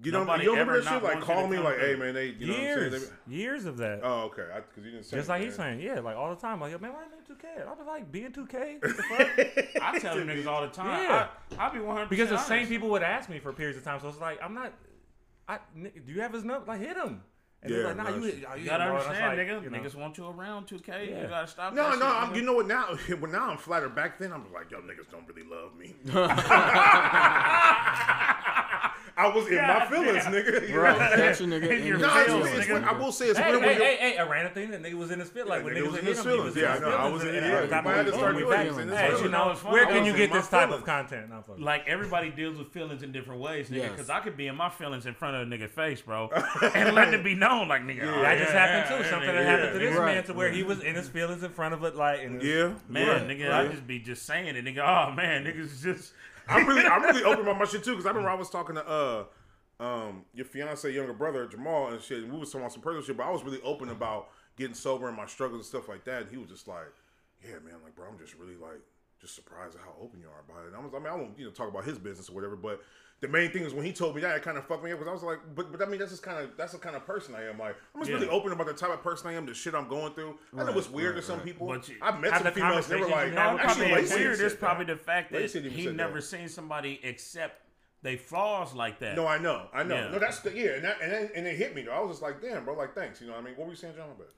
S2: you know,
S5: nobody
S2: you don't remember
S5: ever
S2: that shit?
S5: not
S2: Like
S5: wants you to
S2: call me,
S5: come
S2: like,
S5: through.
S2: hey man, they, you know what I'm saying?
S1: years
S2: They-
S1: years of that
S2: Oh, okay, because you didn't say
S1: Just
S2: it,
S1: like
S2: man.
S1: he's saying, yeah, like all the time, like yo, man, why ain't two K? I be like being two K. Because
S5: I tell them niggas all the time.
S1: Yeah.
S5: I, I'll be 100
S1: the same people would ask me for periods of time, so it's like I'm not. I n- do you have his number? Like hit him. And he's
S2: Yeah,
S1: like, nah,
S2: no,
S1: you,
S2: shit.
S1: hit- oh, you
S5: You gotta
S1: hit him, bro. And
S5: understand,
S1: it's
S5: nigga.
S1: like, you know,
S5: Niggas want you around 2K.
S1: Yeah.
S5: You gotta stop.
S2: No,
S5: that
S2: no,
S5: shit,
S2: I'm,
S5: nigga.
S2: you know what? Now, well, now I'm flattered. Back then, I'm like, y'all niggas don't really love me. I was in my feelings, nigga. You know?
S6: Catch a nigga in his
S2: No, it's-
S6: feelings,
S2: it's-
S6: nigga.
S2: I will say it's
S1: Hey,
S2: when
S1: hey,
S2: when you
S1: hey, hey, a random thing that nigga was in his feelings. Like
S2: Yeah,
S1: when
S2: nigga was
S1: niggas would
S2: in
S1: hit
S2: his
S1: him, he
S2: feelings. Yeah,
S1: was in
S2: I
S1: his
S2: know, I
S1: feelings
S2: was in-
S1: and-
S2: yeah,
S1: and
S2: you
S1: got
S2: might have to
S1: moved
S2: start
S1: back.
S2: doing things in his
S1: Hey,
S2: feelings.
S1: you
S2: I
S1: know,
S2: was
S1: where
S2: in
S1: can you
S2: my
S1: get this type
S2: feelings.
S1: of content? Nah, fuck.
S5: Like everybody deals with feelings in different ways, nigga.
S6: Yes.
S5: Because I could be in my feelings in front of a nigga face, bro, and let it be known, like nigga. oh, yeah,
S1: That just
S5: yeah,
S1: happened too.
S5: yeah,
S1: Something
S5: nigga,
S1: that happened to
S5: yeah,
S1: this
S5: nigga.
S6: Right.
S1: man to where he was in his feelings in front of it, like and
S2: Yeah,
S5: Man,
S2: yeah.
S5: nigga, I just be just saying it, nigga. Oh man, niggas is just.
S2: I'm really, I'm really open about my shit too. Because I remember I was talking to uh, um, your fiance, younger brother Jamal, and shit. And we was talking about some personal shit, but I was really open about getting sober and my struggles and stuff like that. And he was just like, "Yeah, man, like, bro, I'm just really like." Just surprised at how open you are about it. And I was, I mean, I won't, you know, talk about his business or whatever. But the main thing is when he told me that, it kind of fucked me up because I was like, but, but I mean, that's just kind of, that's the kind of person I am. Like, I'm just really open about the type of person I am, the shit I'm going through. I know it's weird to some people.
S5: But you-
S2: I've met some
S1: Have the
S2: females. They were
S1: conversations
S2: like,
S1: you have
S5: No,
S1: with
S2: actually,
S5: probably
S1: people like
S2: Lacey
S5: it's weird.
S2: said
S5: It's probably
S2: that.
S5: the fact that
S2: Lacey even
S5: he
S2: said
S5: never
S2: that.
S5: seen somebody accept they flaws like that.
S2: No, I know, I know.
S5: Yeah.
S2: No, that's the yeah, and that, and, then, and it hit me though. I was just like, damn, bro, like thanks. You know, what I mean, what were you saying, John? About?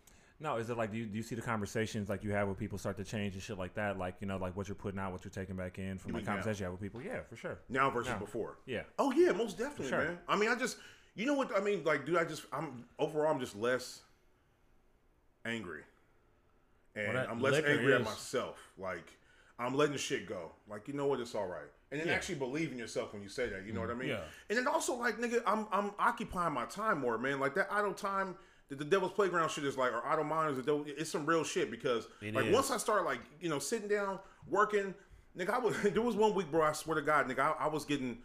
S1: No, is it like do you, do you see the conversations like you have with people start to change and shit like that? Like you know, like what you're putting out, what you're taking back in from the
S2: mean now?
S1: conversations you have with people. Yeah, for sure.
S2: Now versus before.
S1: Yeah.
S2: Oh yeah, most definitely,
S1: Sure.
S2: man. I mean, I just, you know what I mean? Like, dude, I just, I'm overall, I'm just less angry, and
S5: that
S2: I'm less
S5: liquor
S2: angry at
S5: is-
S2: myself. Like, I'm letting shit go. Like, you know what? It's all right. And then actually believe in yourself when you say that. You know what I mean?
S5: Mm-hmm. Yeah.
S2: And then also, like, nigga, I'm I'm occupying my time more, man. Like that idle time. that The devil's playground shit is like, or idle mind is the devil. It's some real shit because, like,
S5: is.
S2: once I started like, you know, sitting down working, nigga, I was. There was one week, bro. I swear to God, nigga, I, I was getting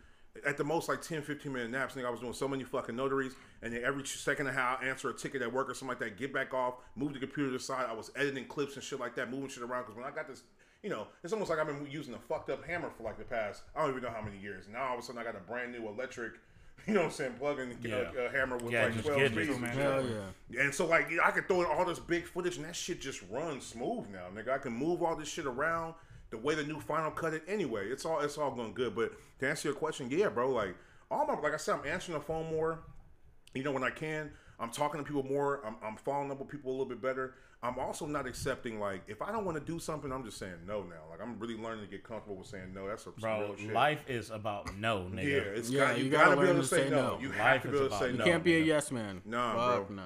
S2: at the most like 10, 15 minute naps. Nigga, I was doing so many fucking notaries, and then every second and a half, I answer a ticket at work or something like that. Get back off, move the computer to the side. I was editing clips and shit like that, moving shit around. Because when I got this, you know, it's almost like I've been using a fucked up hammer for like the past I don't even know how many years. Now all of a sudden I got a brand new electric, you know what I'm saying, plug in
S5: Yeah.
S2: uh, hammer with
S5: Yeah,
S2: like
S5: just
S2: 12
S5: get it.
S2: speeds. and shit.
S6: Hell yeah.
S2: And so, like, I could throw in all this big footage, and that shit just runs smooth now, nigga. I can move all this shit around the way the new Final Cut it anyway. It's all it's all going good. But to answer your question, yeah, bro, like all my like I said, I'm answering the phone more. You know, when I can, I'm talking to people more. I'm, I'm following up with people a little bit better. I'm also not accepting like if I don't want to do something, I'm just saying no now. Like I'm really learning to get comfortable with saying no. That's a
S5: bro,
S2: real shit.
S5: life is about no, nigga.
S2: yeah, it's
S6: Yeah,
S2: got, you,
S6: you
S2: gotta,
S6: gotta
S2: be
S6: learn
S2: able to say, no. You have
S5: Life
S2: to
S5: is
S2: be able to
S5: about-
S2: say
S5: you
S2: no.
S6: Can't be a yes man.
S2: Nah,
S6: Fuck
S2: bro.
S6: no.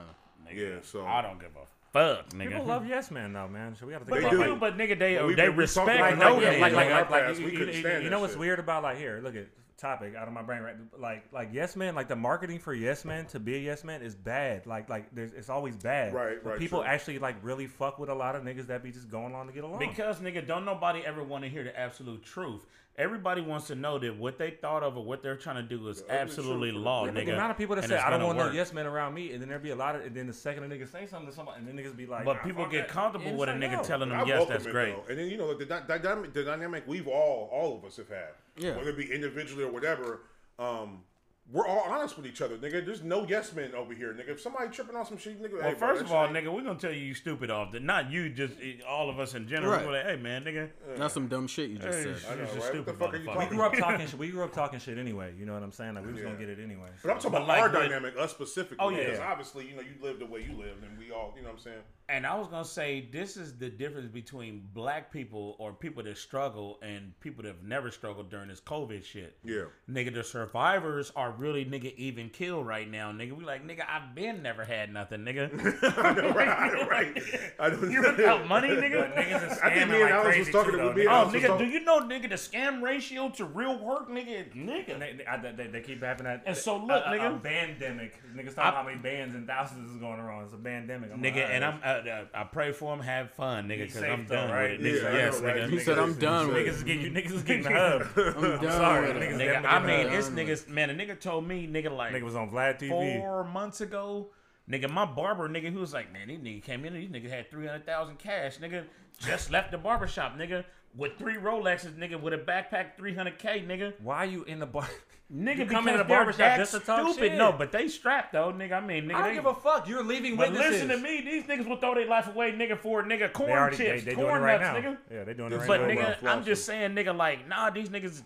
S2: yeah, so
S5: I don't give a fuck, nigga.
S1: People love yes man though, man. So we got to
S5: But
S1: think
S5: they
S1: about
S5: do,
S1: like,
S5: but nigga, they
S2: But we-
S5: they
S2: we talked
S5: respect
S2: about
S5: no
S2: that,
S1: yeah,
S5: nigga.
S1: like, like,
S2: in our
S1: like, like,
S2: past,
S1: you,
S2: we
S1: you-
S2: couldn't
S1: you-
S2: stand
S1: you
S2: that
S1: know what's
S2: shit.
S1: weird about like here? Look at topic out of my brain right. Like like yes man, like the marketing for yes man to be a yes man is bad. Like like there's it's always bad.
S2: Right,
S1: But
S2: right,
S1: People
S2: true.
S1: actually like really fuck with a lot of niggas that be just going on to get along.
S5: Because nigga, don't nobody ever want to hear the absolute truth. Everybody wants to know that what they thought of or what they're trying to do is absolutely law,
S1: But
S5: Oh, nigga.
S1: the amount of people that
S5: and
S1: say
S5: it's
S1: I don't
S5: gonna
S1: want no
S5: work."
S1: yes men around me, and then there'd be a lot of, and then the second a nigga say something to somebody, and then niggas be like,
S5: But
S1: "Nah,
S5: people
S1: fuck
S5: get
S1: that."
S5: comfortable
S1: And
S5: with a
S1: it's like,
S5: nigga
S1: no.
S5: telling
S2: I
S5: them yes,
S2: welcome
S5: that's
S2: it,
S5: great.
S2: Though. And then you know the, dy- dy- dynamic, the dynamic we've all all of us have had,
S6: Yeah.
S2: whether it be individually or whatever. Um, we're all honest with each other, nigga. There's no yes men over here, nigga. If somebody tripping on some shit, nigga.
S5: Well,
S2: hey, bro,
S5: first
S2: that
S5: of
S2: shit
S5: all,
S2: ain't-
S5: nigga, we're gonna tell you you stupid off. the- Not you, just eh, all of us in general.
S6: Right.
S5: We're like, hey, man, nigga,
S6: That's some dumb shit you just
S5: hey, you
S6: said.
S2: know,
S5: just
S2: right? What the
S5: stupid.
S2: fuck are you
S5: motherfucker.
S1: We
S2: talking
S1: grew up talking shit. We grew up talking shit anyway. You know what I'm saying? Like we was
S2: Yeah.
S1: gonna get it anyway.
S2: But I'm talking about
S5: But like
S2: our
S5: when-
S2: dynamic, us specifically.
S5: Oh, yeah.
S2: Because obviously, you know, you live the way you live, and we all, you know what I'm saying?
S5: And I was gonna say this is the difference between black people or people that struggle and people that have never struggled during this COVID shit.
S2: Yeah.
S5: Nigga, the survivors are really nigga even kill right now, nigga. We like, nigga, I've been never had nothing, nigga.
S2: I know, right? I know, right? I don't
S5: You without money, nigga?
S1: Niggas is
S2: I think
S1: scamming
S2: me and
S1: like
S2: Alex was
S1: crazy
S2: talking
S1: too,
S2: to-
S1: though,
S2: me and
S1: nigga.
S5: Oh,
S2: Alex was
S5: nigga, do
S2: talking-
S5: you know, nigga, the scam ratio to real work, nigga, nigga.
S1: They, they, I- they- they keep having that.
S5: And so
S1: a-
S5: look,
S1: a, a
S5: nigga.
S1: pandemic. Niggas talking
S5: I-
S1: how many bands and thousands is going around. It's a pandemic, I'm like,
S5: Nigga, and
S1: all
S5: I'm
S1: right.
S5: uh, uh, I pray for him. Have fun, nigga,
S1: Be
S5: because
S1: safe
S5: I'm
S1: though,
S5: done
S1: right?
S5: with it. Nigga,
S1: Yeah,
S5: yes,
S2: I know,
S5: nigga.
S2: right?
S6: He said, "I'm done with
S1: niggas
S6: it."
S1: is getting you. Niggas is getting the hub.
S6: I'm done
S1: Sorry,
S6: with it.
S1: niggas.
S5: Nigga,
S1: definitely
S5: I
S1: getting
S5: mean,
S1: the
S5: it's
S6: done with
S5: niggas. Man, a nigga told me, nigga, like
S1: hub. nigga was on Vlad TV.
S5: four months ago. Nigga, my barber, nigga, who was like, man, these nigga came in, these niggas had 300,000 cash, nigga, just left the barber shop, nigga, with three Rolexes, nigga, with a backpack 300K, nigga.
S1: Why are you in the bar?
S5: Nigga,
S1: you
S5: because
S1: come in the
S5: they're
S1: barber shop
S5: that
S1: just to talk
S5: stupid.
S1: shit.
S5: No, but they strapped, though, nigga. I mean, nigga,
S1: I
S5: they,
S1: don't give a fuck. You're leaving
S5: But
S1: witnesses.
S5: listen to me, these niggas will throw their life away, nigga, for nigga corn
S1: They already they,
S5: chips,
S1: they doing it
S5: corn
S1: right
S5: nuts,
S1: now.
S5: nigga.
S1: Yeah, they doing it right
S5: But
S1: now.
S2: Well,
S5: nigga,
S2: well,
S5: I'm just saying, nigga, like, nah, these niggas,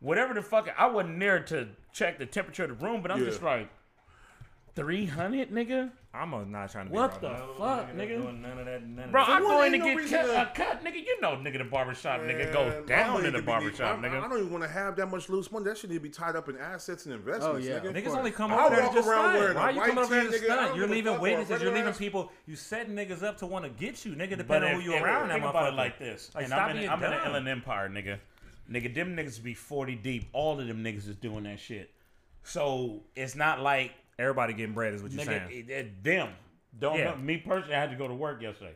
S5: whatever the fuck, I wasn't there to check the temperature of the room, but I'm
S2: Yeah.
S5: just like, 300, nigga?
S1: I'm uh, not trying to.
S5: What
S1: be
S5: the fuck,
S1: they
S5: nigga?
S1: Doing none of that. None
S5: Bro,
S1: of
S5: I'm
S2: what?
S5: going to
S2: Ain't no
S5: get
S2: reason
S5: cut,
S2: to-
S5: a cut, nigga. You know, nigga, the barbershop,
S2: Man,
S5: nigga, go
S2: my
S5: down
S2: money
S5: in the
S2: could be-
S5: barbershop,
S2: I- I
S5: nigga.
S2: don't even want to have that much loose money. That shit need to be tied up in assets and investments,
S6: Oh, yeah.
S2: nigga.
S1: that.
S6: Nigga,
S1: Niggas only come
S2: I'll
S1: over there
S2: walk
S1: to just
S2: around
S1: stunt.
S2: wearing a
S1: Why you
S2: white
S1: coming over there to
S2: tee, nigga? I
S1: stunt?
S2: don't
S1: You're
S2: give a
S1: leaving
S2: fuck, or
S1: witnesses. You're
S2: regular
S1: leaving
S2: ass-
S1: people. You setting niggas up to want to get you, nigga.
S5: But
S1: Depending on
S5: if-
S1: who you
S5: if-
S1: around.
S5: think
S1: that
S5: about it
S1: motherfucker.
S5: like this,
S1: Like,
S5: and
S1: stop
S5: I'm in,
S1: being
S5: I'm in the
S1: dumb.
S5: Inland Empire, nigga. Nigga, them niggas be 40 deep. All of them niggas is doing that shit. So it's not like,
S1: Everybody getting bread is what you're
S5: nigga,
S1: saying.
S5: it- it- them. Don't
S1: Yeah.
S5: know- me personally. I had to go to work yesterday.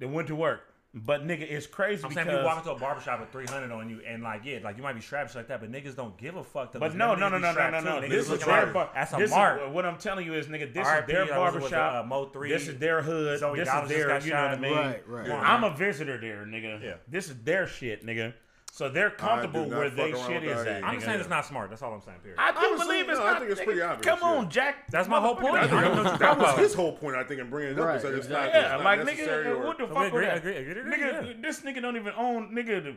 S5: they went to work, but nigga, it's crazy
S1: I'm saying if
S5: because.
S1: you walk into a barbershop with 300 on you and like yeah, like you might be strapped shit like that, but niggas don't give a fuck. to
S5: but
S1: them
S5: no,
S1: niggas
S5: no, no,
S1: be
S5: no, no,
S1: strapped
S5: no,
S1: too.
S5: no.
S1: Niggas
S5: This
S1: look
S5: is
S1: like-
S5: their bar.
S1: That's a
S5: this is-
S1: mark.
S5: what I'm telling you is, nigga, this
S1: RIP,
S5: is their
S1: like, was it,
S5: barbershop.
S1: uh, Mo three?
S5: This is their hood.
S1: Zoe
S5: this
S1: Dallas
S5: is
S1: just
S5: their.
S1: got
S5: You know what I
S1: shot.
S5: mean?
S6: Right, right.
S1: Yeah.
S5: I'm a visitor there, nigga.
S1: Yeah.
S5: This is their shit, nigga. So they're comfortable
S2: not
S5: where they
S2: fuck around
S5: shit
S2: with
S5: is
S2: that
S5: at.
S2: either.
S1: I'm
S5: nigga.
S1: just saying it's not smart. That's all I'm saying. Period.
S5: I do
S2: Honestly,
S5: believe it's
S2: no, I
S5: not.
S2: think it's
S5: nigga.
S2: pretty obvious,
S5: Come
S2: yeah.
S5: on, Jack.
S1: That's my whole
S5: Motherfucker,
S1: point.
S5: I
S1: I
S5: don't
S1: don't know what you're
S2: That
S1: talking
S2: was
S1: about.
S2: his whole point, I think, in bringing it up.
S6: Right,
S2: is that it's
S6: exactly.
S2: not,
S5: Yeah,
S2: it's not
S5: like
S2: necessary
S5: nigga,
S2: or-
S5: what the fuck?
S1: We
S5: with
S1: agree,
S5: that?
S1: agree, agree, agree,
S5: nigga,
S1: yeah.
S5: this nigga don't even own nigga. The,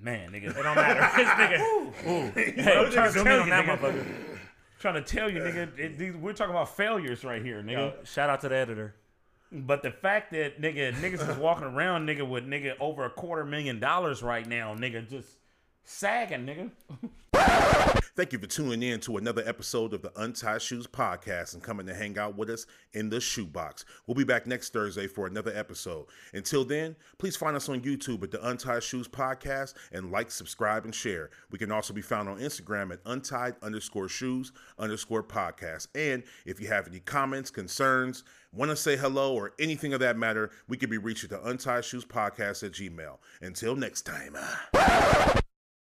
S5: man, nigga,
S1: It don't matter. This nigga. Ooh. Hey,
S5: I'm trying to
S1: zoom
S5: tell
S1: in on
S5: you,
S1: that
S5: nigga.
S1: motherfucker.
S5: trying to tell you, nigga, it, these, we're talking about failures right here, nigga.
S1: Yo, shout out to the editor.
S5: But the fact that nigga niggas is walking around, nigga, with nigga over a quarter million dollars right now, nigga, just sagging, nigga.
S2: Thank you for tuning in to another episode of the Untied Shoes Podcast and coming to hang out with us in the shoebox. We'll be back next Thursday for another episode. Until then, please find us on YouTube at the Untied Shoes Podcast and like, subscribe, and share. We can also be found on Instagram at untied underscore shoes underscore podcast. And if you have any comments, concerns, want to say hello, or anything of that matter, we can be reached at the untied shoes podcast at gmail. Until next time.